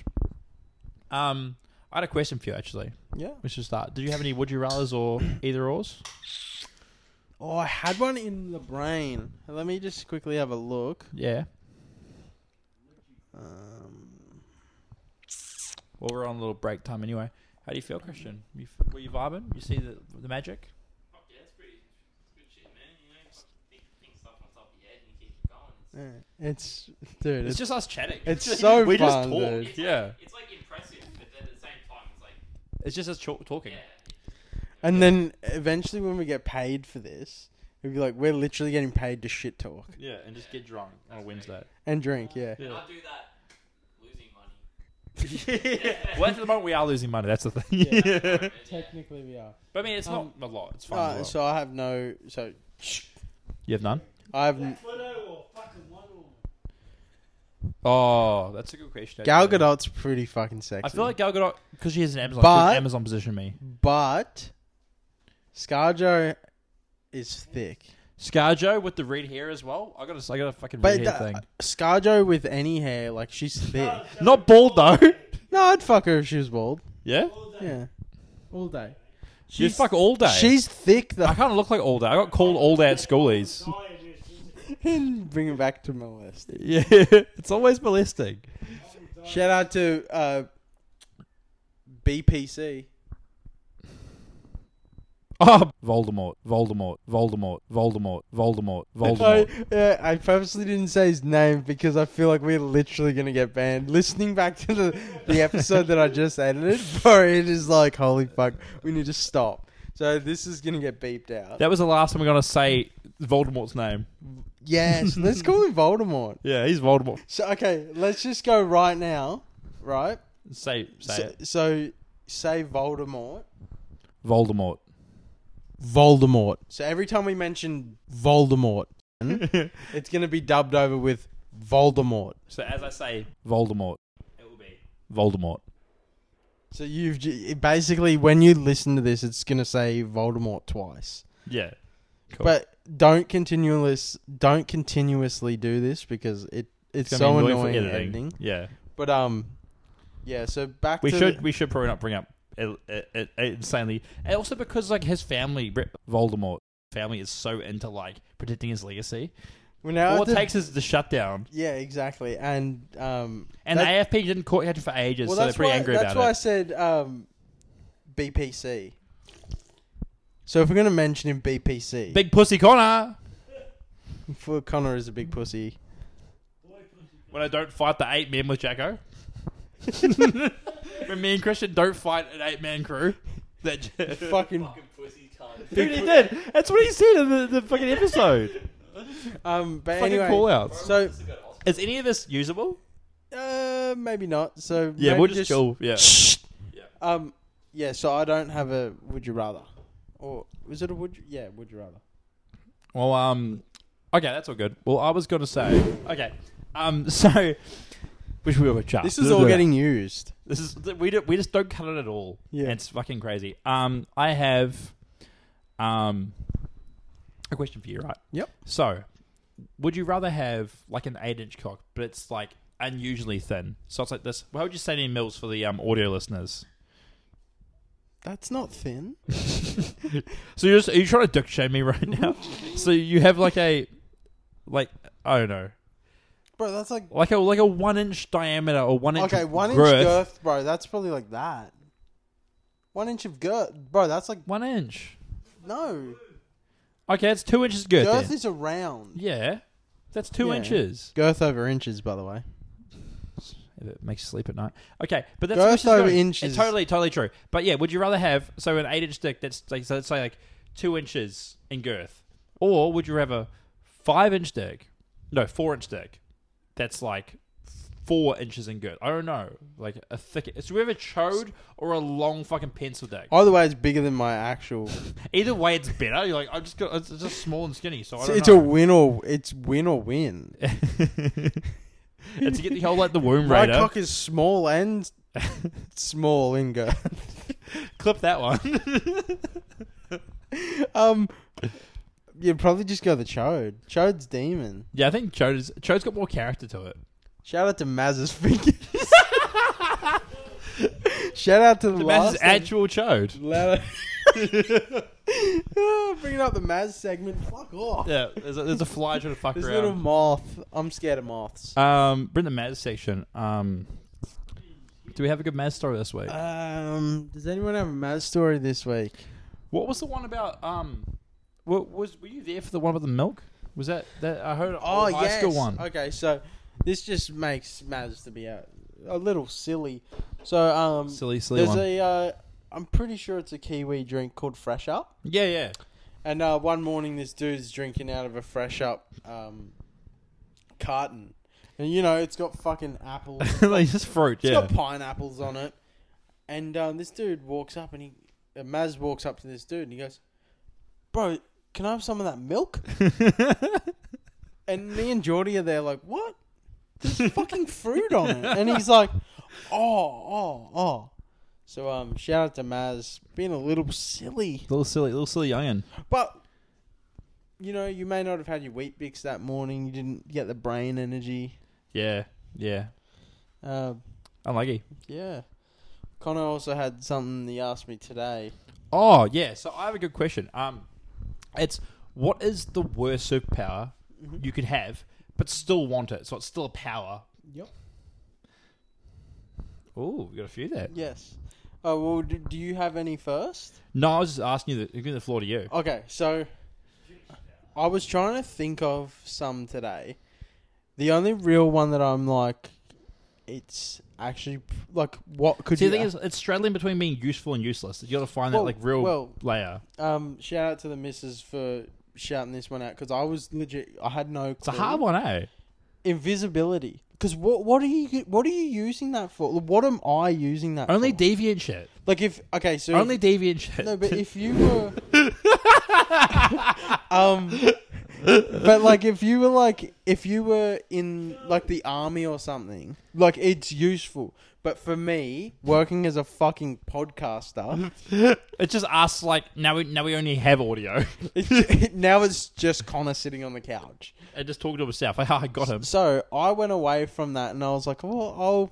Speaker 2: Um, I had a question for you actually.
Speaker 1: Yeah.
Speaker 2: We should start. Did you have any would you rather's or either or's?
Speaker 1: Oh, I had one in the brain. Let me just quickly have a look.
Speaker 2: Yeah.
Speaker 1: Um.
Speaker 2: Well, we're on a little break time anyway. How do you feel, Christian? You, f- were you vibing? You see the the magic?
Speaker 1: yeah, It's dude.
Speaker 2: It's
Speaker 1: It's,
Speaker 2: just us chatting.
Speaker 1: it's so
Speaker 2: we
Speaker 1: fun,
Speaker 2: just talk.
Speaker 1: dude.
Speaker 2: Yeah.
Speaker 3: It's like impressive, but then at the same time, it's like
Speaker 2: It's just us chalk talking.
Speaker 1: And then eventually, when we get paid for this, we'll be like, we're literally getting paid to shit talk
Speaker 2: Yeah, and just get drunk on a Wednesday.
Speaker 1: and drink. Yeah.
Speaker 3: And I'll do that losing money.
Speaker 2: well, at the moment we are losing money. That's the thing.
Speaker 3: Yeah.
Speaker 1: Technically, we are.
Speaker 2: But I mean, it's
Speaker 1: Um,
Speaker 2: not a lot. It's fine.
Speaker 1: Uh, so I have no. So
Speaker 2: you have none.
Speaker 1: I have.
Speaker 2: Oh, that's a good question.
Speaker 1: Gal Gadot's pretty fucking sexy.
Speaker 2: I feel like Gal Gadot because she has an Amazon.
Speaker 1: But-
Speaker 2: could Amazon position me.
Speaker 1: but ScarJo is thick.
Speaker 2: ScarJo with the red hair as well. I got a, I got a fucking
Speaker 1: But
Speaker 2: red hair thing.
Speaker 1: the, ScarJo with any hair, like she's thick.
Speaker 2: Not bald though.
Speaker 1: no, I'd fuck her if she was bald.
Speaker 2: yeah,
Speaker 1: Yeah, all day.
Speaker 2: she's fuck all day.
Speaker 1: She's thick
Speaker 2: I
Speaker 1: though.
Speaker 2: kind of look like all day. I got called all day at schoolies.
Speaker 1: and bring her back to molest.
Speaker 2: yeah, it's always molesting.
Speaker 1: Shout out to uh, BPC.
Speaker 2: Oh, Voldemort, Voldemort, Voldemort, Voldemort, Voldemort, Voldemort.
Speaker 1: I, uh, I purposely didn't say his name because I feel like we're literally gonna get banned. Listening back to the, the episode that I just edited, bro, it is like holy fuck, we need to stop. So this is gonna get beeped out.
Speaker 2: That was the last time we're gonna say Voldemort's name.
Speaker 1: yes, let's call him Voldemort.
Speaker 2: Yeah, he's Voldemort.
Speaker 1: So okay, let's just go right now, right?
Speaker 2: Say, say
Speaker 1: so,
Speaker 2: it.
Speaker 1: so say Voldemort.
Speaker 2: Voldemort.
Speaker 1: Voldemort. So every time we mention Voldemort, it's gonna be dubbed over with Voldemort.
Speaker 2: So as I say, Voldemort,
Speaker 3: It will be.
Speaker 2: Voldemort.
Speaker 1: So you've j- basically, when you listen to this, it's gonna say Voldemort twice.
Speaker 2: Yeah, cool.
Speaker 1: But don't continuous, don't continuously do this because it it's,
Speaker 2: It's
Speaker 1: so
Speaker 2: gonna be
Speaker 1: annoying
Speaker 2: for
Speaker 1: editing.
Speaker 2: Yeah,
Speaker 1: But um, yeah. So back
Speaker 2: we
Speaker 1: to
Speaker 2: should
Speaker 1: the-
Speaker 2: we should probably not bring up it, it, it, insanely. And also because like his family, Re- Voldemort family is so into like protecting his legacy.
Speaker 1: we're now
Speaker 2: All
Speaker 1: at
Speaker 2: it
Speaker 1: the-
Speaker 2: takes is the shutdown,
Speaker 1: yeah, exactly. And um,
Speaker 2: and
Speaker 1: that-
Speaker 2: the AFP didn't court catch it for ages,
Speaker 1: well,
Speaker 2: so they're
Speaker 1: that's
Speaker 2: pretty
Speaker 1: why,
Speaker 2: angry
Speaker 1: that's
Speaker 2: about
Speaker 1: why I
Speaker 2: it.
Speaker 1: said um, BPC. So if we're gonna mention him BPC,
Speaker 2: Big pussy Connor.
Speaker 1: for Connor is a big pussy.
Speaker 2: When I don't fight the eight men with Jacko. when me and Christian don't fight an eight man crew. That
Speaker 1: Fucking
Speaker 3: Fucking pussy cunt.
Speaker 2: Dude, he did. That's what he said in the, the fucking episode.
Speaker 1: um, but
Speaker 2: fucking
Speaker 1: anyway,
Speaker 2: call outs.
Speaker 1: so
Speaker 3: It's a good hospital.
Speaker 2: Is any of this usable?
Speaker 1: Uh, maybe not. So
Speaker 2: Yeah,
Speaker 1: maybe
Speaker 2: we'll just, go. Yeah.
Speaker 1: Um, yeah. So I don't have a would you rather, or was it a would you? Yeah, would you rather?
Speaker 2: Well, um, okay, that's all good. Well, I was gonna say, okay, um, so which we were chat.
Speaker 1: This is all getting used.
Speaker 2: This is we do, we just don't cut it at all.
Speaker 1: Yeah.
Speaker 2: Yeah, it's fucking crazy. Um, I have, um, a question for you, right?
Speaker 1: Yep.
Speaker 2: So, would you rather have like an eight-inch cock, but it's like unusually thin? So it's like this. How would you say it in mils for the um audio listeners?
Speaker 1: That's not thin.
Speaker 2: So you're just, are you trying to dick shame me right now? so you have like a like I don't know,
Speaker 1: Bro, that's like
Speaker 2: like a like a one inch diameter or one inch
Speaker 1: okay, one
Speaker 2: girth.
Speaker 1: inch girth, bro. That's probably like that. One inch of girth, bro. That's like
Speaker 2: One inch.
Speaker 1: no
Speaker 2: Okay, it's two inches girth.
Speaker 1: girth
Speaker 2: then.
Speaker 1: is around.
Speaker 2: yeah, that's two
Speaker 1: Yeah.
Speaker 2: inches.
Speaker 1: Girth over inches, by the way.
Speaker 2: If it makes you sleep at night. Okay, but that's
Speaker 1: Girth
Speaker 2: which is
Speaker 1: over
Speaker 2: good.
Speaker 1: inches.
Speaker 2: It's totally totally true. But yeah, would you rather have so an eight inch dick that's like so let's say like two inches in girth, or would you have a five inch dick? No, four inch dick. That's like four inches in girth. I don't know, like a thick. It's whoever chode or a long fucking pencil dick.
Speaker 1: Either way, it's bigger than my actual.
Speaker 2: Either way, it's better. You're like, I'm just got, it's it's just small and skinny. So I don't
Speaker 1: it's a
Speaker 2: know.
Speaker 1: win or it's win or win.
Speaker 2: and to get the whole like the womb
Speaker 1: My
Speaker 2: raider.
Speaker 1: cock is small and small in girth.
Speaker 2: Clip that one.
Speaker 1: Um, you probably just go the Chode. Chode's demon.
Speaker 2: yeah, I think Chode's Chode's got more character to it.
Speaker 1: Shout out to Maz's fingers. Shout out to the,
Speaker 2: The Maz
Speaker 1: last
Speaker 2: is actual Chode.
Speaker 1: letter. Bringing up the Maz segment. Fuck off.
Speaker 2: Yeah, there's a, there's a fly trying to fuck
Speaker 1: This little
Speaker 2: around.
Speaker 1: moth. I'm scared of moths.
Speaker 2: Um, we're in the Maz section. Um, do we have a good Maz story this week?
Speaker 1: Um, does anyone have a Maz story this week?
Speaker 2: what was the one about? Um, wa- was were you there for the one about the milk? Was that that I heard?
Speaker 1: Oh,
Speaker 2: Oh, high
Speaker 1: yes.
Speaker 2: school one.
Speaker 1: Okay, so this just makes Maz to be a, a little silly. So, um,
Speaker 2: Silly, silly
Speaker 1: There's
Speaker 2: one.
Speaker 1: a uh, I'm pretty sure it's a Kiwi drink called Fresh Up.
Speaker 2: Yeah, yeah.
Speaker 1: And uh, one morning, this dude's drinking out of a Fresh Up um, carton, and you know it's got fucking apples.
Speaker 2: like just fruit.
Speaker 1: It's
Speaker 2: yeah.
Speaker 1: got pineapples on it. And um, this dude walks up and he, uh, Maz walks up to this dude and he goes, Bro, can I have some of that milk? and me and Geordie are there like, What? There's fucking fruit on it. And he's like, Oh, oh, oh. So um, shout out to Maz being a little silly.
Speaker 2: little silly, little silly youngin.
Speaker 1: But. You know, you may not have had your wheat bix that morning. You didn't get the brain energy.
Speaker 2: Yeah, yeah.
Speaker 1: Uh,
Speaker 2: Unlucky.
Speaker 1: Yeah. Connor also had something he asked me today.
Speaker 2: Oh yeah. So I have a good question. Um, it's what is the worst superpower
Speaker 1: Mm-hmm.
Speaker 2: you could have, but still want it? So it's still a power.
Speaker 1: Yep.
Speaker 2: Ooh, we got a few there.
Speaker 1: Yes. Oh, well, do, do you have any first?
Speaker 2: No, I was just asking you. The, giving the floor to you.
Speaker 1: Okay, so I was trying to think of some today. The only real one that I'm like, it's actually p- like, what could
Speaker 2: See,
Speaker 1: you?
Speaker 2: the thing
Speaker 1: a-
Speaker 2: is, it's straddling between being useful and useless. You got to find
Speaker 1: Well,
Speaker 2: that like real
Speaker 1: well-
Speaker 2: layer.
Speaker 1: um, shout out to the missus for shouting this one out because I was legit. I had no. Clue.
Speaker 2: It's a hard one, eh?
Speaker 1: Invisibility. Because what what are you what are you using that for? What am I using that?
Speaker 2: Only
Speaker 1: for?
Speaker 2: deviant shit.
Speaker 1: like if okay, so
Speaker 2: Only deviant shit.
Speaker 1: No, but if you were, um, but like if you were like if you were in like the army or something, like it's useful. But for me, working as a fucking podcaster,
Speaker 2: it's just us. Like now, we now we only have audio.
Speaker 1: it's, now it's just Connor sitting on the couch.
Speaker 2: and just talking to himself. Like, oh, I got him.
Speaker 1: So I went away from that, and I was like, "Well, I'll,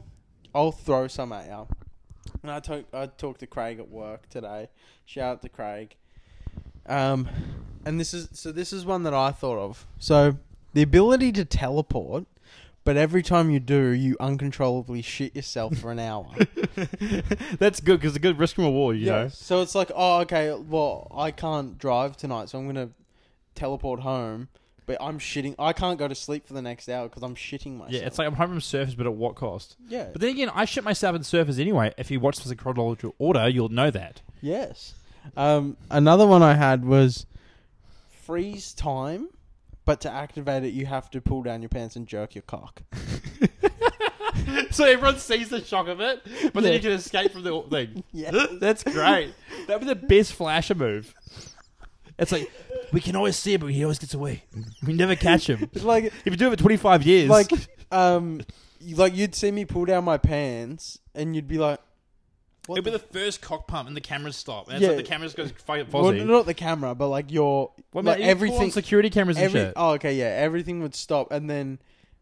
Speaker 1: I'll throw some at you." And I talked, I talked to Craig at work today. Shout out to Craig. Um, and this is so this is one that I thought of. So the ability to teleport, but every time you do, you uncontrollably shit yourself for an hour.
Speaker 2: That's good because a good risk and reward, you know.
Speaker 1: So it's like, oh, okay, well, I can't drive tonight, so I'm gonna teleport home. But I'm shitting. I can't go to sleep for the next hour because I'm shitting myself.
Speaker 2: Yeah, it's like I'm home from Surface, but at what cost?
Speaker 1: yeah.
Speaker 2: But then again, I shit myself in Surface anyway. If you watch this in chronological order, you'll know that.
Speaker 1: Yes. Um, another one I had was freeze time, but to activate it, you have to pull down your pants and jerk your cock.
Speaker 2: so everyone sees the shock of it, but then
Speaker 1: Yeah.
Speaker 2: you can escape from the whole thing.
Speaker 1: Yeah.
Speaker 2: That's great. That'd be the best flasher move. It's like we can always see him, but he always gets away. We never catch him.
Speaker 1: It's like,
Speaker 2: If you do it for 25 years,
Speaker 1: like, um, you- like you'd see me pull down my pants, and you'd be like, "What?"
Speaker 2: it'll be
Speaker 1: the
Speaker 2: the first cock pump, and the cameras stop, and
Speaker 1: it's like
Speaker 2: it's
Speaker 1: Yeah.
Speaker 2: like
Speaker 1: the
Speaker 2: the cameras goes fucking
Speaker 1: well, not the camera, but like your
Speaker 2: What
Speaker 1: like
Speaker 2: about everything?
Speaker 1: everything.
Speaker 2: Security cameras and
Speaker 1: Every,
Speaker 2: shit.
Speaker 1: oh, okay, yeah, everything would stop, and then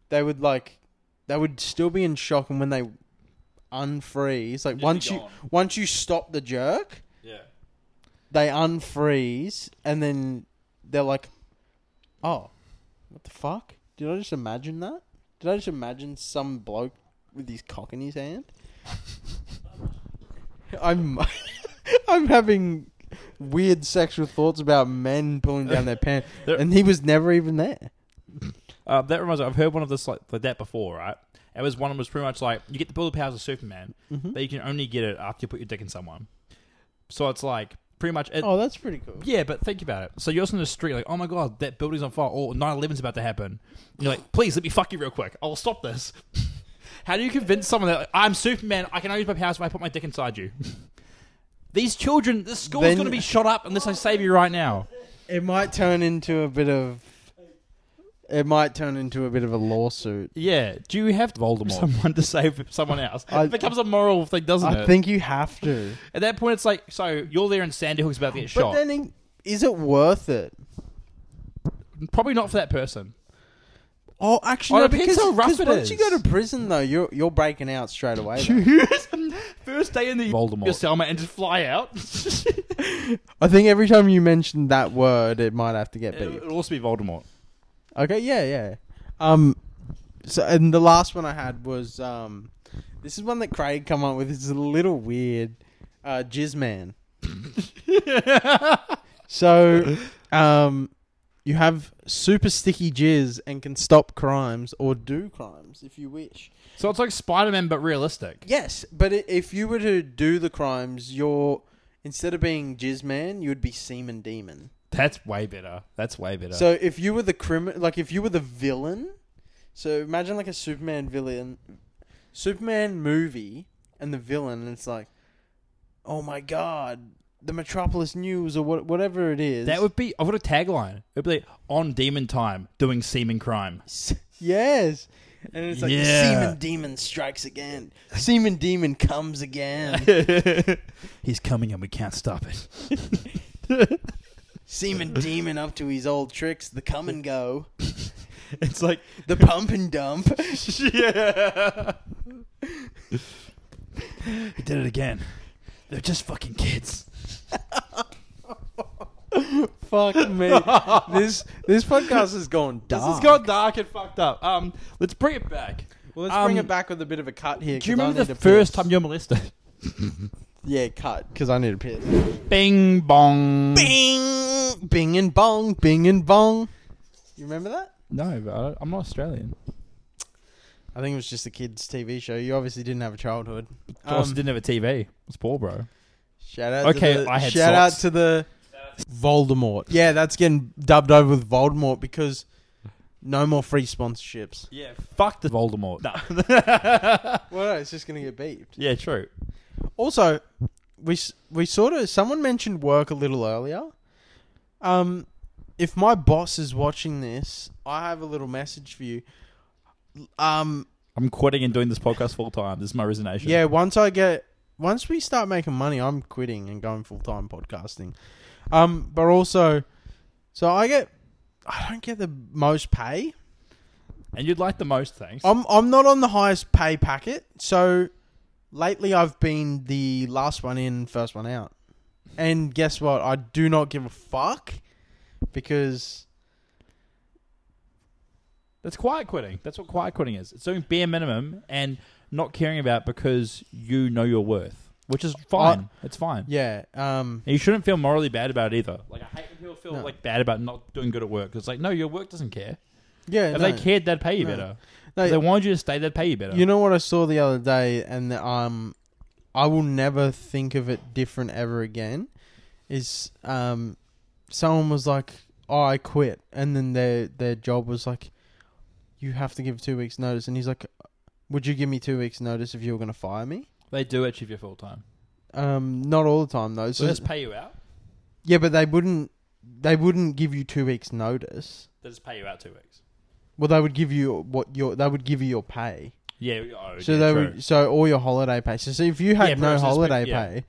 Speaker 1: they would like, they would still be in shock, and when they unfreeze, like
Speaker 2: be
Speaker 1: once you
Speaker 2: gone.
Speaker 1: once you stop the jerk,
Speaker 2: Yeah.
Speaker 1: they unfreeze and then they're like, "Oh, what the fuck? Did I just imagine that? Did I just imagine some bloke with his cock in his hand?" I'm I'm having weird sexual thoughts about men pulling down their pants,
Speaker 2: They're-
Speaker 1: and he was never even there.
Speaker 2: Uh, that reminds me. I've heard one of this like, like that before, right? It was one that was pretty much like you get the bullet powers of Superman,
Speaker 1: Mm-hmm.
Speaker 2: but you can only get it after you put your dick in someone. So it's like pretty much it.
Speaker 1: Oh, that's pretty cool.
Speaker 2: Yeah, but think about it. So you're just in the street, like, oh my god, that building's on fire, or 9-11's about to happen. And you're like, please let me fuck you real quick. I'll stop this. How do you convince someone that like, I'm Superman? I can only use my powers when I put my dick inside you. These children, this school's
Speaker 1: Then-
Speaker 2: going to be shot up unless I save you right now.
Speaker 1: It might turn into a bit of. It might turn into a bit of a lawsuit.
Speaker 2: Yeah. Do you have to Voldemort someone to save someone else?
Speaker 1: I-
Speaker 2: it becomes a moral thing, doesn't
Speaker 1: I
Speaker 2: it?
Speaker 1: think you have to.
Speaker 2: At that point, it's like, so you're there and Sandy Hook's about to get
Speaker 1: But
Speaker 2: shot.
Speaker 1: then, he- is it worth it?
Speaker 2: Probably not for that person.
Speaker 1: Oh, actually,
Speaker 2: Oh,
Speaker 1: no,
Speaker 2: it depends
Speaker 1: because
Speaker 2: how rough
Speaker 1: 'cause
Speaker 2: it
Speaker 1: once
Speaker 2: is.
Speaker 1: you go to prison, though, you're you're breaking out straight away. though.
Speaker 2: First day in the Voldemort. Your cellmate and just fly out.
Speaker 1: I think every time you mention that word, it might have to get
Speaker 2: It'll,
Speaker 1: beat.
Speaker 2: it'll also be Voldemort.
Speaker 1: Uh, Okay, yeah, yeah. Um, so and the last one I had was um, this is one that Craig come up with. It's a little weird. Uh, Jizz man. so, um, you have super sticky jizz and can stop crimes or do crimes if you wish.
Speaker 2: So it's like Spider Man, but realistic.
Speaker 1: Yes, but i- if you were to do the crimes, your Instead of being Jizz Man, you would be Semen Demon.
Speaker 2: That's way better. That's way better.
Speaker 1: So if you were the crim, like if you were the villain, so imagine like a Superman villain, Superman movie, and the villain, and it's like, oh my god, the Metropolis News or what, whatever it is.
Speaker 2: that would be. I've got a tagline. It'd be like, on demon time, doing semen crime.
Speaker 1: yes. And it's like
Speaker 2: Yeah.
Speaker 1: Semen Demon strikes again. Semen Demon comes again.
Speaker 2: He's coming and we can't stop it.
Speaker 1: Semen Demon up to his old tricks. The come and go.
Speaker 2: It's like,
Speaker 1: The pump and dump.
Speaker 2: yeah. he did it again. They're just fucking kids.
Speaker 1: Fuck me. this this podcast is going dark.
Speaker 2: This has got dark and fucked up. Um, let's bring it back. Um,
Speaker 1: Well, let's bring it back with a bit of a cut here.
Speaker 2: Do you remember the first time you were molested?
Speaker 1: Yeah, cut because I need a piss.
Speaker 2: Bing bong.
Speaker 1: Bing, bing and bong, bing and bong. You remember that?
Speaker 2: No, but I don't, I'm not Australian.
Speaker 1: I think it was just a kids' TV show. You obviously didn't have a childhood.
Speaker 2: I also
Speaker 1: Um,
Speaker 2: didn't have a TV. It's poor, bro.
Speaker 1: Shout out.
Speaker 2: Okay,
Speaker 1: to the,
Speaker 2: I had
Speaker 1: shout out
Speaker 2: salts.
Speaker 1: to the Voldemort. Yeah, that's getting dubbed over with Voldemort because no more free sponsorships.
Speaker 2: Yeah, fuck the Voldemort. No.
Speaker 1: Well, no, it's just gonna get beeped.
Speaker 2: yeah, true.
Speaker 1: Also, we s- we sort of someone mentioned work a little earlier. Um, if my boss is watching this, I have a little message for you. Um,
Speaker 2: I'm quitting and doing this podcast full time. This is my resignation.
Speaker 1: yeah, once I get once we start making money, I'm quitting and going full time podcasting. Um, but also, so I get I don't get the most pay.
Speaker 2: And you'd like the most things.
Speaker 1: I'm I'm not on the highest pay packet. So lately I've been the last one in, first one out. And guess what? I do not give a fuck because
Speaker 2: That's quiet quitting. That's what quiet quitting is. It's doing bare minimum and not caring about because you know your worth, which is fine. it's fine.
Speaker 1: yeah, um
Speaker 2: And you shouldn't feel morally bad about it either. Like I hate when people feel
Speaker 1: No.
Speaker 2: like bad about not doing good at work. It's like no, your work doesn't care.
Speaker 1: yeah,
Speaker 2: If
Speaker 1: no,
Speaker 2: they cared, they'd pay you
Speaker 1: No.
Speaker 2: better.
Speaker 1: No,
Speaker 2: if they wanted you to stay, they'd pay you better.
Speaker 1: you know what I saw the other day and that um I will never think of it different ever again is um someone was like, "Oh, I quit." And then their their job was like, "You have to give 2 weeks notice." And he's like, "Would you give me 2 weeks notice if you were going to fire me?"
Speaker 2: they do actually if you're full time.
Speaker 1: Um, not all the time though.
Speaker 2: So
Speaker 1: So
Speaker 2: they just pay you out.
Speaker 1: yeah, but they wouldn't. They wouldn't give you two weeks notice.
Speaker 2: They just pay you out two weeks.
Speaker 1: Well, they would give you what your they would give you your pay.
Speaker 2: Yeah. Oh,
Speaker 1: So
Speaker 2: yeah,
Speaker 1: they
Speaker 2: true.
Speaker 1: would so all your holiday pay. So, so if you
Speaker 2: Yeah,
Speaker 1: had no
Speaker 2: but it's just-
Speaker 1: holiday
Speaker 2: yeah.
Speaker 1: pay,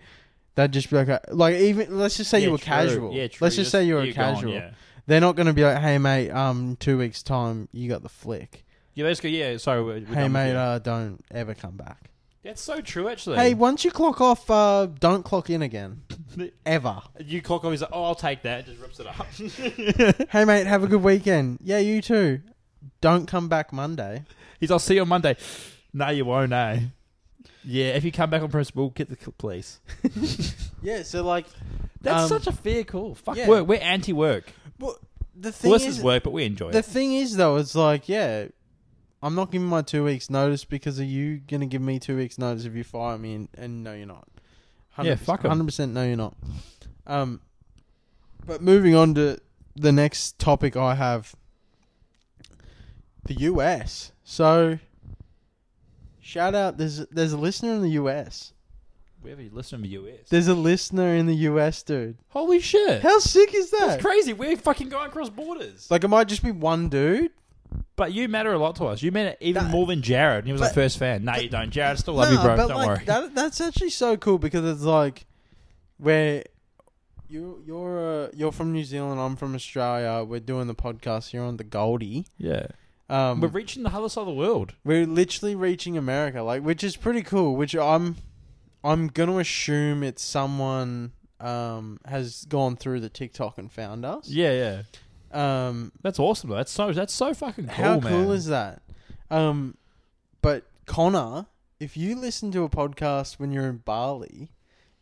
Speaker 1: they'd just be like, a, like even let's just say
Speaker 2: Yeah,
Speaker 1: you were
Speaker 2: true.
Speaker 1: casual.
Speaker 2: Yeah, true.
Speaker 1: Let's just say you were
Speaker 2: you're gone,
Speaker 1: casual.
Speaker 2: yeah.
Speaker 1: They're not going to be like, hey mate, um, two weeks time, you got the flick.
Speaker 2: Yeah, basically, yeah. Sorry, we're, we're done
Speaker 1: hey
Speaker 2: with
Speaker 1: mate,
Speaker 2: you.
Speaker 1: uh, don't ever come back.
Speaker 2: that's so true. Actually,
Speaker 1: Hey, once you clock off, uh, don't clock in again, ever.
Speaker 2: you clock off. He's like, oh, I'll take that. Just rips it up.
Speaker 1: hey mate, have a good weekend. Yeah, you too. Don't come back Monday.
Speaker 2: he's, I'll see you on Monday. No, you won't. Eh? Yeah, if you come back on principle, get the c- police.
Speaker 1: Yeah, so like,
Speaker 2: That's
Speaker 1: Um,
Speaker 2: such a fair call. Fuck
Speaker 1: yeah.
Speaker 2: work. We're anti-work.
Speaker 1: well, the thing
Speaker 2: Well, this
Speaker 1: is,
Speaker 2: is, work, but we enjoy
Speaker 1: the
Speaker 2: it.
Speaker 1: thing is though, it's like, yeah, I'm not giving my two weeks notice because are you gonna give me two weeks notice if you fire me? And, and no, you're not.
Speaker 2: Yeah, fuck 'em.
Speaker 1: Hundred percent, no, you're not. Um, but moving on to the next topic, I have the U.S. So, shout out. There's there's a listener in the U.S.
Speaker 2: We have a listener in the US.
Speaker 1: There's a listener in the US, dude.
Speaker 2: Holy shit!
Speaker 1: How sick is that?
Speaker 2: That's crazy. We're fucking going across borders.
Speaker 1: like, it might just be one dude.
Speaker 2: But you matter a lot to us. You matter even
Speaker 1: That-
Speaker 2: more than Jared. He was our
Speaker 1: but-
Speaker 2: first fan. No, you don't. Jared, I still love you,
Speaker 1: Nah,
Speaker 2: bro.
Speaker 1: but
Speaker 2: Don't
Speaker 1: like,
Speaker 2: worry.
Speaker 1: That, that's actually so cool because it's like where you you're uh, you're from New Zealand, I'm from Australia. We're doing the podcast here on the Goldie.
Speaker 2: yeah,
Speaker 1: Um,
Speaker 2: we're
Speaker 1: we're,
Speaker 2: reaching the other side of the world.
Speaker 1: literally reaching America, like which is pretty cool. Which I'm I'm gonna assume it's someone um has gone through the TikTok and found us.
Speaker 2: Yeah, yeah.
Speaker 1: Um,
Speaker 2: That's awesome. Though. That's so. That's so fucking cool,
Speaker 1: How
Speaker 2: man.
Speaker 1: cool is that? Um, but Connor, if you listen to a podcast when you're in Bali,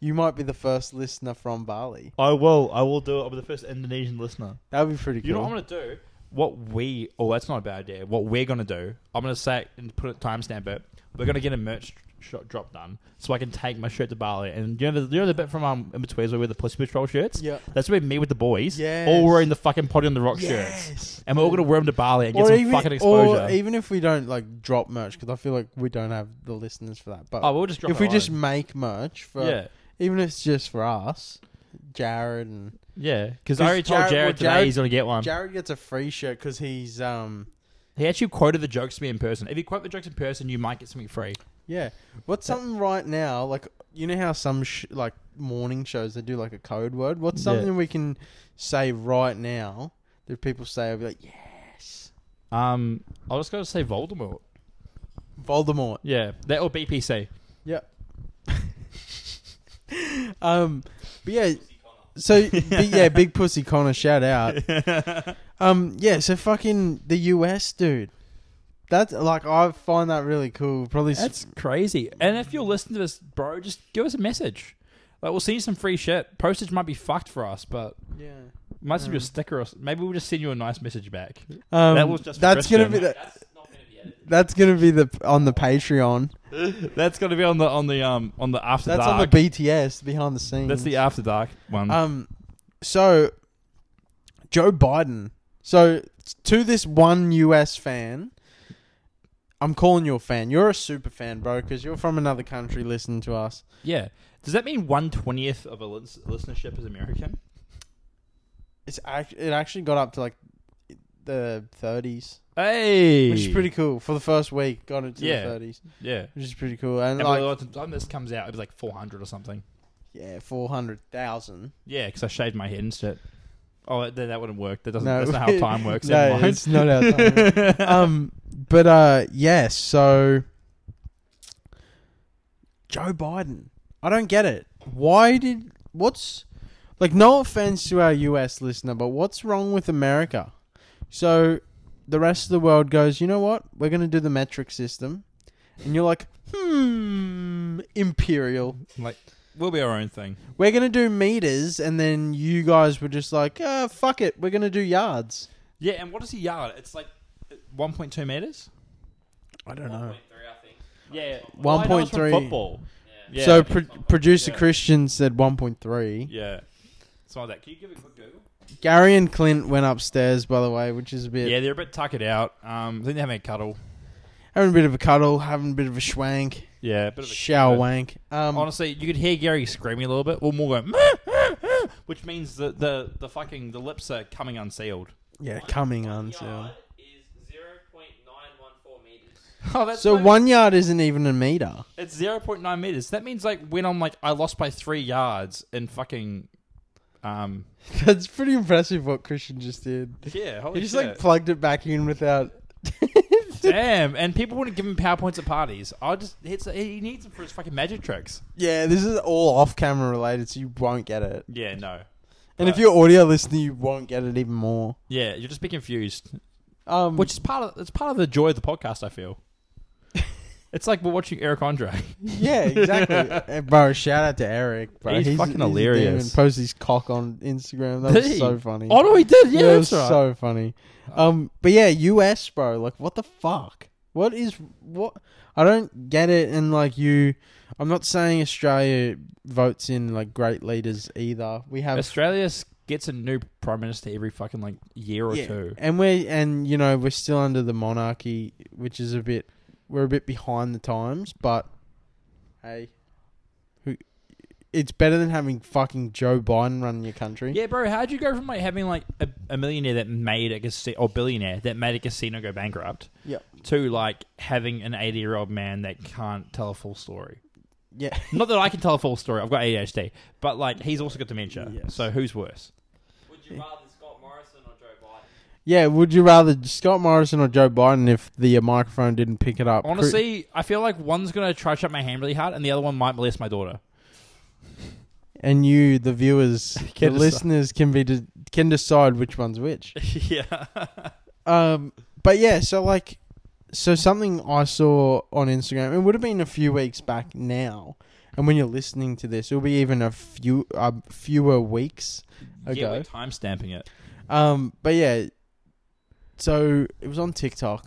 Speaker 1: you might be the first listener from Bali.
Speaker 2: I will. I will do it. I'll be the first Indonesian listener.
Speaker 1: That would be pretty cool.
Speaker 2: You know what I'm gonna do? What we? Oh, that's not a bad idea. What we're gonna do? I'm gonna say it and put a timestamp it. We're gonna get a merch shot drop done, so I can take my shirt to Bali. And you know, the, you know the bit from um, in between where we wear the Pussy Patrol shirts.
Speaker 1: Yeah.
Speaker 2: That's where me with the boys,
Speaker 1: Yes.
Speaker 2: all wearing the fucking potty on the rock shirts, and we're all gonna wear them to Bali and get some fucking exposure.
Speaker 1: Or even if we don't like drop merch, because I feel like we don't have the listeners for that. But
Speaker 2: oh, we'll just drop
Speaker 1: if
Speaker 2: it
Speaker 1: we just
Speaker 2: alone.
Speaker 1: make merch for,
Speaker 2: yeah,
Speaker 1: even if it's just for us, Jared and
Speaker 2: yeah, because
Speaker 1: 'Cause
Speaker 2: I already told
Speaker 1: Jared-
Speaker 2: Jared
Speaker 1: well,
Speaker 2: today
Speaker 1: Jared-
Speaker 2: he's gonna get one.
Speaker 1: Jared gets a free shirt because he's um
Speaker 2: He actually quoted the jokes to me in person. If you quote the jokes in person, you might get something free.
Speaker 1: yeah. What's something right now? Like you know how some sh- like morning shows they do like a code word. What's
Speaker 2: Yeah.
Speaker 1: something we can say right now that people say? I'll be like yes,
Speaker 2: Um, I was gonna say Voldemort.
Speaker 1: Voldemort.
Speaker 2: Yeah, that or BPC.
Speaker 1: Yep. um, but yeah. So bi- yeah, big pussy Connor, shout out. um, yeah. So fucking the US dude. That's like I find that really cool. Probably s-
Speaker 2: That's crazy. And if you're listening to this, bro, just give us a message. Like, we'll send you some free shit. Postage might be fucked for us, but
Speaker 1: yeah.
Speaker 2: might
Speaker 1: Mm.
Speaker 2: send you a sticker or s- maybe we'll just send you a nice message back.
Speaker 1: Um,
Speaker 2: That was just for
Speaker 1: that's gonna be
Speaker 2: Christian.
Speaker 1: the,
Speaker 3: That's not going to be edited.
Speaker 1: that's gonna be the on the Patreon.
Speaker 2: That's gonna be on the on the um on the after
Speaker 1: That's
Speaker 2: dark.
Speaker 1: on the BTS behind the scenes.
Speaker 2: That's the after dark one.
Speaker 1: um. So Joe Biden. So to this one US fan, I'm calling you a fan. You're a super fan, bro, because you're from another country listening to us.
Speaker 2: yeah. Does that mean one twentieth of a lis- listenership is American?
Speaker 1: It's act- it actually got up to like the 30s,
Speaker 2: Hey,
Speaker 1: which is pretty cool. For the first week, got into
Speaker 2: Yeah.
Speaker 1: the 30s,
Speaker 2: yeah.
Speaker 1: which is pretty cool. And
Speaker 2: And by
Speaker 1: like,
Speaker 2: the time this comes out, it'll be like four hundred or something.
Speaker 1: yeah, 400,000.
Speaker 2: Yeah, because I shaved my head and shit. Oh, that, that wouldn't work. That doesn't.
Speaker 1: No.
Speaker 2: That's not how time works.
Speaker 1: No,
Speaker 2: Never mind.
Speaker 1: it's not our time. um, but uh, yes. So Joe Biden, I don't get it. Why did what's like? No offense to our U.S. listener, but what's wrong with America? So the rest of the world goes, you know what? We're going to do the metric system, and you're like, hmm, imperial.
Speaker 2: Like, we'll be our own thing.
Speaker 1: We're going to do meters, and then you guys were just like, ah, fuck it, we're going to do yards.
Speaker 2: Yeah, and what is a yard? It's like uh, one point two meters.
Speaker 1: I don't
Speaker 3: 1.3,
Speaker 1: know.
Speaker 3: I think.
Speaker 2: Yeah,
Speaker 1: Well, I know it's from 1.3.
Speaker 2: football.
Speaker 3: Yeah.
Speaker 2: Yeah.
Speaker 1: so pro- producer
Speaker 2: yeah.
Speaker 1: Christian said 1.3.
Speaker 2: Yeah, it's like that. Can you give it a quick Google?
Speaker 1: Gary and Clint went upstairs, by the way, which is a bit
Speaker 2: Yeah, they're a bit tuckered out. Um, I think they're having a cuddle.
Speaker 1: having a bit of a cuddle, having a bit of a schwank,
Speaker 2: Yeah, a bit of a
Speaker 1: shower
Speaker 2: but
Speaker 1: wank. Um,
Speaker 2: Honestly, you could hear Gary screaming a little bit. Well, more going, which means that the the fucking the lips are coming unsealed.
Speaker 1: yeah, coming
Speaker 3: One
Speaker 1: on
Speaker 3: yard
Speaker 1: sale.
Speaker 3: is 0.914 meters.
Speaker 2: Oh, that's
Speaker 1: So one yard isn't even a meter.
Speaker 2: It's zero point nine meters. That means like when I'm like I lost by three yards in fucking, um,
Speaker 1: That's pretty impressive what Christian just did.
Speaker 2: yeah, holy
Speaker 1: He just
Speaker 2: shit.
Speaker 1: like plugged it back in without.
Speaker 2: Damn, and people wouldn't give him powerpoints at parties. I just it's, he needs them for his fucking magic tricks.
Speaker 1: Yeah, this is all off camera related, so you won't get it.
Speaker 2: Yeah, no.
Speaker 1: And if
Speaker 2: Right.
Speaker 1: you're audio listening, you won't get it even more.
Speaker 2: Yeah, you'll just be confused,
Speaker 1: Um,
Speaker 2: which is part of it's part of the joy of the podcast. I feel. It's like we're watching Eric Andre.
Speaker 1: Yeah, exactly. Uh, bro, shout out to Eric. Bro.
Speaker 2: He's fucking
Speaker 1: a
Speaker 2: hilarious.
Speaker 1: demon. Post his cock on Instagram. That
Speaker 2: Did
Speaker 1: was
Speaker 2: he?
Speaker 1: so funny.
Speaker 2: Oh no, he did. Yeah,
Speaker 1: That was
Speaker 2: that's right.
Speaker 1: so funny. Um, but yeah, US, bro. Like, what the fuck? What is what? I don't get it. And like, you, I'm not saying Australia votes in like great leaders either. We have
Speaker 2: Australia s- gets a new prime minister every fucking like year or
Speaker 1: Yeah,
Speaker 2: two.
Speaker 1: and we're and you know we're still under the monarchy, which is a bit we're a bit behind the times, but hey, who? It's better than having fucking Joe Biden run your country.
Speaker 2: Yeah, bro, how'd you go from like having like a, a millionaire that made a casino or billionaire that made a casino go bankrupt
Speaker 1: Yep.
Speaker 2: to like having an eighty year old man that can't tell a full story?
Speaker 1: Yeah.
Speaker 2: Not that I can tell a full story. I've got ADHD, but like he's also got dementia.
Speaker 1: Yes.
Speaker 2: So who's worse?
Speaker 3: Would you rather Scott Morrison or Joe Biden?
Speaker 1: Yeah. Would you rather Scott Morrison or Joe Biden if the uh, microphone didn't pick it up? Cri-
Speaker 2: Honestly, I feel like one's gonna try to shut my hand really hard, and the other one might molest my daughter.
Speaker 1: and you, the viewers, the
Speaker 2: Can decide.
Speaker 1: listeners, can be de- can decide which one's which.
Speaker 2: yeah.
Speaker 1: Um, but yeah, so like, so something I saw on Instagram, it would have been a few weeks back now, and when you're listening to this, it'll be even a few uh, fewer weeks ago.
Speaker 2: Yeah, we're time stamping it.
Speaker 1: Um, but yeah, so it was on TikTok,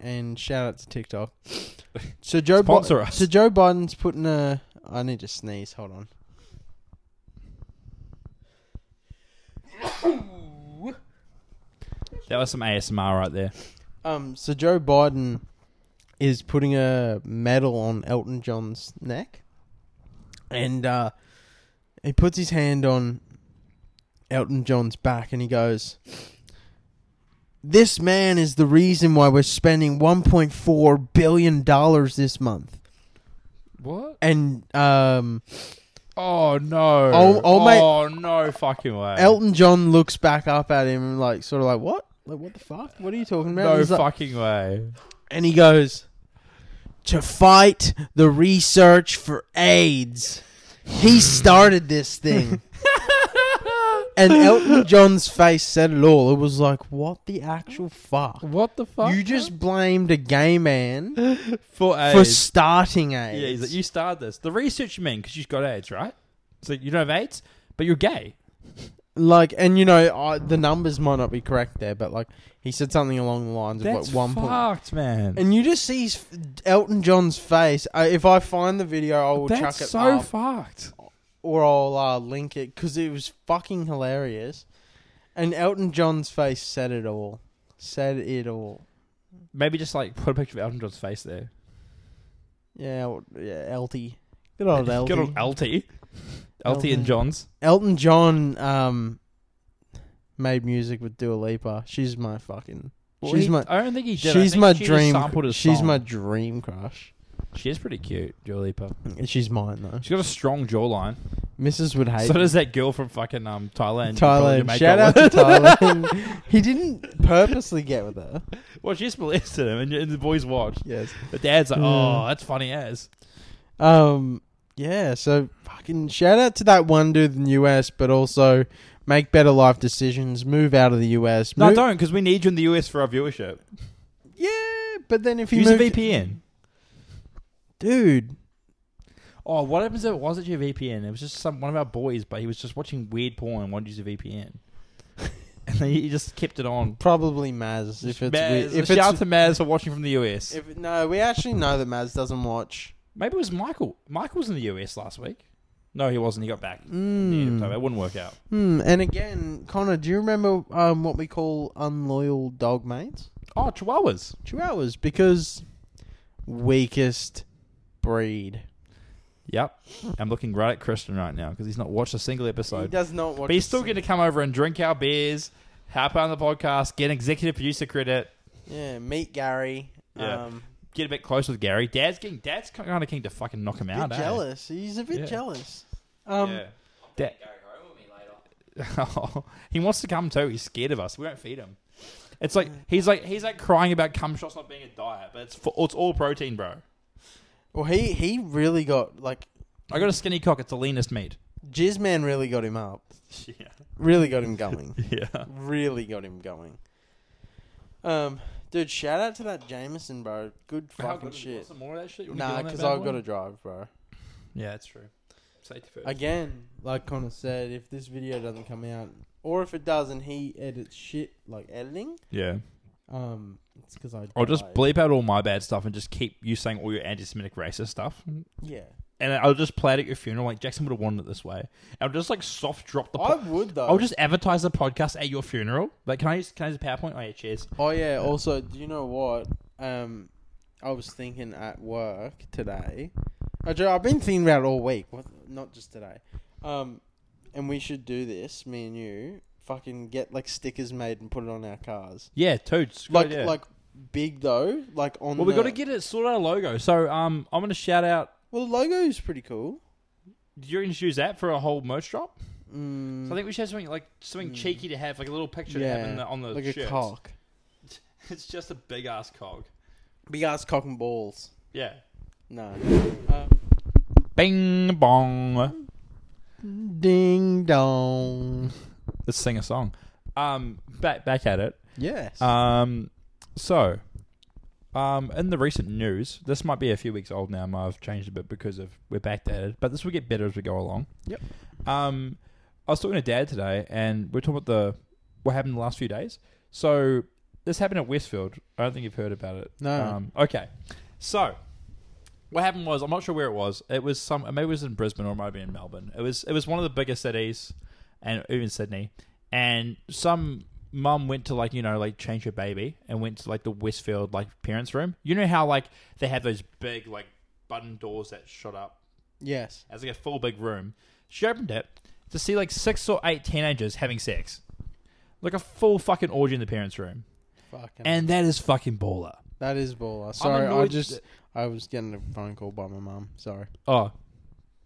Speaker 1: and shout out to TikTok. So Joe Bi-
Speaker 2: Sponsor us.
Speaker 1: So Joe Biden's putting a. I need to sneeze. Hold on.
Speaker 2: That was some ASMR right there.
Speaker 1: Um. So Joe Biden is putting a medal on Elton John's neck, and uh, he puts his hand on Elton John's back, and he goes. This man is the reason why we're spending 1.4 billion dollars this month.
Speaker 2: What?
Speaker 1: And um,
Speaker 2: Oh no!
Speaker 1: Oh- oh, mate.
Speaker 2: no! Fucking way!
Speaker 1: Elton John looks back up at him and like sort of like what? Like what the fuck? What are you talking about?
Speaker 2: no
Speaker 1: He's like-
Speaker 2: fucking way!
Speaker 1: and he goes to fight the research for AIDS. He started this thing. and Elton John's face said it all. It was like, what the actual fuck?
Speaker 2: What the fuck?
Speaker 1: You just blamed a gay man
Speaker 2: for
Speaker 1: for
Speaker 2: AIDS.
Speaker 1: starting
Speaker 2: yeah,
Speaker 1: AIDS.
Speaker 2: he's like, you started this. The research you mean because you've got AIDS, right? So you don't have AIDS, but you're gay.
Speaker 1: Like, and you know, I, the numbers might not be correct there, but like, he said something along the lines
Speaker 2: That's
Speaker 1: of like one point.
Speaker 2: fucked, man.
Speaker 1: And you just see his, Elton John's face. Uh, if I find the video, I will
Speaker 2: That's
Speaker 1: chuck it
Speaker 2: so
Speaker 1: up,
Speaker 2: fucked.
Speaker 1: or I'll uh, link it because it was fucking hilarious. And Elton John's face said it all. Said it all.
Speaker 2: Maybe just like put a picture of Elton John's face there.
Speaker 1: Yeah, El- yeah, Elty. Good old Elty.
Speaker 2: Good old LT. LT
Speaker 1: LT.
Speaker 2: and John's.
Speaker 1: Elton John um made music with Dua Lipa. She's my fucking.
Speaker 2: Well,
Speaker 1: she's
Speaker 2: he-
Speaker 1: my.
Speaker 2: I don't think he did. I
Speaker 1: She's
Speaker 2: think
Speaker 1: my
Speaker 2: she just
Speaker 1: dream.
Speaker 2: sampled his
Speaker 1: She's
Speaker 2: song.
Speaker 1: my dream crush.
Speaker 2: She is pretty cute, Dua Lipa.
Speaker 1: She's mine though.
Speaker 2: She's got a strong jawline.
Speaker 1: Mrs. would hate.
Speaker 2: So
Speaker 1: me.
Speaker 2: does that girl from fucking um Thailand.
Speaker 1: Thailand.
Speaker 2: Probably
Speaker 1: Shout out
Speaker 2: Jamaica.
Speaker 1: to Thailand. he didn't purposely get with her.
Speaker 2: Well, she just molested him, and, and the boys watched.
Speaker 1: Yes.
Speaker 2: The dad's like,
Speaker 1: Yeah.
Speaker 2: "Oh, that's funny as."
Speaker 1: Um. Yeah. So fucking shout out to that one dude in the US, but also make better life decisions. Move out of the US.
Speaker 2: No,
Speaker 1: Move-
Speaker 2: don't, because we need you in the US for our viewership.
Speaker 1: Yeah. But then if you
Speaker 2: Use a
Speaker 1: move,
Speaker 2: VPN.
Speaker 1: dudude.
Speaker 2: Oh, what happens if it wasn't your VPN? It was just some one of our boys, but he was just watching weird porn and wanted to use a VPN, and then he just kept it on.
Speaker 1: Probably Maz. If it's
Speaker 2: Maz,
Speaker 1: weird. if
Speaker 2: shout out
Speaker 1: it's
Speaker 2: to Maz for watching from the US.
Speaker 1: if, no, we actually know that Maz doesn't watch.
Speaker 2: Maybe it was Michael. Michael was in the US last week. No, he wasn't. He got back. in the end of
Speaker 1: Mm.
Speaker 2: October. It wouldn't work out.
Speaker 1: Hmm. And again, Connor, do you remember um what we call unloyal dog mates?
Speaker 2: Oh, Chihuahuas.
Speaker 1: Chihuahuas because weakest breed.
Speaker 2: Yep. I'm looking right at Christian right now because he's not watched a single
Speaker 1: He
Speaker 2: episode.
Speaker 1: does not watch.
Speaker 2: But he's still
Speaker 1: the-
Speaker 2: going to come over and drink our beers, help out on the podcast, get executive producer credit,
Speaker 1: Yeah, meet Gary.
Speaker 2: Yeah.
Speaker 1: Um,
Speaker 2: get a bit close with Gary. Dad's getting dad's kind of keen to fucking knock him
Speaker 1: bit
Speaker 2: out. eh?
Speaker 1: jealous. He's a bit
Speaker 2: Yeah.
Speaker 1: jealous. Um,
Speaker 2: Yeah.
Speaker 3: I'm
Speaker 2: That-
Speaker 3: taking Gary home with me later.
Speaker 2: he wants to come too. He's scared of us. We won't feed him. It's like he's like he's like crying about cum shots not being a diet, but it's for, it's all protein, bro.
Speaker 1: Well, he he really got like
Speaker 2: I got a skinny cock. It's the leanest meat.
Speaker 1: Jizzman really got him up.
Speaker 2: Yeah,
Speaker 1: Really got him going.
Speaker 2: yeah.
Speaker 1: really got him going. Um, dude, shout out to that Jameson, bro. Good fucking shit.
Speaker 2: Some more of that shit?
Speaker 1: Nah, because I've got to drive, bro.
Speaker 2: Yeah, that's true. Safety first.
Speaker 1: Again, like Connor said, if this video doesn't come out, or if it does and he edits shit like editing,
Speaker 2: yeah.
Speaker 1: um, it's because I.
Speaker 2: I'll just
Speaker 1: died.
Speaker 2: bleep out all my bad stuff and just keep you saying all your anti-Semitic racist stuff,
Speaker 1: Yeah,
Speaker 2: and I'll just play it at your funeral. Like Jackson would have wanted it this way. I'll just like soft drop the.
Speaker 1: I
Speaker 2: Po-
Speaker 1: would though.
Speaker 2: I'll just advertise the podcast at your funeral. Like, can I use can I use a PowerPoint? Oh yeah, cheers.
Speaker 1: Oh yeah. Also, do you know what? Um, I was thinking at work today. Uh, Joe, I've been thinking about it all week. What? Not just today. Um, and we should do this. Me and you. Fucking get like stickers made and put it on our cars.
Speaker 2: Oh, Yeah, toots. Good
Speaker 1: Like
Speaker 2: idea.
Speaker 1: like big though. Like on.
Speaker 2: Well, we
Speaker 1: the-
Speaker 2: got to get it sort out a logo. So um, I'm gonna shout out.
Speaker 1: Well, the logo's pretty cool.
Speaker 2: Do you reckon you should use that for a whole merch drop?
Speaker 1: Mm,
Speaker 2: So I think we should have something like something
Speaker 1: Mm.
Speaker 2: cheeky to have, like a little picture to have in the, on the
Speaker 1: like
Speaker 2: shirts.
Speaker 1: a cock.
Speaker 2: It's just a big ass cog.
Speaker 1: Big ass cock and balls.
Speaker 2: Yeah.
Speaker 1: No. Uh,
Speaker 2: Bing bong.
Speaker 1: ding dong.
Speaker 2: Let's sing a song. Um, back back at it.
Speaker 1: Yes.
Speaker 2: Um, so, um, in the recent news, this might be a few weeks old now. I've changed a bit because of we're backdated, but this will get better as we go along.
Speaker 1: Yep.
Speaker 2: Um, I was talking to Dad today, and we're talking about the what happened the last few days. So, This happened at Westfield. I don't think you've heard about it.
Speaker 1: No.
Speaker 2: Um, okay. So, what happened was I'm not sure where it was. It was some maybe it was in Brisbane or it might have been in Melbourne. It was it was one of the bigger cities, and even Sydney. And some mum went to like you know like change her baby and went to like the Westfield like parents' room. You know how like they have those big like button doors that shut up
Speaker 1: Yes.
Speaker 2: as like a full big room. She opened it to see like six or eight teenagers having sex, like a full fucking orgy in the parents' room,
Speaker 1: Fucking.
Speaker 2: and that is fucking baller.
Speaker 1: that is baller. Sorry, I
Speaker 2: annoyed
Speaker 1: just
Speaker 2: that-
Speaker 1: I was getting a phone call by my mum. Sorry.
Speaker 2: Oh,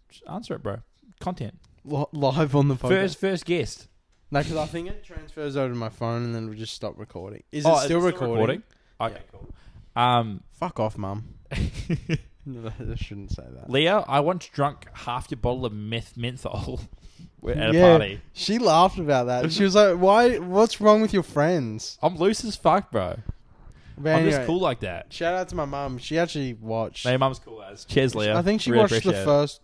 Speaker 2: just answer it, bro. Content
Speaker 1: Li- live on the podcast.
Speaker 2: first, first guest.
Speaker 1: No, because I think it transfers over to my phone and then we just stop recording. Is
Speaker 2: Oh,
Speaker 1: it still recording?
Speaker 2: Okay, cool. Um,
Speaker 1: Fuck off, mum. No, I shouldn't say that.
Speaker 2: Leah, I once drunk half your bottle of meth menthol at a
Speaker 1: Yeah,
Speaker 2: party.
Speaker 1: She laughed about that. She was like, "Why? What's wrong with your friends?"
Speaker 2: I'm loose as fuck, bro.
Speaker 1: But
Speaker 2: I'm just
Speaker 1: anyway,
Speaker 2: cool like that.
Speaker 1: Shout out to my mum. She actually watched.
Speaker 2: My mum's cool as. Cheers, Leah.
Speaker 1: I think she
Speaker 2: Really
Speaker 1: watched the
Speaker 2: appreciate it.
Speaker 1: first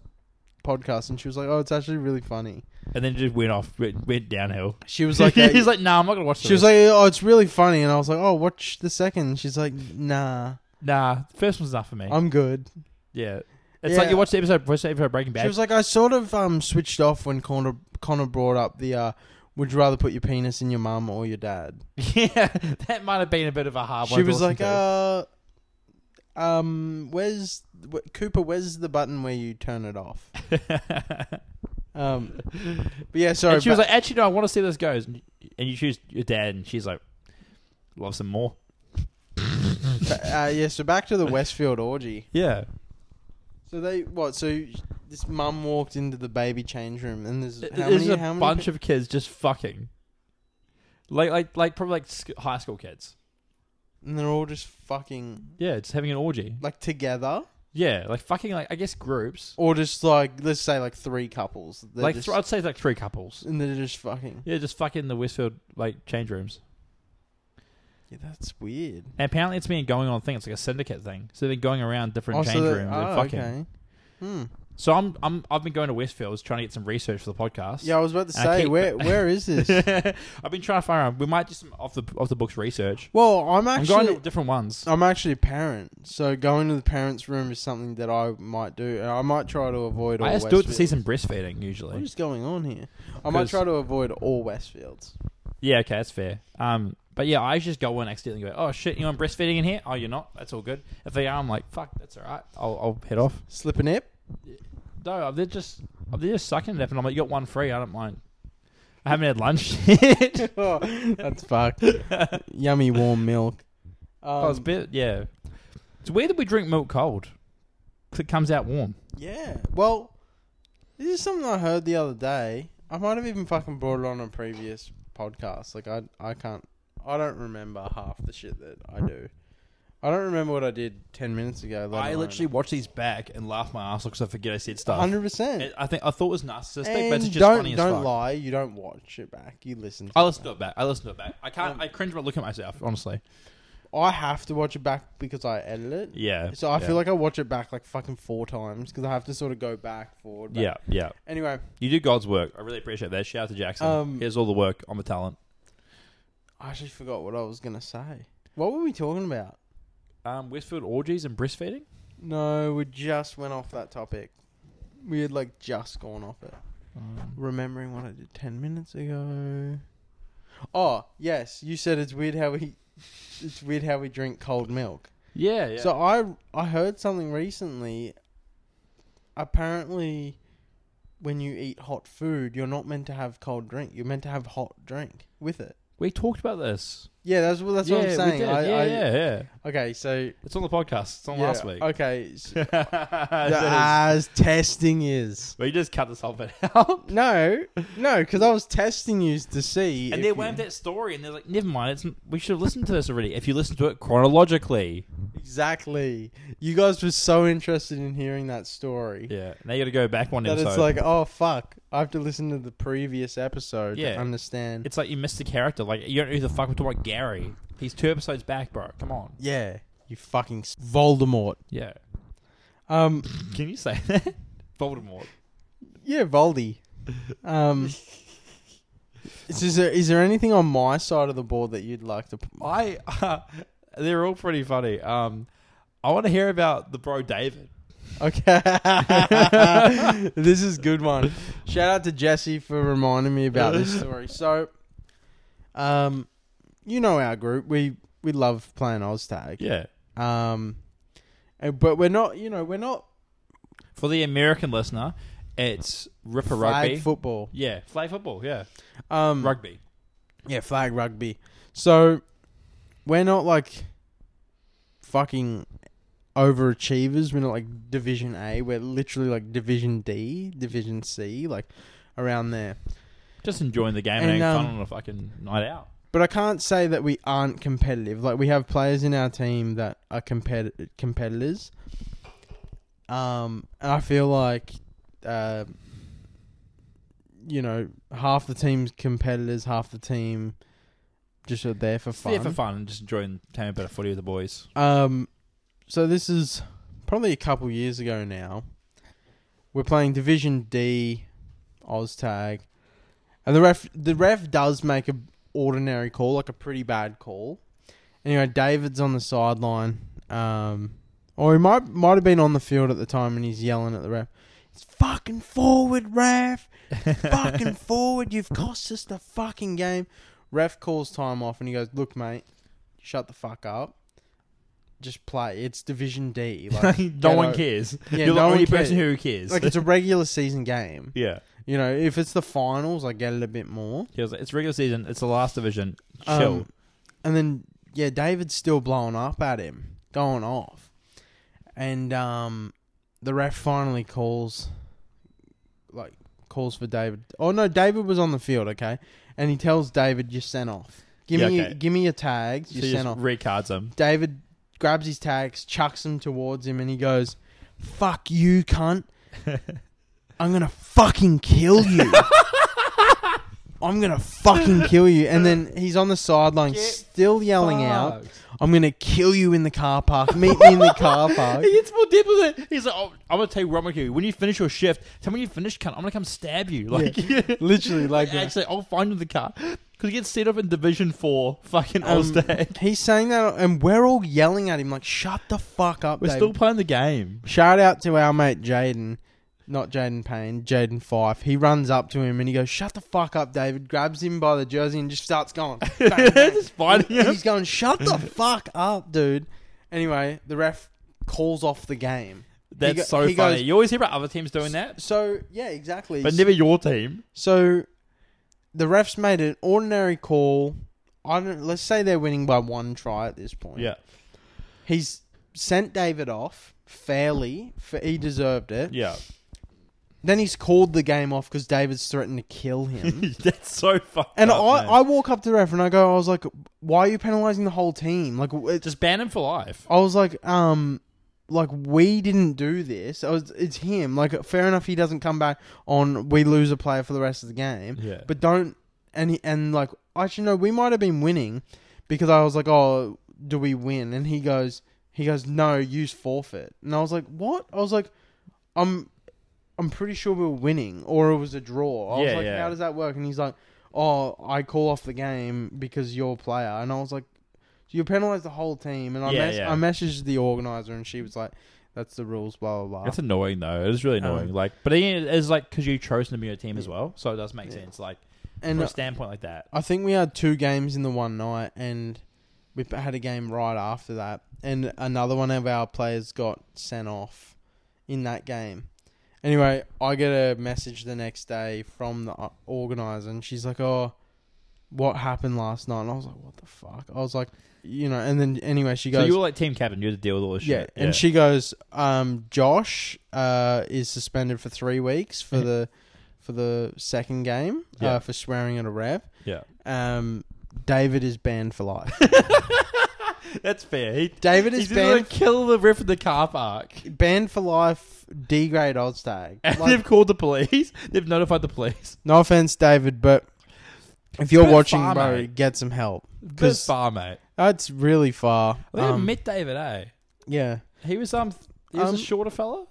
Speaker 1: podcast and she was like, "Oh, it's actually really funny."
Speaker 2: and then it just went off, went, went downhill.
Speaker 1: She was like,
Speaker 2: He's like,
Speaker 1: "Hey,"
Speaker 2: nah, I'm not gonna watch.
Speaker 1: "She was like, oh, it's really funny," and I was like, "Oh, watch the second. She's like, "Nah,
Speaker 2: nah, the first one's not for me.
Speaker 1: I'm good."
Speaker 2: yeah,
Speaker 1: Um,
Speaker 2: it's
Speaker 1: Yeah.
Speaker 2: like you watch the episode, first episode of Breaking Bad.
Speaker 1: She was like, "I sort of um switched off when Connor Connor brought up the uh, would you rather put your penis in your mum or your dad?"
Speaker 2: yeah, that might have been a bit of a hard one.
Speaker 1: she
Speaker 2: to
Speaker 1: was
Speaker 2: listen
Speaker 1: like,
Speaker 2: to.
Speaker 1: uh, um, where's wh- Cooper? Where's the button where you turn it off? Um, uh, but yeah, sorry.
Speaker 2: and she was
Speaker 1: ba-
Speaker 2: like, actually, no, I want to see how this goes. And you- and you choose your dad, and she's like, love some more.
Speaker 1: ba- uh, yeah. So back to the Westfield orgy.
Speaker 2: Yeah,
Speaker 1: So they what? So this mum walked into the baby change room, and there's how
Speaker 2: there's
Speaker 1: many?
Speaker 2: a
Speaker 1: how many
Speaker 2: bunch
Speaker 1: pe-
Speaker 2: of kids just fucking, like, like, like probably like sc- high school kids.
Speaker 1: and they're all just fucking
Speaker 2: Yeah, just having an orgy.
Speaker 1: like together,
Speaker 2: Yeah, like fucking, like I guess groups.
Speaker 1: or just like let's say like three couples. They're
Speaker 2: like
Speaker 1: just, Mm.
Speaker 2: th- I'd say like three couples.
Speaker 1: and they're just fucking.
Speaker 2: Yeah, just fucking the Westfield like change rooms.
Speaker 1: Yeah, that's weird.
Speaker 2: And apparently it's been a going on thing. It's like a syndicate thing. So they've been going around different
Speaker 1: Oh, so
Speaker 2: change
Speaker 1: they-
Speaker 2: rooms and
Speaker 1: oh,
Speaker 2: fucking.
Speaker 1: okay. Hmm.
Speaker 2: So I'm I'm I've been going to Westfields trying to get some research for the podcast.
Speaker 1: Yeah, I was about to
Speaker 2: And I
Speaker 1: say
Speaker 2: keep-
Speaker 1: where where is this?
Speaker 2: I've been trying to find out. We might do some off the off the books research.
Speaker 1: Well, I'm
Speaker 2: I'm
Speaker 1: actually
Speaker 2: going to different ones.
Speaker 1: I'm actually a parent, so going to the parents' room is something that I might do, and I might try to avoid. All
Speaker 2: I just do it to
Speaker 1: Westfields.
Speaker 2: see some breastfeeding usually.
Speaker 1: What is going on here? I might
Speaker 2: 'Cause-
Speaker 1: try to avoid all Westfields.
Speaker 2: Yeah, okay, that's fair. Um, but yeah, I just go in accidentally and go, oh shit, you want breastfeeding in here? Oh, you're not. That's all good. If they are, I'm like, fuck, that's all right. I'll I'll head off.
Speaker 1: Slip a nip.
Speaker 2: No, they're just they're just sucking it up, and I'm like, you got one free. I don't mind. I haven't had lunch yet.
Speaker 1: Oh, that's fucked. Yummy warm milk. Um,
Speaker 2: oh, it's a bit yeah. It's weird that we drink milk cold. 'Cause It comes out warm.
Speaker 1: yeah. Well, this is something I heard the other day. I might have even fucking brought it on a previous podcast. Like I, I can't. I don't remember half the shit that I do. I don't remember what I did ten minutes ago. let
Speaker 2: I
Speaker 1: alone-
Speaker 2: literally watch these back and laugh my ass off because I forget I said stuff.
Speaker 1: Hundred percent.
Speaker 2: It- I think I thought it was narcissistic, but it's just
Speaker 1: don't
Speaker 2: funny as
Speaker 1: don't
Speaker 2: fuck.
Speaker 1: lie. You don't watch it back. You listen. To
Speaker 2: I
Speaker 1: it
Speaker 2: listen to it back. I listen to it back. I can't.
Speaker 1: Um,
Speaker 2: I cringe about looking at myself. Honestly.
Speaker 1: back. I have to watch it back because I edit it.
Speaker 2: Yeah.
Speaker 1: So I
Speaker 2: yeah.
Speaker 1: feel like I watch it back like fucking four times because I have to sort of go back forward. back.
Speaker 2: Yeah, yeah.
Speaker 1: Anyway,
Speaker 2: You do God's work. I really appreciate that. Shout out to Jackson.
Speaker 1: Um,
Speaker 2: Here's all the work. I'm a talent.
Speaker 1: I actually forgot what I was gonna say. What were we talking about?
Speaker 2: Um, Westfield orgies and breastfeeding.
Speaker 1: No, we just went off that topic. We had like just gone off it.
Speaker 2: Um,
Speaker 1: Remembering what I did ten minutes ago. Oh yes, you said it's weird how we. It's weird how we drink cold milk.
Speaker 2: yeah, yeah.
Speaker 1: So I I heard something recently. Apparently, when you eat hot food, you're not meant to have cold drink. You're meant to have hot drink with it.
Speaker 2: we talked about this.
Speaker 1: Yeah, that's what that's what I'm
Speaker 2: Yeah, we
Speaker 1: saying.
Speaker 2: did.
Speaker 1: I,
Speaker 2: yeah,
Speaker 1: I,
Speaker 2: yeah, yeah.
Speaker 1: Okay, so
Speaker 2: It's on the podcast. It's on
Speaker 1: yeah,
Speaker 2: last week.
Speaker 1: Okay, s- the
Speaker 2: That is-
Speaker 1: as testing is.
Speaker 2: we just cut this whole bit out.
Speaker 1: No, no, because I was testing you to see.
Speaker 2: And
Speaker 1: if
Speaker 2: they
Speaker 1: you-
Speaker 2: wound that story, and they're like, "Never mind. It's we should have listened to this already. If you listen to it chronologically,
Speaker 1: exactly. You guys were so interested in hearing that story
Speaker 2: yeah. Now you got to go back one
Speaker 1: that
Speaker 2: episode.
Speaker 1: it's like, oh fuck, I have to listen to the previous episode to
Speaker 2: Yeah.
Speaker 1: understand.
Speaker 2: It's like you missed the character. Like you don't know who the fuck we're talking about. Gary. He's two episodes back, bro. Come on.
Speaker 1: Yeah, you fucking s- Voldemort.
Speaker 2: Yeah.
Speaker 1: Um,
Speaker 2: Can you say that? Voldemort.
Speaker 1: yeah, Voldy. Um, Is, is there is there anything on my side of the board that you'd like to? p-
Speaker 2: I they're all pretty funny. Um, I want to hear about the bro David.
Speaker 1: Okay, this is a good one. Shout out to Jesse for reminding me about this story. So, um, you know our group. We we love playing Oztag.
Speaker 2: Yeah.
Speaker 1: Um, and, but we're not. You know, we're not
Speaker 2: For the American listener, it's Ripper Rugby.
Speaker 1: flag football.
Speaker 2: yeah, flag football. Yeah,
Speaker 1: Um,
Speaker 2: rugby.
Speaker 1: Yeah, flag rugby. So we're not like fucking overachievers. We're not like Division A. We're literally like Division D, Division C, like around there.
Speaker 2: Just enjoying the game and,
Speaker 1: And,
Speaker 2: having
Speaker 1: um,
Speaker 2: fun on a fucking night out.
Speaker 1: But I can't say that we aren't competitive. Like we have players in our team that are compet- competitors. Um, and I feel like, uh, you know, half the team's competitors, half the team just are there for fun.
Speaker 2: Yeah, for fun and just enjoying having a bit of footy with the boys.
Speaker 1: Um, so this is probably a couple years ago now. We're playing Division D, OzTag, and the ref the ref does make a ordinary call, like a pretty bad call. Anyway, David's on the sideline, um, or he might might have been on the field at the time, and he's yelling at the ref. It's fucking forward, ref. It's fucking forward. You've cost us the fucking game. Ref calls time off, and he goes, "Look, mate, shut the fuck up." just play. It's Division D. Like,
Speaker 2: no
Speaker 1: you
Speaker 2: one
Speaker 1: know,
Speaker 2: cares.
Speaker 1: Yeah,
Speaker 2: You're
Speaker 1: no
Speaker 2: the only
Speaker 1: one cares.
Speaker 2: person who cares.
Speaker 1: Like it's a regular season game.
Speaker 2: yeah.
Speaker 1: You know, if it's the finals, I get it a bit more.
Speaker 2: He was like, it's regular season. It's the last division.
Speaker 1: Um,
Speaker 2: Chill.
Speaker 1: and then yeah, David's still blowing up at him, going off, and um, the ref finally calls, like calls for David. Oh no, David was on the field, okay, and he tells David, "You're sent off. Give
Speaker 2: Yeah,
Speaker 1: me, your,
Speaker 2: okay.
Speaker 1: give me your tags.
Speaker 2: so
Speaker 1: You're
Speaker 2: he
Speaker 1: sent
Speaker 2: just
Speaker 1: off."
Speaker 2: red cards him.
Speaker 1: David grabs his tags, chucks them towards him, and he goes, "Fuck you, cunt! I'm gonna fucking kill you! I'm gonna fucking kill you!" And then he's on the sideline,
Speaker 2: Get
Speaker 1: still yelling out, "I'm gonna kill you in the car park! Meet me in the car park!"
Speaker 2: He gets more deep with it. He's like, oh, I'm gonna tell you what I'm gonna do. When you finish your shift, tell me when you finish, cunt. I'm gonna come stab you. Like,
Speaker 1: Literally, like that.
Speaker 2: actually, I'll find you in the car because he gets set up in Division Four, fucking
Speaker 1: Um,
Speaker 2: Ulster.
Speaker 1: he's saying that, and we're all yelling at him like, "Shut the fuck up!"
Speaker 2: We're
Speaker 1: David.
Speaker 2: still playing the game.
Speaker 1: Shout out to our mate Jaden, not Jaden Payne, Jaden Fife. He runs up to him and he goes, "Shut the fuck up, David!" Grabs him by the jersey and just starts going. Bang, bang.
Speaker 2: Just fighting him.
Speaker 1: He's going, "Shut the fuck up, dude!" Anyway, the ref calls off the game.
Speaker 2: That's
Speaker 1: go-
Speaker 2: so funny.
Speaker 1: he goes-
Speaker 2: you always hear about other teams doing that,
Speaker 1: So yeah, exactly.
Speaker 2: but never your team.
Speaker 1: So the refs made an ordinary call. I don't. Let's say they're winning by one try at this point.
Speaker 2: Yeah,
Speaker 1: he's sent David off fairly. For, he deserved it.
Speaker 2: yeah.
Speaker 1: Then he's called the game off because David's threatened to kill him.
Speaker 2: That's so fucked.
Speaker 1: and
Speaker 2: up,
Speaker 1: I,
Speaker 2: Oh, man.
Speaker 1: I walk up to the ref and I go, I was like, why are you penalizing the whole team? Like, w- it's,
Speaker 2: just ban him for life.
Speaker 1: I was like, um, like we didn't do this. I was, it's him. Like, fair enough, he doesn't come back on. We lose a player for the rest of the game.
Speaker 2: Yeah.
Speaker 1: But don't and he, and like actually no, we might have been winning because I was like, oh, do we win? And he goes, he goes, no, use forfeit. And I was like, what? I was like, I'm, I'm pretty sure we were winning or it was a draw. I was
Speaker 2: Yeah,
Speaker 1: like,
Speaker 2: yeah.
Speaker 1: how does that work? And he's like, oh, I call off the game because you're a player. And I was like, so you penalised the whole team. And I,
Speaker 2: Yeah,
Speaker 1: mess-
Speaker 2: yeah.
Speaker 1: I messaged the organizer and she was like, that's the rules, blah blah blah.
Speaker 2: It's annoying though. It is really annoying.
Speaker 1: Um,
Speaker 2: like, but again, it's like because you chose to be your team as well, so it does make
Speaker 1: Yeah.
Speaker 2: sense. Like,
Speaker 1: and uh,
Speaker 2: from a standpoint like that.
Speaker 1: I think we had two games in the one night, and we p- had a game right after that, and another one of our players got sent off in that game. Anyway, I get a message the next day from the uh, organizer, and she's like, "Oh, what happened last night?" And I was like, "What the fuck?" I was like, "You know." And then anyway, she goes,
Speaker 2: so you were like team captain. You had to deal with all this
Speaker 1: yeah,
Speaker 2: shit.
Speaker 1: and she goes, um, "Josh uh, is suspended for three weeks for the for the second game
Speaker 2: Mm-hmm. Yeah.
Speaker 1: uh, for swearing at a ref."
Speaker 2: yeah,
Speaker 1: um, David is banned for life.
Speaker 2: that's fair. He
Speaker 1: David
Speaker 2: he's
Speaker 1: is
Speaker 2: gonna
Speaker 1: banned
Speaker 2: kill the ref in the car park.
Speaker 1: banned for life. D grade odds tag.
Speaker 2: And
Speaker 1: Like,
Speaker 2: they've called the police. They've notified the police.
Speaker 1: no offense, David, but if you're
Speaker 2: Bit
Speaker 1: watching,
Speaker 2: far,
Speaker 1: bro,
Speaker 2: mate.
Speaker 1: get some help.
Speaker 2: Good
Speaker 1: 'Cause-
Speaker 2: far, mate.
Speaker 1: That's really far.
Speaker 2: I think I
Speaker 1: Um,
Speaker 2: met David. Eh?
Speaker 1: yeah,
Speaker 2: He was um, he was
Speaker 1: Um,
Speaker 2: a shorter fella.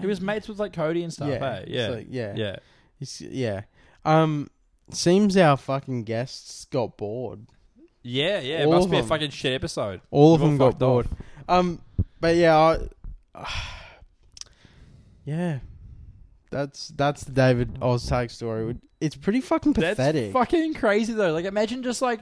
Speaker 2: He was mates with like Cody and stuff.
Speaker 1: Yeah,
Speaker 2: eh? yeah,
Speaker 1: so, yeah,
Speaker 2: yeah.
Speaker 1: He's- yeah. Um, seems our fucking guests got bored.
Speaker 2: Yeah, yeah. It
Speaker 1: All
Speaker 2: must
Speaker 1: of
Speaker 2: be a
Speaker 1: them.
Speaker 2: fucking shit episode.
Speaker 1: All of
Speaker 2: We've
Speaker 1: them
Speaker 2: all
Speaker 1: got
Speaker 2: fucked off.
Speaker 1: bored. Um, but yeah, I, yeah, that's that's the David Oztag story. It's pretty fucking
Speaker 2: That's
Speaker 1: pathetic.
Speaker 2: fucking crazy though. Like imagine just like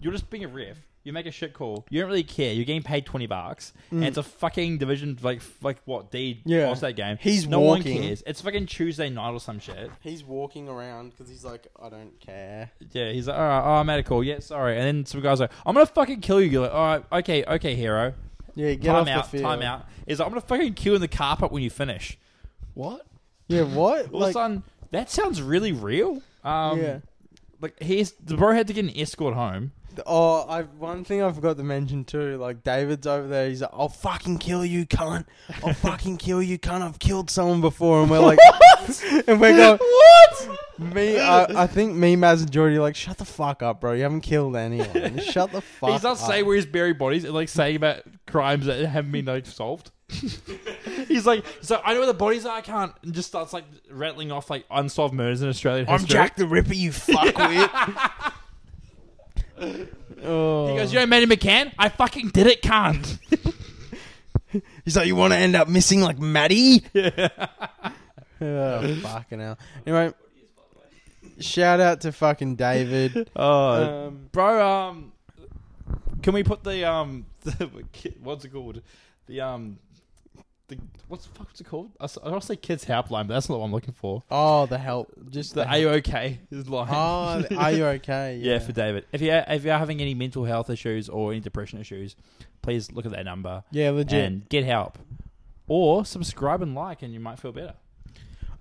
Speaker 2: you're just being a ref. You make a shit call. You don't really care. You're getting paid twenty bucks, and
Speaker 1: Mm.
Speaker 2: it's a fucking division like like what D
Speaker 1: Yeah.
Speaker 2: lost that game.
Speaker 1: He's
Speaker 2: no
Speaker 1: walking.
Speaker 2: one cares. It's fucking Tuesday night or some shit.
Speaker 1: he's walking around because he's like, I don't care.
Speaker 2: Yeah, he's like, all right, oh, I'm at a call. Yeah, sorry. And then some guys like, I'm gonna fucking kill you. You're like, all right, okay, okay, hero.
Speaker 1: Yeah, get
Speaker 2: time
Speaker 1: off
Speaker 2: out,
Speaker 1: the field.
Speaker 2: time out. He's like, I'm gonna fucking kill you in the car park when you finish. What?
Speaker 1: Yeah, what?
Speaker 2: All of a
Speaker 1: like,
Speaker 2: sudden, that sounds really real. Um,
Speaker 1: yeah.
Speaker 2: Like he's the bro had to get an escort home.
Speaker 1: Oh, I one thing I forgot to mention too. Like David's over there. He's like, "I'll fucking kill you, cunt! I'll fucking kill you, cunt! I've killed someone before." And we're like, and we're going,
Speaker 2: What?
Speaker 1: Me, I, I think me, Maz, and Jordy are like, shut the fuck up, bro. You haven't killed anyone. shut the fuck
Speaker 2: He's not
Speaker 1: up.
Speaker 2: saying where he's buried bodies and like saying about crimes that haven't been like solved. he's like, so I know where the bodies are. I can't. And just starts like rattling off like unsolved murders in Australian
Speaker 1: I'm
Speaker 2: history.
Speaker 1: Jack the Ripper, you fuckwit. oh.
Speaker 2: He goes, "You know, Manny McCann, I fucking did it, can't."
Speaker 1: He's like, you want to end up missing like Maddie? oh, fucking hell. Anyway, shout out to fucking David.
Speaker 2: oh,
Speaker 1: Um,
Speaker 2: bro. Um, can we put the um, the, what's it called? The um, the what's the fuck what's it called? I s- I want to say kids helpline, but that's not what I'm looking for.
Speaker 1: oh, the help. Just
Speaker 2: The
Speaker 1: the,
Speaker 2: are you okay is line.
Speaker 1: Oh, the- are you okay?
Speaker 2: Yeah, for David. If you are, if you are having any mental health issues or any depression issues, please look at that number
Speaker 1: yeah, legit.
Speaker 2: and get help, or subscribe and like, and you might feel better.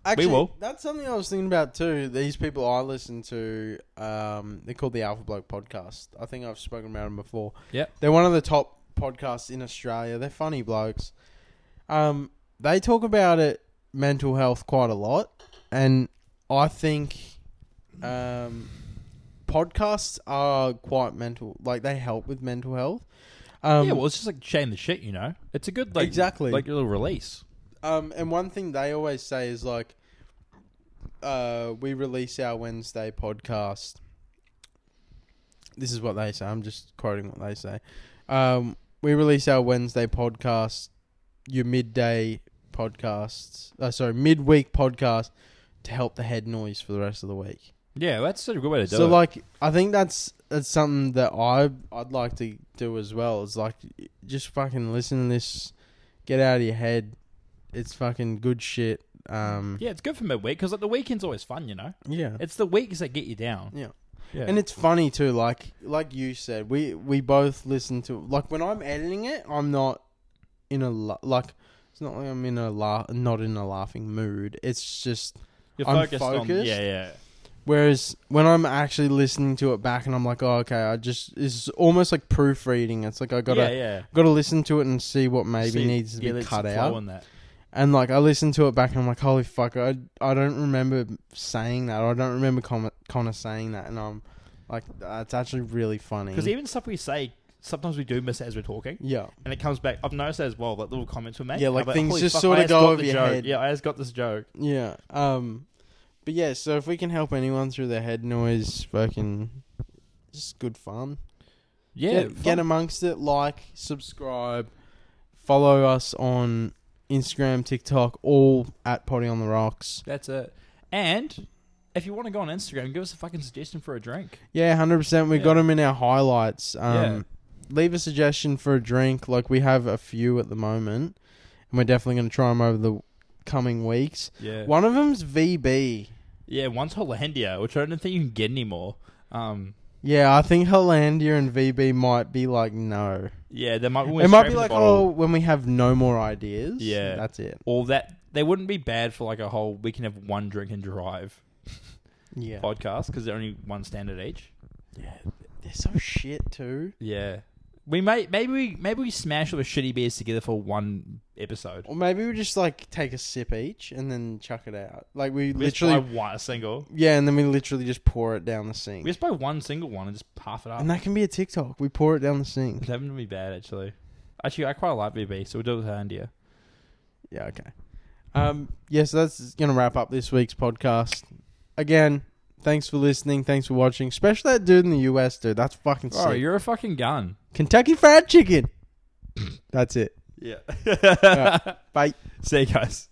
Speaker 1: Actually,
Speaker 2: will.
Speaker 1: That's something I was thinking about too. These people I listen to, um, they're called the Alpha Bloke Podcast. I think I've spoken about them before.
Speaker 2: Yep.
Speaker 1: They're one of the top podcasts in Australia. They're funny blokes. Um, they talk about it mental health quite a lot, and I think um, podcasts are quite mental. Like they help with mental health. Um,
Speaker 2: yeah, well, it's just like shame the shit, you know. It's a good like
Speaker 1: Exactly.
Speaker 2: like little release.
Speaker 1: Um, and one thing they always say is like, uh, we release our Wednesday podcast. This is what they say. I'm just quoting what they say. Um, we release our Wednesday podcast, your midday podcasts, uh, sorry, midweek podcast to help the head noise for the rest of the week.
Speaker 2: Yeah, that's a good way to do
Speaker 1: so
Speaker 2: it.
Speaker 1: like, I think that's that's something that I I'd like to do as well. Is like, just fucking listen to this, get out of your head. It's fucking good shit. Um,
Speaker 2: yeah, it's good for midweek because like the weekend's always fun, you know.
Speaker 1: yeah.
Speaker 2: It's the weeks that get you down.
Speaker 1: Yeah.
Speaker 2: yeah.
Speaker 1: And it's funny too, like like you said, we we both listen to like when I'm editing it, I'm not in a la- like it's not like I'm in a la- not in a laughing mood. It's just
Speaker 2: you're
Speaker 1: I'm
Speaker 2: focused on yeah,
Speaker 1: focused.
Speaker 2: yeah.
Speaker 1: whereas when I'm actually listening to it back and I'm like, oh okay, I just it's almost like proofreading. It's like I gotta
Speaker 2: yeah, yeah.
Speaker 1: gotta listen to it and see what maybe
Speaker 2: See,
Speaker 1: needs to
Speaker 2: yeah,
Speaker 1: be
Speaker 2: there's some
Speaker 1: cut
Speaker 2: flow
Speaker 1: out.
Speaker 2: in that.
Speaker 1: And like I listened to it back and I'm like, holy fuck, I I don't remember saying that. I don't remember Con- Connor saying that, and I'm like, that's actually really funny.
Speaker 2: Because even stuff we say, sometimes we do miss it as we're talking.
Speaker 1: yeah,
Speaker 2: and it comes back. I've noticed that as well, like little comments we make.
Speaker 1: Yeah, like,
Speaker 2: About,
Speaker 1: things
Speaker 2: "Holy
Speaker 1: just
Speaker 2: fuck,
Speaker 1: sorta
Speaker 2: I just
Speaker 1: go
Speaker 2: got
Speaker 1: over
Speaker 2: the
Speaker 1: your
Speaker 2: joke.
Speaker 1: head.
Speaker 2: Yeah, I just got this joke.
Speaker 1: yeah. Um, but yeah, so if we can help anyone through their head noise, fucking, just good fun.
Speaker 2: Yeah,
Speaker 1: get, get amongst it. Like, subscribe, follow us on Instagram, TikTok, all at Potty on the Rocks.
Speaker 2: That's it. And if you want to go on Instagram, give us a fucking suggestion for a drink.
Speaker 1: Yeah, hundred percent. We
Speaker 2: Yeah.
Speaker 1: got them in our highlights. Um,
Speaker 2: Yeah.
Speaker 1: Leave a suggestion for a drink. Like we have a few at the moment, and we're definitely going to try them over the coming weeks.
Speaker 2: Yeah,
Speaker 1: One of them's VB.
Speaker 2: yeah. One's Hollandia, which I don't think you can get anymore. Um,
Speaker 1: Yeah, I think Hollandia and VB might be like no.
Speaker 2: yeah, they might.
Speaker 1: it might be like oh, when we have no more ideas.
Speaker 2: Yeah.
Speaker 1: that's it.
Speaker 2: or that they wouldn't be bad for like a whole. We can have one drink and drive
Speaker 1: Yeah,
Speaker 2: podcast because they're only one standard each.
Speaker 1: they're so shit too.
Speaker 2: Yeah. We may maybe we maybe we smash all the shitty beers together for one episode.
Speaker 1: Or maybe we just like take a sip each and then chuck it out. Like we
Speaker 2: We just
Speaker 1: literally,
Speaker 2: buy one single.
Speaker 1: yeah, and then we literally just pour it down the
Speaker 2: We
Speaker 1: sink.
Speaker 2: just buy one single one and just half it up.
Speaker 1: And that can be a TikTok. We pour it down the sink.
Speaker 2: That wouldn't be bad actually. Actually, I quite like VB, so we'll do it with India.
Speaker 1: Yeah, okay. Um, yeah, so that's going to wrap up this week's podcast. Again, Thanks for listening. Thanks for watching. Especially that dude in the US, dude. That's fucking sick.
Speaker 2: Oh, you're a fucking gun.
Speaker 1: Kentucky Fried Chicken. That's it.
Speaker 2: Yeah.
Speaker 1: Bye.
Speaker 2: See you guys.